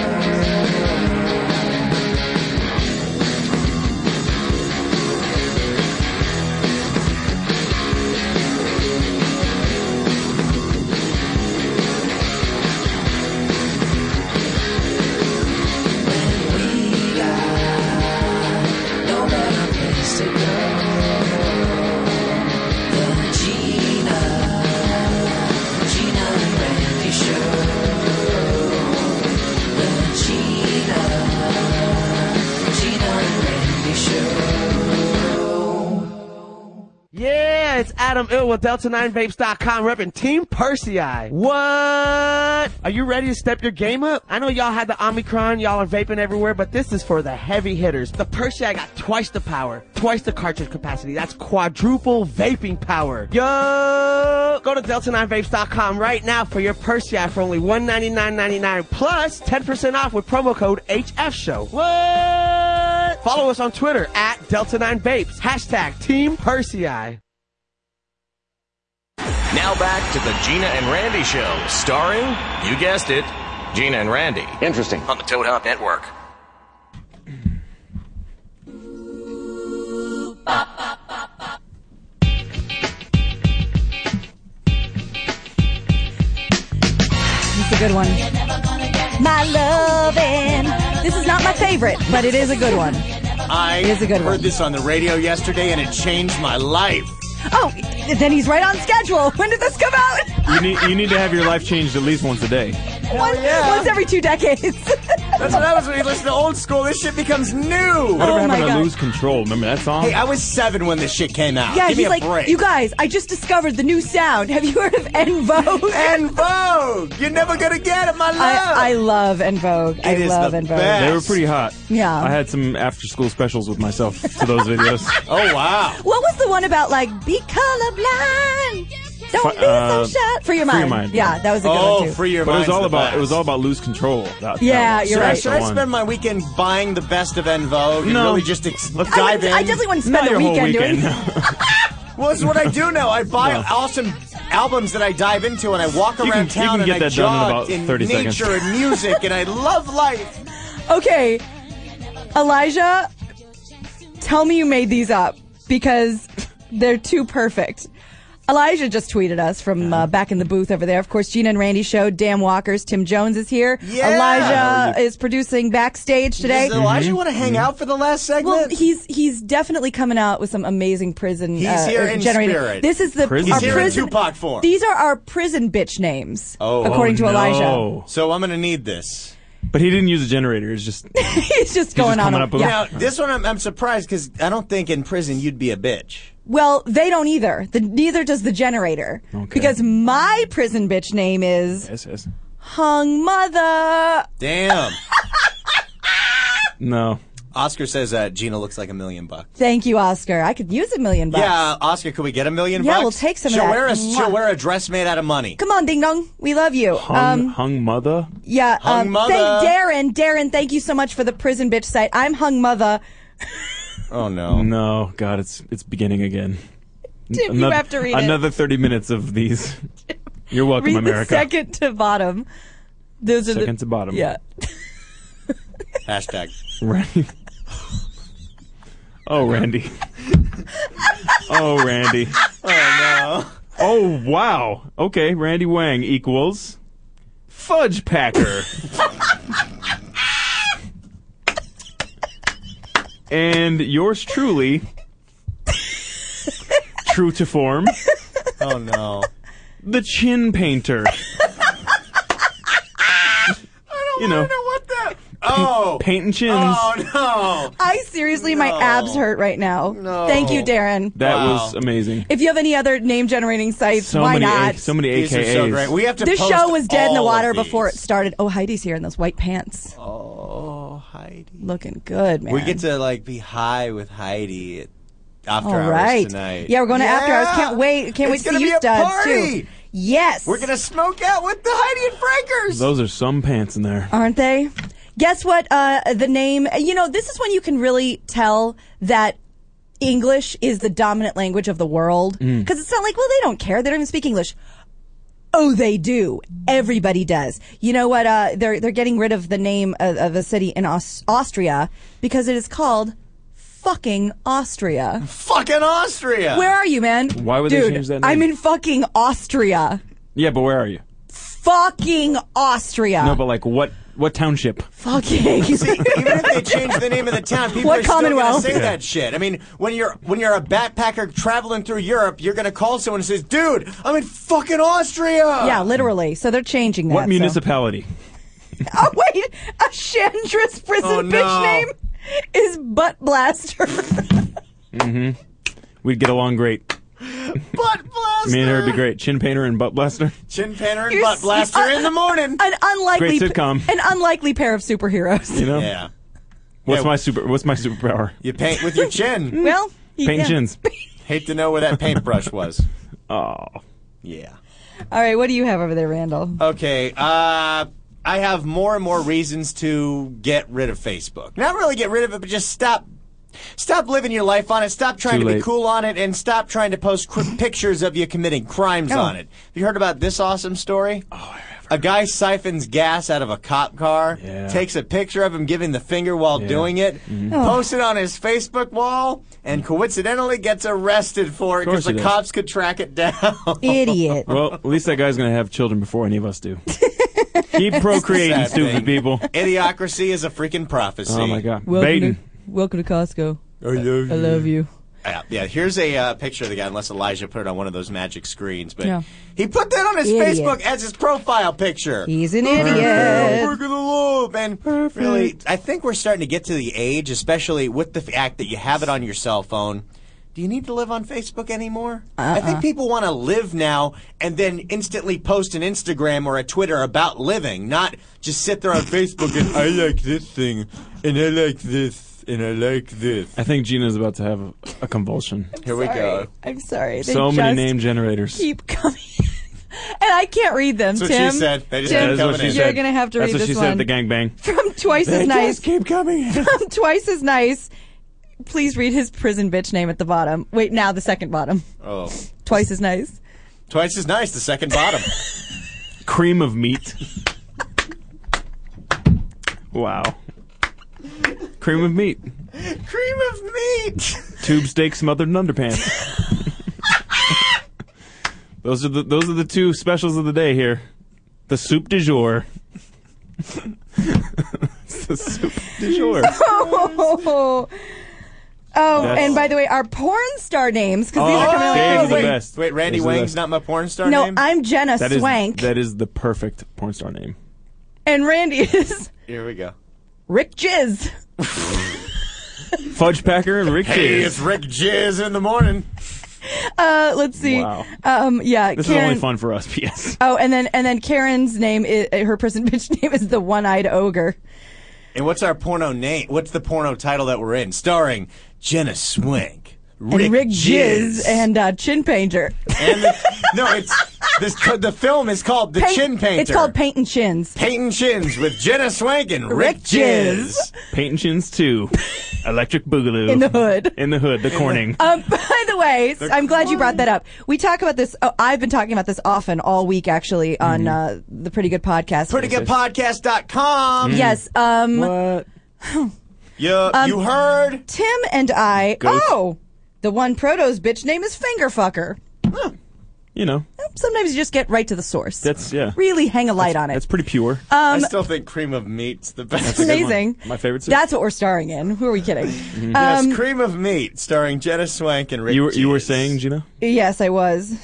G: No better place to go than Gina, Gina and Randy show. The Gina, Gina and Randy show.
H: Yeah, it's Adam Ill with Delta9Vapes.com repping Team Persei. What? Are you ready to step your game up? I know y'all had the Omicron, y'all are vaping everywhere, but this is for the heavy hitters. The Persei got twice the power, twice the cartridge capacity. That's quadruple vaping power. Yo! Go to Delta9Vapes.com right now for your Persei for only $199.99 plus 10% off with promo code HFShow. What? Follow us on Twitter at Delta9Vapes. Hashtag Team Persei.
A: Now back to the Gina and Randy Show, starring, you guessed it, Gina and Randy. Interesting. On the Toad Hop Network.
C: It's a good one. My lovin'. This is not my favorite, but it is a good one.
D: I heard this on the radio yesterday and it changed my life.
C: Oh, then he's right on schedule. When did this come out?
E: You need, you need to have your life changed at least once a day.
C: Once, once every two <laughs> decades.
D: That's what happens when you listen to old school. This shit becomes new.
C: Oh
E: Whatever happened to lose control? Remember that song?
D: Hey, I was seven when this shit came out.
C: Yeah,
D: Give me
C: he's
D: a
C: like,
D: break.
C: you guys, I just discovered the new sound. Have you heard of En Vogue?
D: En Vogue! You're never gonna get it, my love!
C: <laughs> I, I love En Vogue. I
E: It is
C: love
E: the
C: En Vogue.
E: They were pretty hot.
C: Yeah.
E: I had some after school specials with
C: <laughs>
E: myself to those videos.
D: oh wow.
C: What was the one about, like, be colorblind? Don't be
D: uh,
C: so shut. Free your mind. Yeah, that was a good one
D: Oh,
C: too.
D: Free Your
E: But it was
D: Mind's
E: all
D: the
E: about
D: best.
E: it was all about lose control. That- that was-
D: should I,
E: that's
D: should
E: the
D: I
E: one.
D: spend my weekend buying the best of En Vogue and
E: No.
D: really just ex-
E: Let's-
C: I wouldn't-
D: dive in?
C: I definitely wouldn't spend Not your a whole weekend doing weekend,
D: well, it's what I do now. I buy
E: No.
D: awesome albums that I dive into, and I walk
E: You
D: around
E: can- you
D: town
E: can get
D: and I
E: that done in
D: jog
E: about 30
D: nature
E: seconds.
D: and music, and I
C: <laughs>
D: love life.
C: Okay, Elijah, tell me you made these up because they're too perfect. Elijah just tweeted us from uh, back in the booth over there. Of course, Gina and Randy show. Dan Walker's Tim Jones is here.
D: Yeah.
C: Elijah is producing backstage today.
D: Does Elijah want to hang out for the last segment?
C: Well, he's he's definitely coming out with some amazing prison.
D: He's
C: uh,
D: here
C: or
D: in
C: generated-
D: spirit.
C: This is the
D: Prison.
C: our
D: He's here in
C: prison
D: Tupac form.
C: These are our prison bitch names,
D: Oh,
C: according to
E: Oh,
C: Elijah.
E: no.
D: So I'm going to need this.
E: But he didn't use a generator. It's
C: <laughs>
E: just
C: <laughs> he's just going
E: just
C: on.
E: coming
C: a-
E: up with-
C: yeah.
D: Now, this one I'm, I'm surprised because I don't think in prison you'd be a bitch.
C: Well, they don't either. The, neither does the generator. Because my prison bitch name is Hung Mother.
D: Damn.
E: no.
D: <laughs> Oscar says uh, Gina looks like a million bucks.
C: Thank you, Oscar. I could use a million bucks.
D: Yeah, Oscar, could we get a million
C: Yeah,
D: bucks?
C: we'll take some of
D: she'll
C: that.
D: Wear a,
C: Mwah.
D: she'll wear a dress made out of money.
C: Come on, Ding Dong. We love you.
E: Hung,
C: um,
E: hung mother.
C: yeah.
D: Hung
C: um,
D: Mother.
C: Thank Darren. Darren, thank you so much for the prison bitch site. I'm Hung Mother.
D: Oh no.
E: No, God, it's it's beginning again.
C: Tim, you have to read it.
E: another thirty minutes of
C: <laughs>
E: these. You're welcome,
C: Read the
E: America.
C: second to bottom. Those are
E: Second to
C: the,
E: bottom.
C: Yeah.
D: Hashtag.
E: Randy. Oh, Randy. oh, Randy.
D: Oh
E: Oh, wow. Okay, Randy Wang equals Fudge Packer. and yours truly, true to form,
D: no. Oh no. <laughs>
E: the Chin Painter. you know,
D: Oh. <laughs>
E: painting chins.
D: Oh
C: I seriously, my abs hurt right now. Thank you, Darren.
E: That was amazing.
C: If you have any other name generating sites,
E: So
C: why
E: many,
C: not?
E: A- so many AKAs.
D: These are so great. We have to.
C: this
D: post
C: show was dead in the
D: all of
C: water
D: these.
C: before it started. Oh, Heidi's here in those white pants.
D: Oh, Heidi.
C: Looking good, man.
D: We get to like be high with Heidi at after
C: All
D: hours
C: right.
D: tonight.
C: Yeah, we're going to after hours. Can't wait. Can't wait to
D: It's gonna
C: see
D: be
C: you
D: a
C: studs
D: party.
C: too. Yes.
D: We're gonna smoke out with the Heidi and Frankers.
E: Those are some pants in
D: Uh,
E: there.
C: aren't they? Guess what? Uh, the name, you know, this is when you can really tell that English is the dominant language of the world.
G: Mm.
C: Because it's not like, well, they don't care. They don't even speak English. Oh, they do. Everybody does. You know what? Uh, they're, they're getting rid of the name of, of a city in Aus- Austria because it is called fucking Austria.
D: Fucking Austria.
C: Where are you, man?
E: Why would they
C: Dude,
E: change that name?
C: I'm in fucking Austria.
E: Yeah, but where are you?
C: Fucking Austria.
E: No, but like what what township? <laughs>
C: fucking. <laughs>
D: Even if they change the name of the town, people
C: What
D: are still gonna
C: Commonwealth?
D: say
E: Yeah.
D: that shit. I mean, when you're when you're a backpacker traveling through Europe, you're gonna call someone and says, "Dude, I'm in fucking Austria."
C: Yeah, literally. So they're changing that.
E: What
C: so-
E: municipality?
C: Oh wait, a Chandra's prison
E: Oh,
C: bitch
E: no.
C: name is Butt Blaster.
E: Mm-hmm. We'd get along great.
D: Butt blaster.
E: Me and her would be great. Chin painter and butt blaster. <laughs>
D: Chin panner and
C: You're
D: butt
C: s- uh,
D: blaster in the morning.
C: An unlikely
E: Great sitcom.
C: An unlikely pair of superheroes.
E: You know?
D: Yeah.
E: What's
D: Yeah.
E: my super what's my
C: <laughs>
E: superpower?
D: You paint with your chin.
C: Well, you
E: Paint
C: can.
E: chins.
C: <laughs>
D: Hate to know where that paintbrush was.
E: Oh.
D: Yeah.
C: All right, what do you have over there, Randall?
D: Okay. Uh, I have more and more reasons to get rid of Facebook. Not really get rid of it, but just stop. Stop living your life on it. Stop trying
E: Too
D: to be
E: late.
D: cool on it, and stop trying to post
E: <clears throat>
D: qu- pictures of you committing crimes
E: Oh.
D: on it. Have you heard about this awesome story? Oh, a guy siphons gas out of a cop car,
E: Yeah.
D: takes a picture of him giving the finger while
E: Yeah.
D: doing it,
E: Mhm.
D: posts it on his Facebook wall, and coincidentally gets arrested for it
E: Of course
D: because the
E: he does.
D: cops could track it down. <laughs>
E: <laughs>
C: Idiot.
E: Well, at least that guy's gonna have children before any of us
C: <laughs>
E: do. Keep procreating,
D: Sad
E: stupid
D: thing.
E: people.
D: Idiocracy is a freaking prophecy.
E: Oh my god.
C: Welcome
E: Baiting.
C: to Welcome to Costco.
D: I love
C: I love you.
D: Yeah, yeah. Here's a uh, picture of the guy. Unless Elijah put it on one of those magic screens, but
C: Yeah.
D: he put that on his
C: Idiot.
D: Facebook as his profile picture. <laughs>
C: He's an idiot.
D: Work of the loop, and really, I think we're starting to get to the age, especially with the fact that you have it on your cell phone. Do you need to live on Facebook anymore? I
C: Uh-uh.
D: think people want to live now and then instantly post an Instagram or a Twitter about living, not just sit there on Facebook and I like this thing and I like this
E: and I like this. I think Gina's about to have a convulsion.
D: Here we go.
C: I'm sorry. They
E: So many
C: just
E: name generators.
C: Keep coming. <laughs> and I can't read them,
E: That's what
C: Tim.
E: she said. They just
C: Tim,
E: kept coming in.
C: You're going to have to
E: That's
C: read
E: what
C: this
E: she
C: one.
E: said at the gangbang.
C: From Twice
E: They just
C: as Nice.
E: keep coming.
C: <laughs> From Twice as Nice. Please read his prison bitch name at the bottom. Wait, now the second bottom.
D: Oh.
C: Twice as Nice. <laughs>
D: Twice as nice, the second <laughs> bottom.
E: Cream of meat. wow. Cream of meat.
D: Cream of meat.
E: Tube steak smothered in underpants. those are the those are the two specials of the day here. The soup du jour. <laughs> It's the soup du
D: <laughs>
E: jour.
C: Oh. Oh,
D: That's-
C: and by the way, our porn star names because these
E: Oh,
C: are coming
E: Dave's
C: out.
E: the
C: Wait.
E: best.
D: Wait, Randy
E: Those are the
D: Wang's
E: best.
D: not my porn star
C: No,
D: name?
C: I'm Jenna
E: That is-
C: Swank,
E: that is the perfect porn star name.
C: and Randy <laughs> is
D: Here we go.
C: Rick Jizz.
E: Fudge Packer and Rick
D: Hey,
E: Jizz.
D: it's Rick Jizz in the morning.
C: Uh, let's see.
E: Wow.
C: Um, yeah,
E: This
C: Karen.
E: is only fun for us, <laughs> P.S.
C: Oh, and then and then Karen's name, is, her prison <laughs> bitch name is the one-eyed ogre.
D: And what's our porno name? What's the porno title that we're in? Starring Jenna Swank,
C: And
D: Rick, Jizz,
C: and uh, Chin Painter.
D: <laughs> and the, no, it's this. The film is called The
C: Paint-
D: Chin Painter.
C: It's called Painting Chins.
D: Painting Chins with Jenna Swank and Rick,
C: Rick
D: Jizz.
E: Paint and Chins <laughs> 2. Electric Boogaloo.
C: In the hood. <laughs>
E: In the hood, the Corning.
C: Um, <laughs> by the way, s- I'm glad you brought that up. We talk about this. Oh, I've been talking about this often all week, actually, on uh, the Pretty Good Podcast.
D: PrettyGoodPodcast.com.
C: Yes. Um,
E: what?
D: You,
C: um,
D: you heard?
C: Tim and I.
D: Ghost.
C: Oh, the one proto's bitch name is Fingerfucker.
E: You know,
C: Sometimes you just get right to the source.
E: that's, yeah.
C: Really hang a light on it.
E: That's pretty pure.
D: I
C: Um,
D: still think Cream of Meat's the best.
C: That's a good one. amazing.
E: My favorite soup.
C: that's what we're starring in. Who are we kidding?
D: yes,
C: Um,
D: Cream of Meat, starring Jenna Swank and Rick
E: you, were, you were
D: Jizz.
E: saying, Gina?
C: Yes, I was.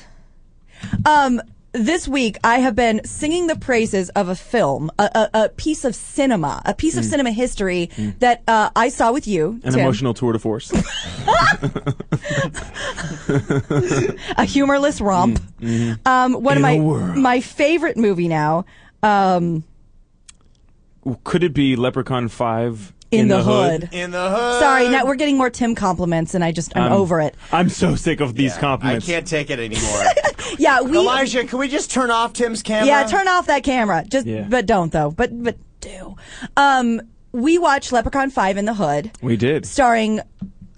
C: Um, this week I have been singing the praises of a film, a, a, a piece of cinema, a piece of cinema history that uh, I saw with you,
E: Mm. An
C: Tim.
E: emotional tour de
C: <laughs>
E: force.
C: a humorless romp. Um, one
E: Mm. Mm-hmm. In
C: of my
E: a world.
C: my favorite movie now. Um,
E: Could it be Leprechaun 5
C: in, the,
E: hood?
C: hood.
D: In the hood.
C: Sorry, now we're getting more Tim compliments, and I just
E: Um,
C: I'm, over it.
E: I'm so sick of these
D: I
E: compliments.
D: can't take it anymore.
C: <laughs> Yeah, we.
D: Elijah, can we just turn off Tim's camera?
C: Yeah, turn off that camera. Just,
E: Yeah.
C: but don't though. But but do. Um, we watched Leprechaun Five in the Hood.
E: We did.
C: starring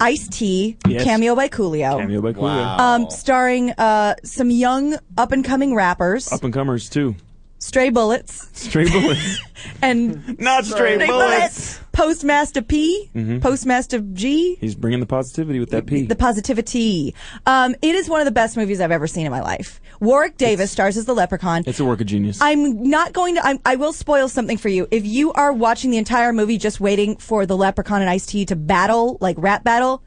C: Ice T,
E: Yes.
C: cameo by Coolio.
E: Cameo by Coolio.
D: Wow.
C: Um, starring uh, some young up and coming rappers,
E: Up and comers, too.
C: Stray Bullets,
E: <laughs> Straight bullets. <laughs>
C: and
E: Not straight bullets.
C: Postmaster P, Postmaster G,
E: He's bringing the positivity with that P.
C: The Positivity. Um, it is one of the best movies I've ever seen in my life. Warwick Davis stars as the Leprechaun.
E: it's a work of genius.
C: I'm not going to. I'm, I will spoil something for you. If you are watching the entire movie just waiting for the leprechaun and Ice T to battle, like rap battle,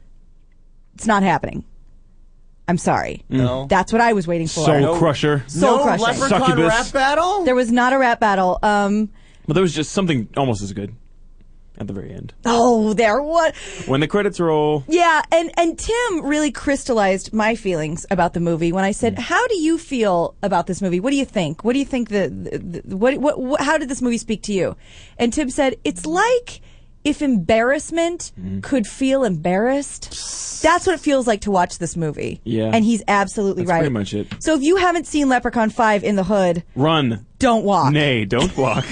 C: it's not happening. I'm sorry.
D: No.
C: Mm. That's what I was waiting for.
E: Soul Crusher.
C: Soul
D: no
C: crushing.
D: leprechaun
E: Succubus.
D: rap battle?
C: There was not a rap battle. Um.
E: But there was just something almost as good at the very end.
C: Oh, there. What?
E: When the credits roll,
C: Yeah, and and Tim really crystallized my feelings about the movie when I said,
E: Mm.
C: "How do you feel about this movie? What do you think? What do you think the, the, the what, what what how did this movie speak to you?" And Tim said, "It's like if embarrassment
E: Mm.
C: could feel embarrassed. That's what it feels like to watch this movie."
E: Yeah.
C: and he's absolutely
E: That's
C: right.
E: pretty much it.
C: So if you haven't seen Leprechaun Five in the Hood,
E: run.
C: don't walk.
E: Nay, don't walk.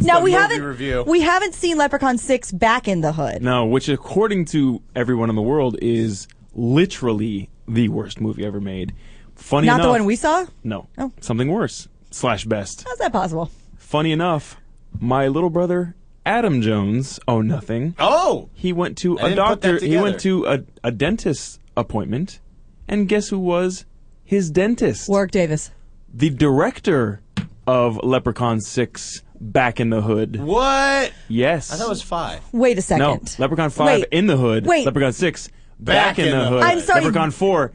C: now we
D: movie
C: haven't
D: review.
C: we haven't seen Leprechaun Six back in the Hood.
E: no, which according to everyone in the world is literally the worst movie ever made. Funny
C: Not the
E: enough-
C: one we saw?
E: No.
C: Oh.
E: Something worse. Slash best.
C: How's that possible?
E: Funny enough, my little brother Adam Jones, oh nothing.
D: Oh!
E: He went to
D: I
E: a
D: didn't put that
E: doctor. He went to
D: together.
E: a, a dentist appointment, and guess who was his dentist?
C: Warwick Davis.
E: the director of Leprechaun Six, Back in the Hood.
D: What?
E: Yes,
D: I thought it was five.
C: Wait a second.
E: no Leprechaun Five
C: Wait.
E: in the Hood.
C: Wait.
E: Leprechaun Six, Back, in, the Hood.
C: I'm sorry.
E: Leprechaun Four,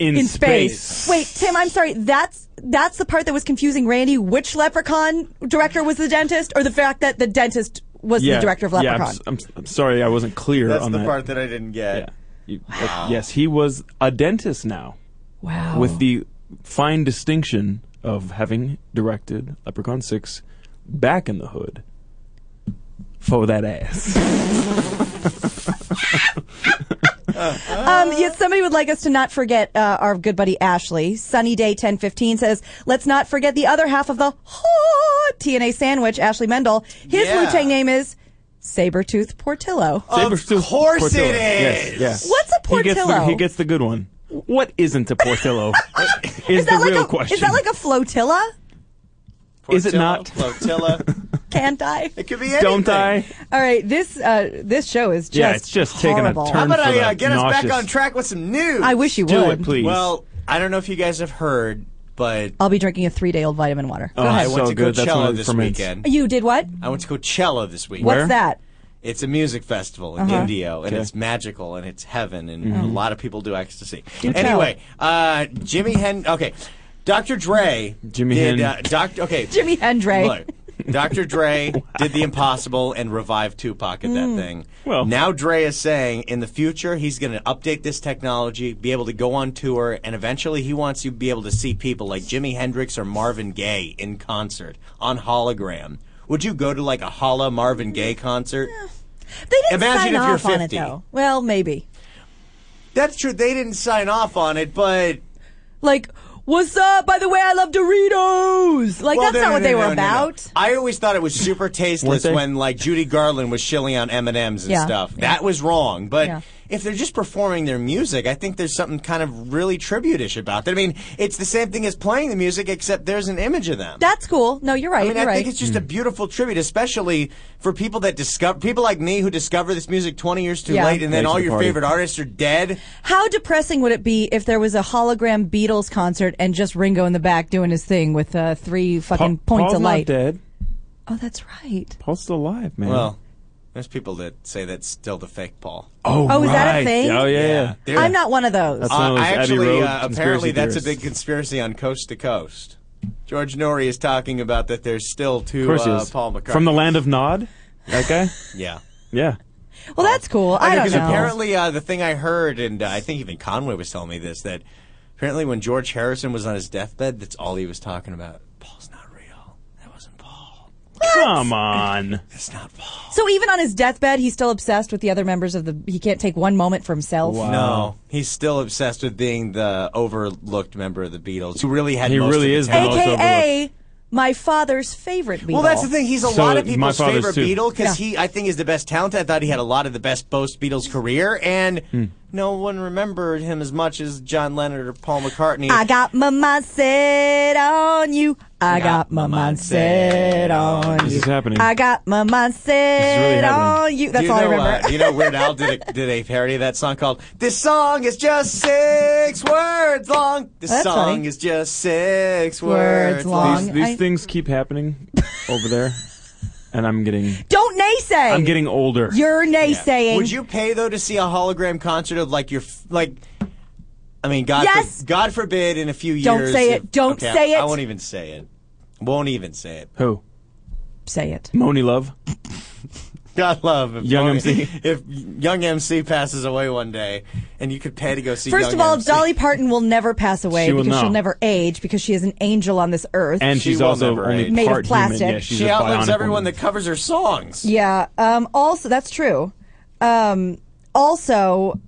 E: in,
C: in space. Wait, Tim, I'm sorry. That's that's the part that was confusing Randy. Which leprechaun director was the dentist, or the fact that the dentist was
E: Yeah,
C: the director of
E: yeah, I'm
C: Leprechaun?
E: s- I'm, s- I'm sorry, I wasn't clear
D: That's
E: on
D: the
E: that.
D: part that I didn't get.
E: Yeah. You- uh, Yes, he was a dentist now.
C: wow.
E: with the fine distinction of having directed Leprechaun 6 back in the hood. for that ass.
C: Um, yes, somebody would like us to not forget uh, our good buddy Ashley. Sunny Day 1015 says, let's not forget the other half of the hot TNA sandwich, Ashley Mendel. His
G: Yeah.
C: Wu Tang name is Sabretooth Portillo.
E: <laughs> Sabertooth
D: course
E: Portillo.
D: it
E: Yes,
D: is.
E: yes.
C: What's a
E: He gets, the,
C: Portillo?
E: he gets the good one. What isn't a
C: <laughs>
E: Portillo? is,
C: that
E: the
C: like
E: real
C: a,
E: question.
C: Is that like a flotilla?
E: Is it not?
D: Flotilla.
E: <laughs>
C: Can't I? It
D: could be
E: Don't I?
C: All right, this uh, this show is just
E: Yeah, it's just taking a
C: horrible.
E: turn How about for I, the uh,
D: Get us back
E: Nauseous.
D: on track with some news.
C: I wish you Do would. it, please.
D: Well, I don't know if you guys have heard, but
C: I'll be drinking a three day old vitamin water.
D: Oh,
C: Go
D: I
C: ahead.
D: went to
E: good. That's one
D: Coachella
E: of the
D: this
E: ferments.
D: weekend.
C: You did what?
D: I went to Coachella this week.
C: What's that?
D: It's a music festival in
C: Uh-huh. Mm-hmm.
D: Indio, and
E: Okay.
D: it's magical, and it's heaven, and a
E: Mhm.
D: lot of people do ecstasy.
E: Do tell.
D: anyway, uh, Jimmy Hen. Okay, Dr. Dre.
E: Jimi
D: did,
E: Hen-
D: uh, Doc- okay,
C: Jimmy Hendrey.
D: Look, Dr. Dre did the impossible and revived Tupac at
C: Mm.
D: that thing. Well, now Dre is saying in the future he's going to update this technology, be able to go on tour, and eventually he wants you to be able to see people like Jimi Hendrix or Marvin Gaye in concert on hologram. Would you go to like a holla Marvin Gaye concert?
C: They didn't
D: Imagine
C: sign
D: if you're
C: off on it
D: 50.
C: though. Well, maybe.
D: That's true. They didn't sign off on it, but
C: like, what's up? By the way, I love Doritos. Like
D: Well,
C: that's not
D: no, no,
C: what
D: no,
C: they
D: no,
C: were
D: no, no.
C: about.
D: I always thought it was super
E: Weren't
D: tasteless
E: they?
D: when like Judy Garland was shilling out M and M's and
C: Yeah.
D: stuff. That was wrong. But
C: Yeah.
D: if they're just performing their music, I think there's something kind of really tributish about that. I mean, it's the same thing as playing the music, except there's an image of them.
C: That's cool. No, you're right.
D: I mean,
C: you're
D: I
C: right.
D: think it's just a
E: Hmm.
D: beautiful tribute, especially for people that discover people like me who discover this music 20 years too
C: Yeah.
D: late, and then
E: Late to
D: all
E: the
D: your
E: party.
D: favorite artists are dead.
C: How depressing would it be if there was a hologram Beatles concert and just Ringo in the back doing his thing with uh, three fucking
E: Pa-
C: points
E: Paul's
C: of light?
E: Not dead.
C: Oh, that's right.
E: Paul's still alive, man.
D: Well, there's people that say that's still the fake Paul.
E: oh,
C: Oh, is that a
E: right.
C: thing?
E: Oh, yeah, yeah.
D: There-
C: I'm not one of those.
E: That's one of
D: Uh,
E: those
D: I
E: Abbey
D: actually,
E: Road
D: uh,
E: conspiracy
D: apparently, that's a
E: theorists.
D: big conspiracy on coast to coast. George Norrie is talking about that there's still
E: Of
D: two
E: course he
D: uh,
E: is.
D: Paul McCartney
E: From the land of Nod? That
C: <laughs>
E: guy?
D: Yeah.
E: yeah.
C: well, that's cool. I, don't
D: Because
C: know.
D: apparently, uh, the thing I heard, and uh, I think even Conway was telling me this, that apparently when George Harrison was on his deathbed, that's all he was talking about.
E: Come on.
D: It's not
C: so even on his deathbed, he's still obsessed with the other members of the. He can't take one moment for himself.
D: No, he's still obsessed with being the overlooked member of the Beatles, who really had.
E: He
D: most
E: really
D: of
E: is the
D: talent.
E: most
C: AKA my father's favorite Beatle.
D: Well, that's the thing. He's a
E: So
D: lot of
E: my
D: people's
E: father's
D: favorite
E: too.
D: Beatle because he, I think, is the best talent. I thought he had a lot of the best post Beatles career, and
E: Hmm.
D: no one remembered him as much as John Lennon or Paul McCartney.
C: I got my mind set on you. I got my mind set on you.
D: This is happening.
C: I got my mind set on you. That's
D: Do
C: all
D: know,
C: I remember.
D: uh, do you know, Weird Al did
C: <laughs>
D: a, did a parody of that song called "This Song Is Just Six Words Long." This
C: That's
D: song
C: funny.
D: is just six
C: Words
D: words,
C: long.
E: These, these
C: I-
E: things keep happening over there, and I'm getting
C: <laughs> Don't naysay.
E: I'm getting older.
C: You're naysaying.
D: Would you pay though to see a hologram concert of like your f- like? I mean, God,
C: Yes!
D: for- God forbid, in a few years.
C: Don't say it. Don't
D: okay,
C: say
D: I, I
C: it.
D: won't even say it. Won't even say it. <laughs>
E: Who?
C: Say it.
E: Moni Love.
D: God love if
E: Young
D: Moni-
E: MC.
D: <laughs> If Young MC passes away one day, and you could pay to go see.
C: First of
D: Young
C: all,
D: MC.
C: Dolly Parton will never pass away
D: She will
C: because she'll
D: not.
C: never age because she is an angel on this earth.
E: And she's also only
C: Made of
E: part
C: plastic.
E: human. Yeah, she's
D: she
E: a
D: outlives
E: bionic
D: everyone
E: woman.
D: that covers her songs.
C: Yeah. Um, also, that's true. Um, also,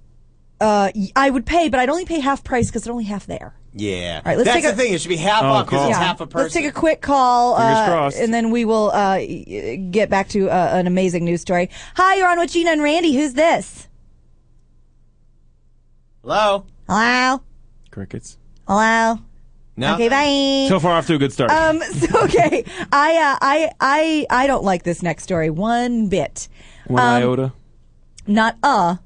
C: uh, y- I would pay, but I'd only pay half price because they're only half there.
D: Yeah.
C: All right, let's
D: That's
C: take a-
D: the thing. It should be half
E: Oh,
D: off because it's
C: Yeah.
D: half a person.
C: Let's take a quick call,
D: Fingers
C: uh,
D: crossed.
C: and then we will uh, y- y- get back to uh, an amazing news story. Hi, you're on with Gina and Randy. Who's this?
D: Hello.
C: Hello.
E: Crickets.
C: Hello.
E: No.
C: Okay. Bye.
E: So far off to a good start.
C: Um. <laughs> So, okay. I. Uh, I. I. I don't like this next story one bit.
E: One
C: Um,
E: iota.
C: Not a.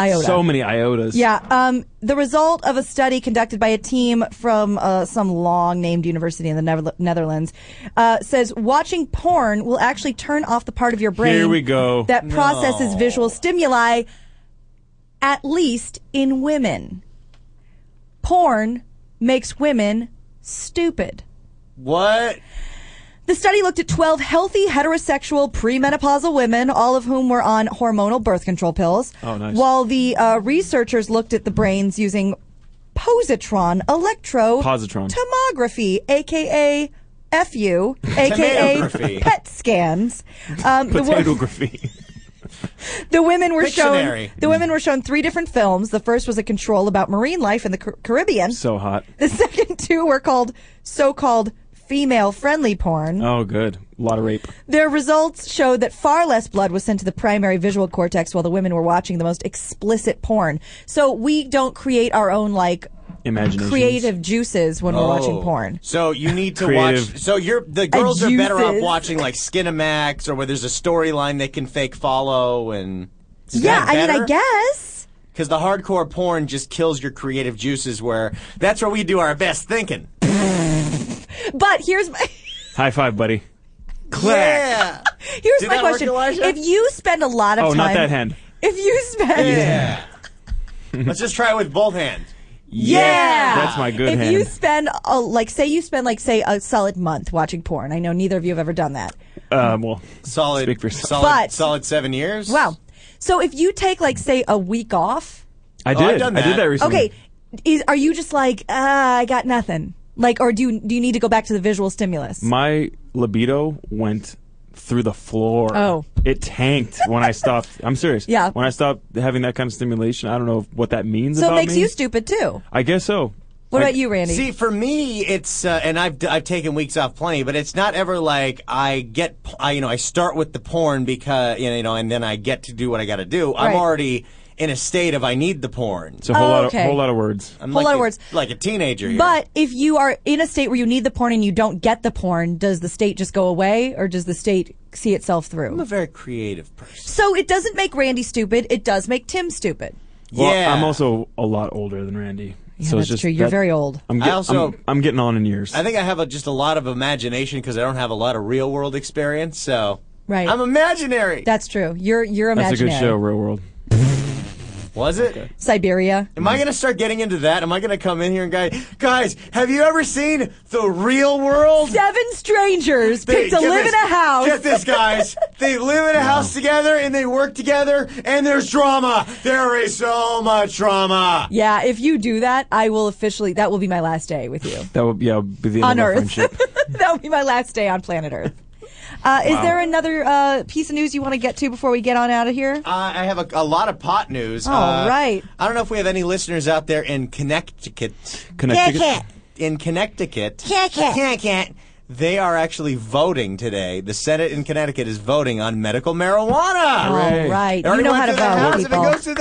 C: Iota.
E: So many iotas.
C: Yeah. Um, the result of a study conducted by a team from uh, some long named university in the Never- Netherlands uh, says watching porn will actually turn off the part of your brain
E: Here we go.
C: that processes
E: No.
C: visual stimuli, at least in women. Porn makes women stupid.
D: What?
C: The study looked at 12 healthy heterosexual premenopausal women, all of whom were on hormonal birth control pills.
G: Oh, nice.
C: While the uh, researchers looked at the brains using positron electro
E: Positron.
C: tomography, aka F U, aka
E: Tomatography.
C: pet scans. Um, the, wo-
E: Potatography.
C: <laughs> the women were
E: Dictionary.
C: shown the women were shown three different films. The first was a control about marine life in the Car-
E: <laughs>
C: Caribbean.
E: so hot.
C: The <laughs> second two were called so-called female-friendly porn.
E: Oh, good. A lot of rape.
C: Their results showed that far less blood was sent to the primary visual cortex while the women were watching the most explicit porn. So we don't create our own like
E: Imagination.
C: creative juices when we're watching
D: Oh.
C: porn.
D: So you need to
E: Creative.
D: watch. So you're the girls are better off
C: juices.
D: watching like Skinamax or where there's a storyline they can fake follow and.
C: yeah, I mean, I guess.
D: Because the hardcore porn just kills your creative juices. Where that's where we do our best thinking.
C: But here's my <laughs>
E: High five, buddy.
D: Clack.
C: here's
D: Did
C: my
D: that work,
C: question:
D: Elijah?
C: If you spend a lot of
E: Oh,
C: time,
E: not that hand.
C: If you spend,
D: Yeah. Let's just try it with both hands.
C: Yeah.
E: That's my good
C: if
E: hand.
C: you spend a, like, say you spend like say a solid month watching porn. I know neither of you have ever done that.
E: Um, well,
D: solid.
E: Speak for yourself.
D: Solid,
C: But-
D: solid seven years.
C: Wow. So if you take like say a week off,
E: I
D: Oh, I've
E: did.
D: done
E: I did
D: that.
E: that recently.
C: okay, is, are you just like uh, I got nothing? Like, or do you, do you need to go back to the visual stimulus?
E: My libido went through the floor.
C: Oh.
E: It tanked when I
C: <laughs>
E: stopped. I'm serious.
C: Yeah.
E: When I stopped having that kind of stimulation, I don't know what that means
C: so it
E: about
C: makes
E: me.
C: you stupid too.
E: I guess so.
C: What
E: Like-
C: about you, Randy?
D: See, for me, it's uh, and I've I've taken weeks off plenty, but it's not ever like I get p- I you know I start with the porn because you know and then I get to do what I got to do. I'm
C: Right.
D: already in a state of I need the porn.
E: It's a whole
C: Oh,
E: lot of
C: okay.
E: whole lot of words.
D: I'm
C: Whole
D: like
C: lot of
D: a-
C: words.
D: like a teenager. Here.
C: But if you are in a state where you need the porn and you don't get the porn, does the state just go away, or does the state see itself
D: I'm a
C: through?
D: very creative person.
C: So it doesn't make Randy stupid. It does make Tim stupid.
E: Well,
D: yeah,
E: I'm also a lot older than Randy.
C: Yeah,
E: so
C: that's
E: it's just
C: true. You're
E: that-
C: very old.
E: I'm,
D: I
E: get-
D: also-
E: I'm, I'm getting on in years.
D: I think I have a, just a lot of imagination because I don't have a lot of real world experience. So
C: Right.
D: I'm imaginary.
C: That's true. You're you're
E: That's a
C: imaginary.
E: good show, Real World.
D: Was it?
C: Siberia.
D: Am I going to start getting into that? Am I going to come in here and guy, guys? Have you ever seen the real world?
C: Seven strangers
D: They-
C: picked to
D: get
C: live
D: this-
C: in a house.
D: Get this, guys. they live in a house together and they work together, and there's drama. There is so much drama.
C: Yeah, if you do that, I will officially. That will be my last day with you
E: That would yeah be the end
C: on
E: of our
C: Earth. <laughs>
E: friendship.
C: that will be my last day on planet Earth. Uh, Is
E: Wow.
C: there another uh, piece of news you want to get to before we get on out of here?
D: Uh, I have a, a lot of pot news.
C: All
D: uh,
C: right.
D: I don't know if we have any listeners out there in Connecticut.
E: Connecticut?
D: In Connecticut. Connecticut. They are actually voting today. The Senate in Connecticut is voting on medical marijuana.
C: All right,
D: It already
C: you know
D: went
C: how to
D: through the House.
C: vote,
D: If it
C: people.
D: goes through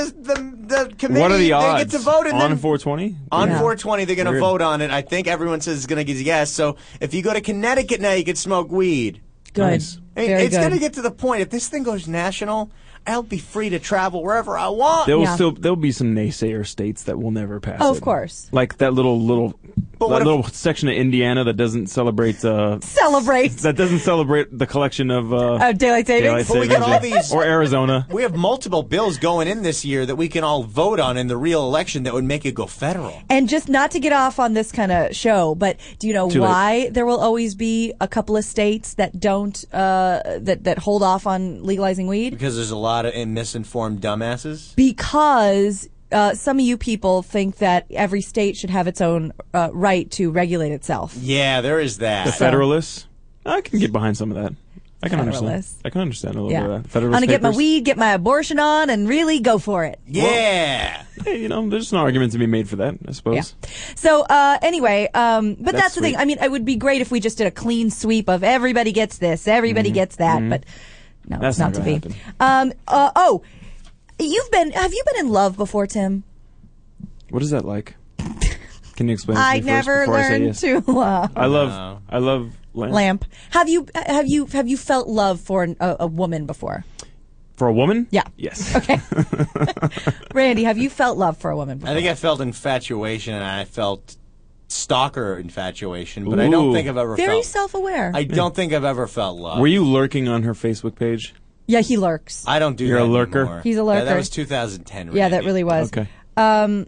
D: this- the, the committee,
E: what are the odds?
D: they get to vote and
E: on
D: then
E: 420?
D: on
E: Yeah.
D: 420, they're going to
E: Weird.
D: vote on it. I think everyone says it's going to get yes. So if you go to Connecticut now, you can smoke weed.
C: Good.
E: Nice.
D: I mean,
C: Very
D: it's
C: good.
D: going to get to the point. If this thing goes national, I'll be free to travel wherever I want.
E: There will
C: Yeah.
E: still there'll be some naysayer states that will never pass.
C: Oh, of
E: it.
C: course.
E: Like that little little
D: what
E: that
D: if-
E: little section of Indiana that doesn't celebrate uh,
C: <laughs> Celebrate.
E: that doesn't celebrate the collection of uh,
C: Uh, daylight
E: daylight
C: savings.
D: But we got
E: savings
D: all these-
E: or Arizona.
D: <laughs> we have multiple bills going in this year that we can all vote on in the real election that would make it go federal.
C: And just not to get off on this kind of show, but do you know
E: Too late.
C: why there will always be a couple of states that don't uh, that that hold off on legalizing weed?
D: Because there's a lot of misinformed dumbasses.
C: because uh, some of you people think that every state should have its own uh, right to regulate itself.
D: Yeah, there is that.
E: The Federalists. I can get behind some of that. I can
C: Federalists.
E: understand. I can understand a little bit
C: Yeah,
E: of
C: I'm
E: that. Federalist
C: gonna get my
E: papers.
C: weed, get my abortion on, and really go for it.
D: yeah.
E: Hey, you know, there's an argument to be made for that, I suppose.
C: So uh, anyway, um, but that's,
E: That's
C: the thing.
E: sweet.
C: I mean, it would be great if we just did a clean sweep of everybody gets this, everybody gets that, but no,
E: Mm-hmm. That's
C: it's not,
E: not gonna
C: to be. Um, uh, oh, you've been have you been in love before, Tim?
E: What is that
C: <laughs>
E: like? Can you explain? it to
C: I
E: me first
C: never
E: before I say
C: learned
E: yes?
C: to love.
E: I love.
D: No.
E: I love lamp.
C: Lamp. Have you have you have you felt love for an, a, a woman before?
E: for a woman.
C: Yeah.
E: Yes. <laughs>
C: Okay. <laughs> Randy, have you felt love for a woman before?
D: I think I felt infatuation and I felt stalker infatuation, but I don't
E: Ooh.
D: think I've ever
C: Very
D: felt
C: self-aware.
D: I don't think I've ever felt love.
E: Were you lurking on her Facebook page?
C: yeah, he lurks.
D: I don't do
E: You're a
D: that
E: lurker?
D: anymore.
C: He's a
D: Yeah,
C: lurker.
D: that was 2010.
C: yeah, that
D: Randy.
C: really was.
E: Okay.
C: Um,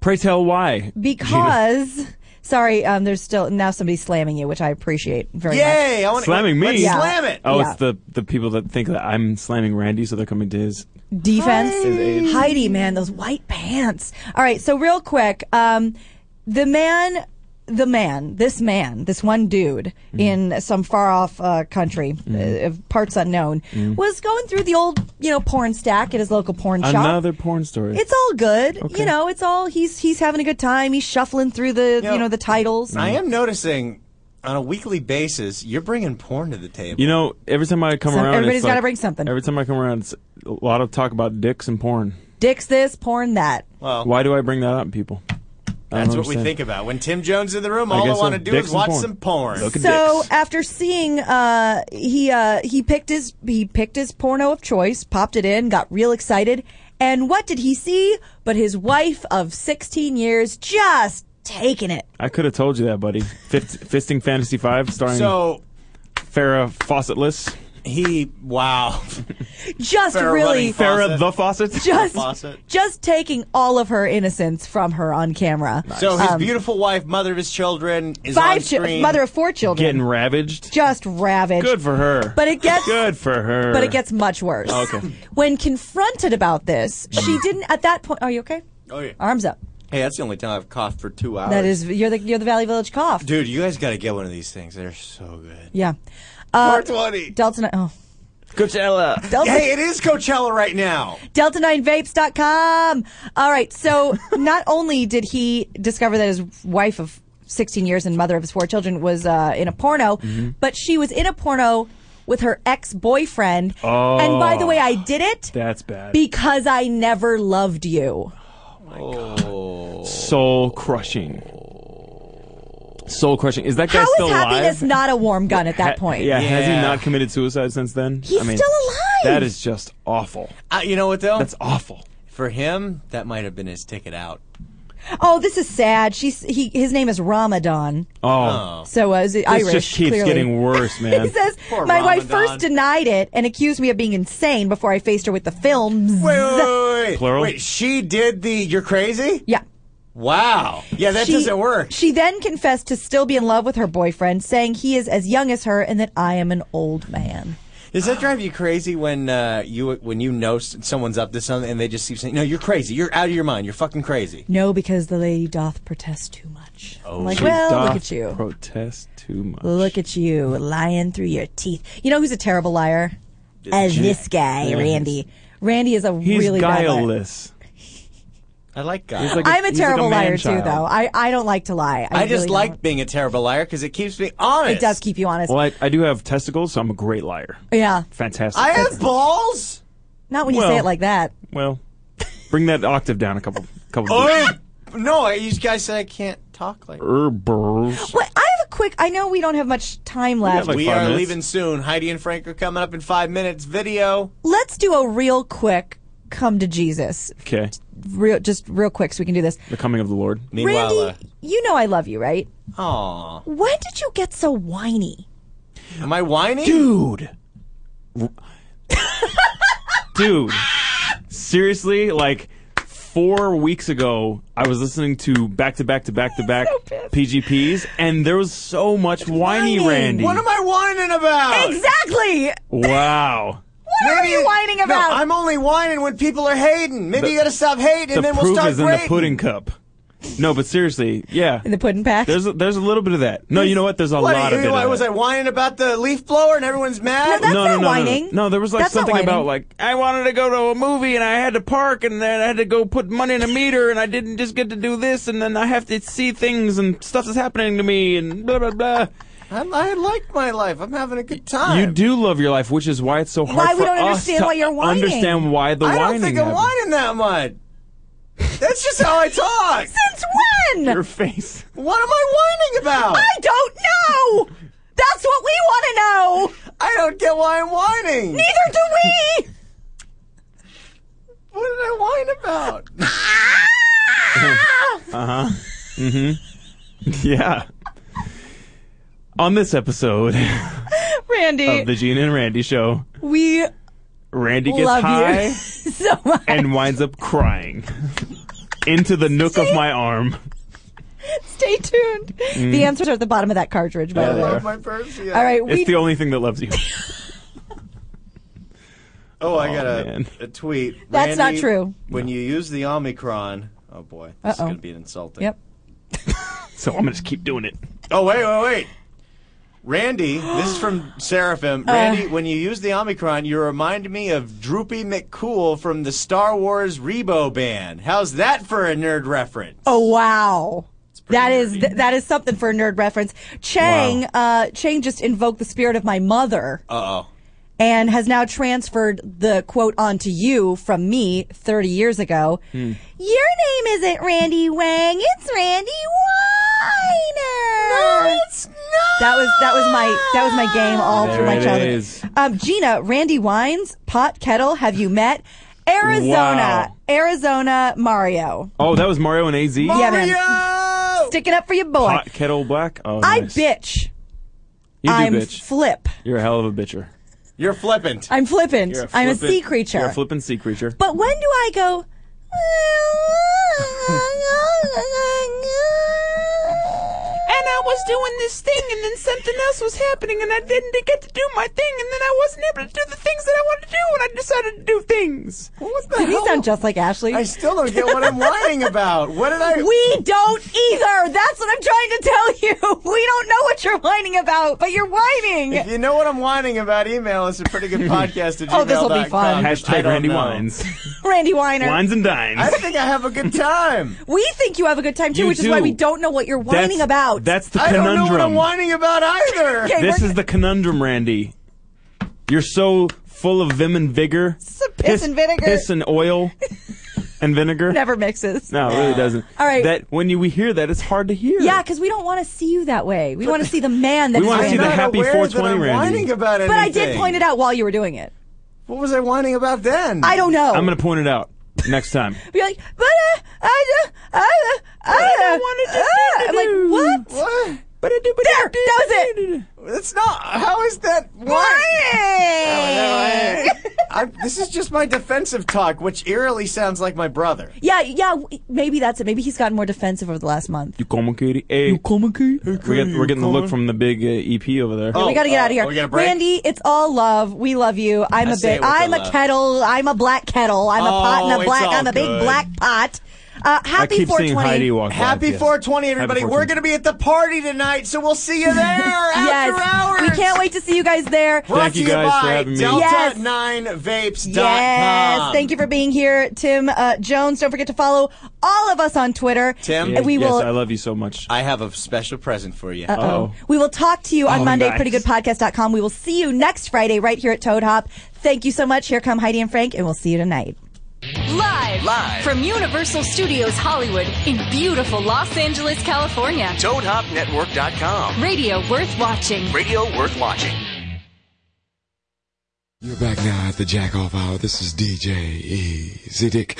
E: Pray tell why? <laughs>
C: because sorry, um, there's still now somebody slamming you, which I appreciate very much.
D: Yay! I
E: Gina.
D: want
E: slamming me.
D: Let's
C: Yeah.
D: Slam it.
E: Oh,
C: Yeah.
E: it's the the people that think that I'm slamming Randy, so they're coming to his.
C: Defense,
E: His age.
C: Heidi, man, those white pants. All right, so real quick, um, the man the man, this man, this one dude
D: Mm-hmm.
C: in some far off uh, country, uh, parts unknown,
D: Mm-hmm.
E: Mm.
C: was going through the old, you know, porn stack at his local porn shop.
E: Another porn story.
C: It's all good,
E: Okay.
C: you know. It's all he's he's having a good time. He's shuffling through the
D: Yeah.
C: you know the titles.
D: I am noticing on a weekly basis, you're bringing porn to the table.
E: You know, every time I come
C: Some-
E: around,
C: everybody's
E: it's
C: gotta
E: like-
C: bring something.
E: Every time I come around, it's a lot of talk about dicks and porn.
C: Dicks this, porn that.
E: Why do I bring that up, people? I don't
D: That's what we
E: understand.
D: think about. When Tim Jones is in the room,
E: I
D: all I,
E: guess so.
D: want to do
E: Dicks
D: is
E: and
D: watch
E: porn.
D: some porn.
E: Look at
C: So after seeing, uh, he uh, he picked his he picked his porno of choice, popped it in, got real excited, and what did he see? But his wife of 16 years just taking it.
E: I could have told you that, buddy.
D: <laughs>
E: Fist, Fisting Fantasy Five, starring
D: So-
E: Farrah Fawcetless.
D: He wow,
C: Just
E: Farrah
C: really
E: Running Fawcett. Farrah the Fawcett?
C: <laughs> Just
D: The Fawcett.
C: just taking all of her innocence from her on camera.
D: So his
C: Um,
D: beautiful wife, mother of his children, is on
C: five chi-
D: screen.
C: mother of four children
E: Getting ravaged.
C: just ravaged.
E: Good for her.
C: But it gets-
E: good for her.
C: But it gets much worse.
E: Okay.
C: When confronted about this, she didn't at that point. Are you okay?
D: Oh yeah.
C: Arms up.
D: Hey, that's the only time I've coughed for two hours.
C: That is you're the you're the Valley Village cough.
D: dude. You guys got to get one of these things. They're so good.
C: Yeah. Uh,
D: 420.
C: Delta Nine. Oh.
D: Coachella.
C: Delta-
D: Hey, it is Coachella right now.
C: Delta9vapes.com. All right. So not only did he discover that his wife of 16 years and mother of his four children was uh, in a porno,
G: Mhm.
C: but she was in a porno with her ex boyfriend.
E: Oh.
C: And by the way, I did it
E: That's bad.
C: because I never loved you.
E: Soul crushing. Soul crushing. Is that guy
C: How is
E: still alive?
C: happiness not a warm gun at that
E: Ha-
C: point?
E: Yeah, has he not committed suicide since then?
C: He's still alive.
E: That is just awful.
D: Uh, you know what though?
E: That's awful.
D: For him, that might have been his ticket out.
C: Oh, this is sad. She's he. His name is Ramadan.
E: Oh.
C: So uh, is it
E: This
C: Irish?
E: just keeps
C: clearly.
E: getting
C: <laughs>
E: worse, man.
C: he says,
E: Poor
C: "My wife
E: Ramadan."
C: first denied it and accused me of being insane before I faced her with the films."
D: Wait, wait, wait, wait.
E: Plural?
D: Wait, she did the. You're crazy.
C: Yeah.
D: Wow. Yeah, that
C: She-
D: doesn't work.
C: She then confessed to still be in love with her boyfriend, saying he is as young as her and that I am an old man.
D: Does that drive you crazy when uh, you when you know s- someone's up to something and they just keep saying, "No, you're crazy. You're out of your mind. You're fucking crazy."
C: No, because the lady doth protest too much. I'm like,
E: Oh, She
C: well, look
E: doth
C: at you.
E: Protest too much.
C: Look at you lying through your teeth. You know who's a terrible liar? Uh,
E: Jack.
C: this guy,
E: Yeah.
C: Randy. Randy is a
E: He's
C: really bad liar.
E: guileless.
D: I like
E: He's
D: guys.
E: like
C: I'm a
E: he's like
C: terrible liar
E: man-child.
C: too, though. I, I don't like to lie. I,
D: I, just
C: really
D: like being a terrible liar because it keeps me
C: don't.
D: honest.
C: It does keep you honest.
E: Well, I, I do have testicles, so I'm a great liar.
C: Yeah,
E: Fantastic.
D: I have balls.
C: not when you
E: Well-
C: say it like that.
E: Well, bring that octave down a couple couple.
D: Oh, no, you guys said I can't talk like.
E: Herbers.
C: What I have a quick. I know we don't have much time left.
D: we are leaving soon. Heidi and Frank are coming up in five minutes. Video.
C: Let's do a real quick come to Jesus.
E: Okay.
C: Real, just real quick, so we can do this.
E: The coming of the Lord.
C: Meanwhile, Randy- You know I love you, right?
D: uh, Aw.
C: When did you get so whiny?
D: Am I whiny?
E: Dude. Dude. Seriously, like four weeks ago, I was listening to back to back to back to back PGPs, and there was so much whiny, Randy.
D: What am I whining about?
C: Exactly.
E: wow.
C: What are you whining about?
D: No, I'm only whining when people are hating. Maybe you got to stop hating,
E: The
D: and then
E: proof
D: we'll start
E: is in
D: rating.
E: the pudding cup. No, but seriously, yeah. In
C: the pudding pack.
E: There's a, there's a little bit of that. No, you know what? There's a
D: What,
E: lot of
D: you-
E: it.
D: why was I whining about the leaf blower and everyone's mad?
E: no, no, no, no, No, No, there was like
D: That's not
E: something about
D: whining.
E: like I wanted to go to a movie and I had to park and then I had to go put money in a meter and I didn't just get to do this and then I have to see things and stuff is happening to me and blah blah blah.
D: I, I like my life. I'm having a good time.
E: You do love your life, which is why it's so hard
D: Why we
E: for
D: don't
E: us
D: understand
E: to
D: why you're whining.
E: Understand why the
D: I
E: whining.
D: don't think I'm
E: happened.
D: whining that much. That's just how I talk.
C: Since when?
E: Your face. <laughs>
D: What am I whining about?
C: I don't know. That's what we want to know.
D: I don't get why I'm whining.
C: Neither do we.
D: What did I whine about?
E: Uh huh. Mm-hmm. Yeah. On this episode
C: Randy,
E: of Oh, the Gene and Randy show,
C: we
E: Randy gets
C: love
E: high.
C: you <laughs> so much.
E: and winds up
D: <laughs>
E: crying into the nook of my arm.
C: Stay tuned.
E: Mm.
C: The answers are at the bottom of that cartridge, by
E: Yeah,
C: the
E: they
C: way.
E: are.
C: All right, we
E: it's the only thing that loves you. <laughs>
D: Oh, I got a, a tweet.
C: That's not true.
D: When you use the Omicron, oh boy, this is
C: Uh-oh.
D: going to be insulting.
C: Yep.
E: So I'm gonna just keep doing it.
D: Oh wait, wait, wait. Randy, this
C: <gasps>
D: is from Seraphim.
C: Uh.
D: Randy, when you use the Omicron, you remind me of Droopy McCool from the Star Wars Rebo Band. How's that for a nerd reference?
C: Oh wow. That is th- that is something for a nerd reference. Chang uh, Chang just invoked the spirit of my mother
D: Uh oh.
C: and has now transferred the quote onto you from me 30 years ago.
E: Hmm.
C: Your name isn't Randy Wang, it's Randy Weiner. No, it's not. That was that was my that was my game all
E: There
C: through my
E: it
C: childhood.
E: is.
C: Um, Gina, Randy Wines, pot kettle, have you met? Arizona,
E: Wow.
C: Arizona, Mario.
E: Oh, that was Mario and AZ.
C: Yeah, man. Sticking up for your boy.
E: Hot kettle black. Oh,
C: I
E: nice.
C: bitch.
E: You do
C: I'm
E: bitch.
C: flip.
E: You're a hell of a bitcher.
D: You're flippant.
C: I'm flippant. I'm a sea creature.
E: You're a flippant sea creature.
C: But when do I
E: <laughs>
C: go?
L: And I was doing this thing, and then something else was happening, and I didn't get to do my thing, and then I wasn't able to do the things that I wanted to do, and I decided to do things.
D: What
C: Did he sound just like Ashley? I
D: still don't get what I'm whining about. What did
C: <laughs>
D: I?
C: We don't either. That's what I'm trying to tell <laughs> you. We don't know what you're whining about, but you're whining.
D: If you know what I'm whining about, email us at prettygoodpodcast
C: <laughs>
D: at
C: Oh, this'll be fun.
E: Hashtag Randy Wines.
C: Randy Weiner.
E: Wines and dines.
D: I think I have a good time.
C: We think you have a good time too,
E: You
C: which is why
E: do.
C: we don't know what you're
E: That's-
C: whining about.
E: that's <laughs> the I don't know what I'm conundrum.
D: whining about either.
C: <laughs>
E: this is the conundrum, Randy. You're so full of vim and vigor.
C: piss and vinegar.
E: Piss and oil and vinegar.
C: never mixes.
E: No, it really doesn't.
C: All right.
E: That when you, we hear that, it's hard to hear.
C: Yeah, because we don't want to see you that way. We want to see the man that
E: We
C: is
E: wanna see
C: doing
E: the
C: it.
E: happy
D: aware
E: 420
D: that I'm
E: Randy.
D: whining about
C: But I did
D: anything.
C: point it out while you were doing it.
D: What was I whining about then?
C: I don't know.
E: I'm gonna point it out next time.
C: be like, but uh, I just, I, uh, I, don't want to do. I'm like, what?
D: What?
C: But I do. But there, that was it.
D: That's not. How is that
C: whining?
D: I, this is just my defensive talk, which eerily sounds like my brother.
C: <laughs> Yeah, yeah. w- Maybe that's it. Maybe he's gotten more defensive over the last month.
E: You coming, Katie? Hey, you coming, Katie? We got, we're getting the look from the big uh, EP over there.
C: Yeah, we got to get out of here. Randy, it's all love. We love you. I'm
E: I
C: a
E: say
C: bit.
E: it with
C: I'm
E: the
C: a
E: love.
C: kettle. I'm a black kettle. I'm a pot
D: Oh,
C: and a
D: it's
C: black.
D: all
C: I'm a big
D: good.
C: black pot. Uh, happy 420.
D: Happy 420, everybody. We're going to be at the party tonight, so we'll see you there
C: <laughs>
D: after
C: yes.
D: hours.
C: We can't wait to see you guys there.
D: Brought to you, by
C: Yes.
D: Delta9Vapes.com.
C: Yes, thank you for being here, Tim uh, Jones. Don't forget to follow all of us on Twitter.
D: Tim,
C: And we will.
E: love you so much.
D: I have a special present for you.
C: Uh-oh. We will talk to you on
D: Oh,
C: Monday,
D: nice.
C: prettygoodpodcast.com. We will see you next Friday right here at Toad Hop. Thank you so much. Here come Heidi and Frank, and we'll see you tonight.
M: Live, Live from Universal Studios Hollywood in beautiful Los Angeles, California.
A: ToadHopNetwork.com.
M: Radio worth watching.
A: Radio worth watching.
O: You're back now at the Jack Off Hour. This is DJ Easy Dick.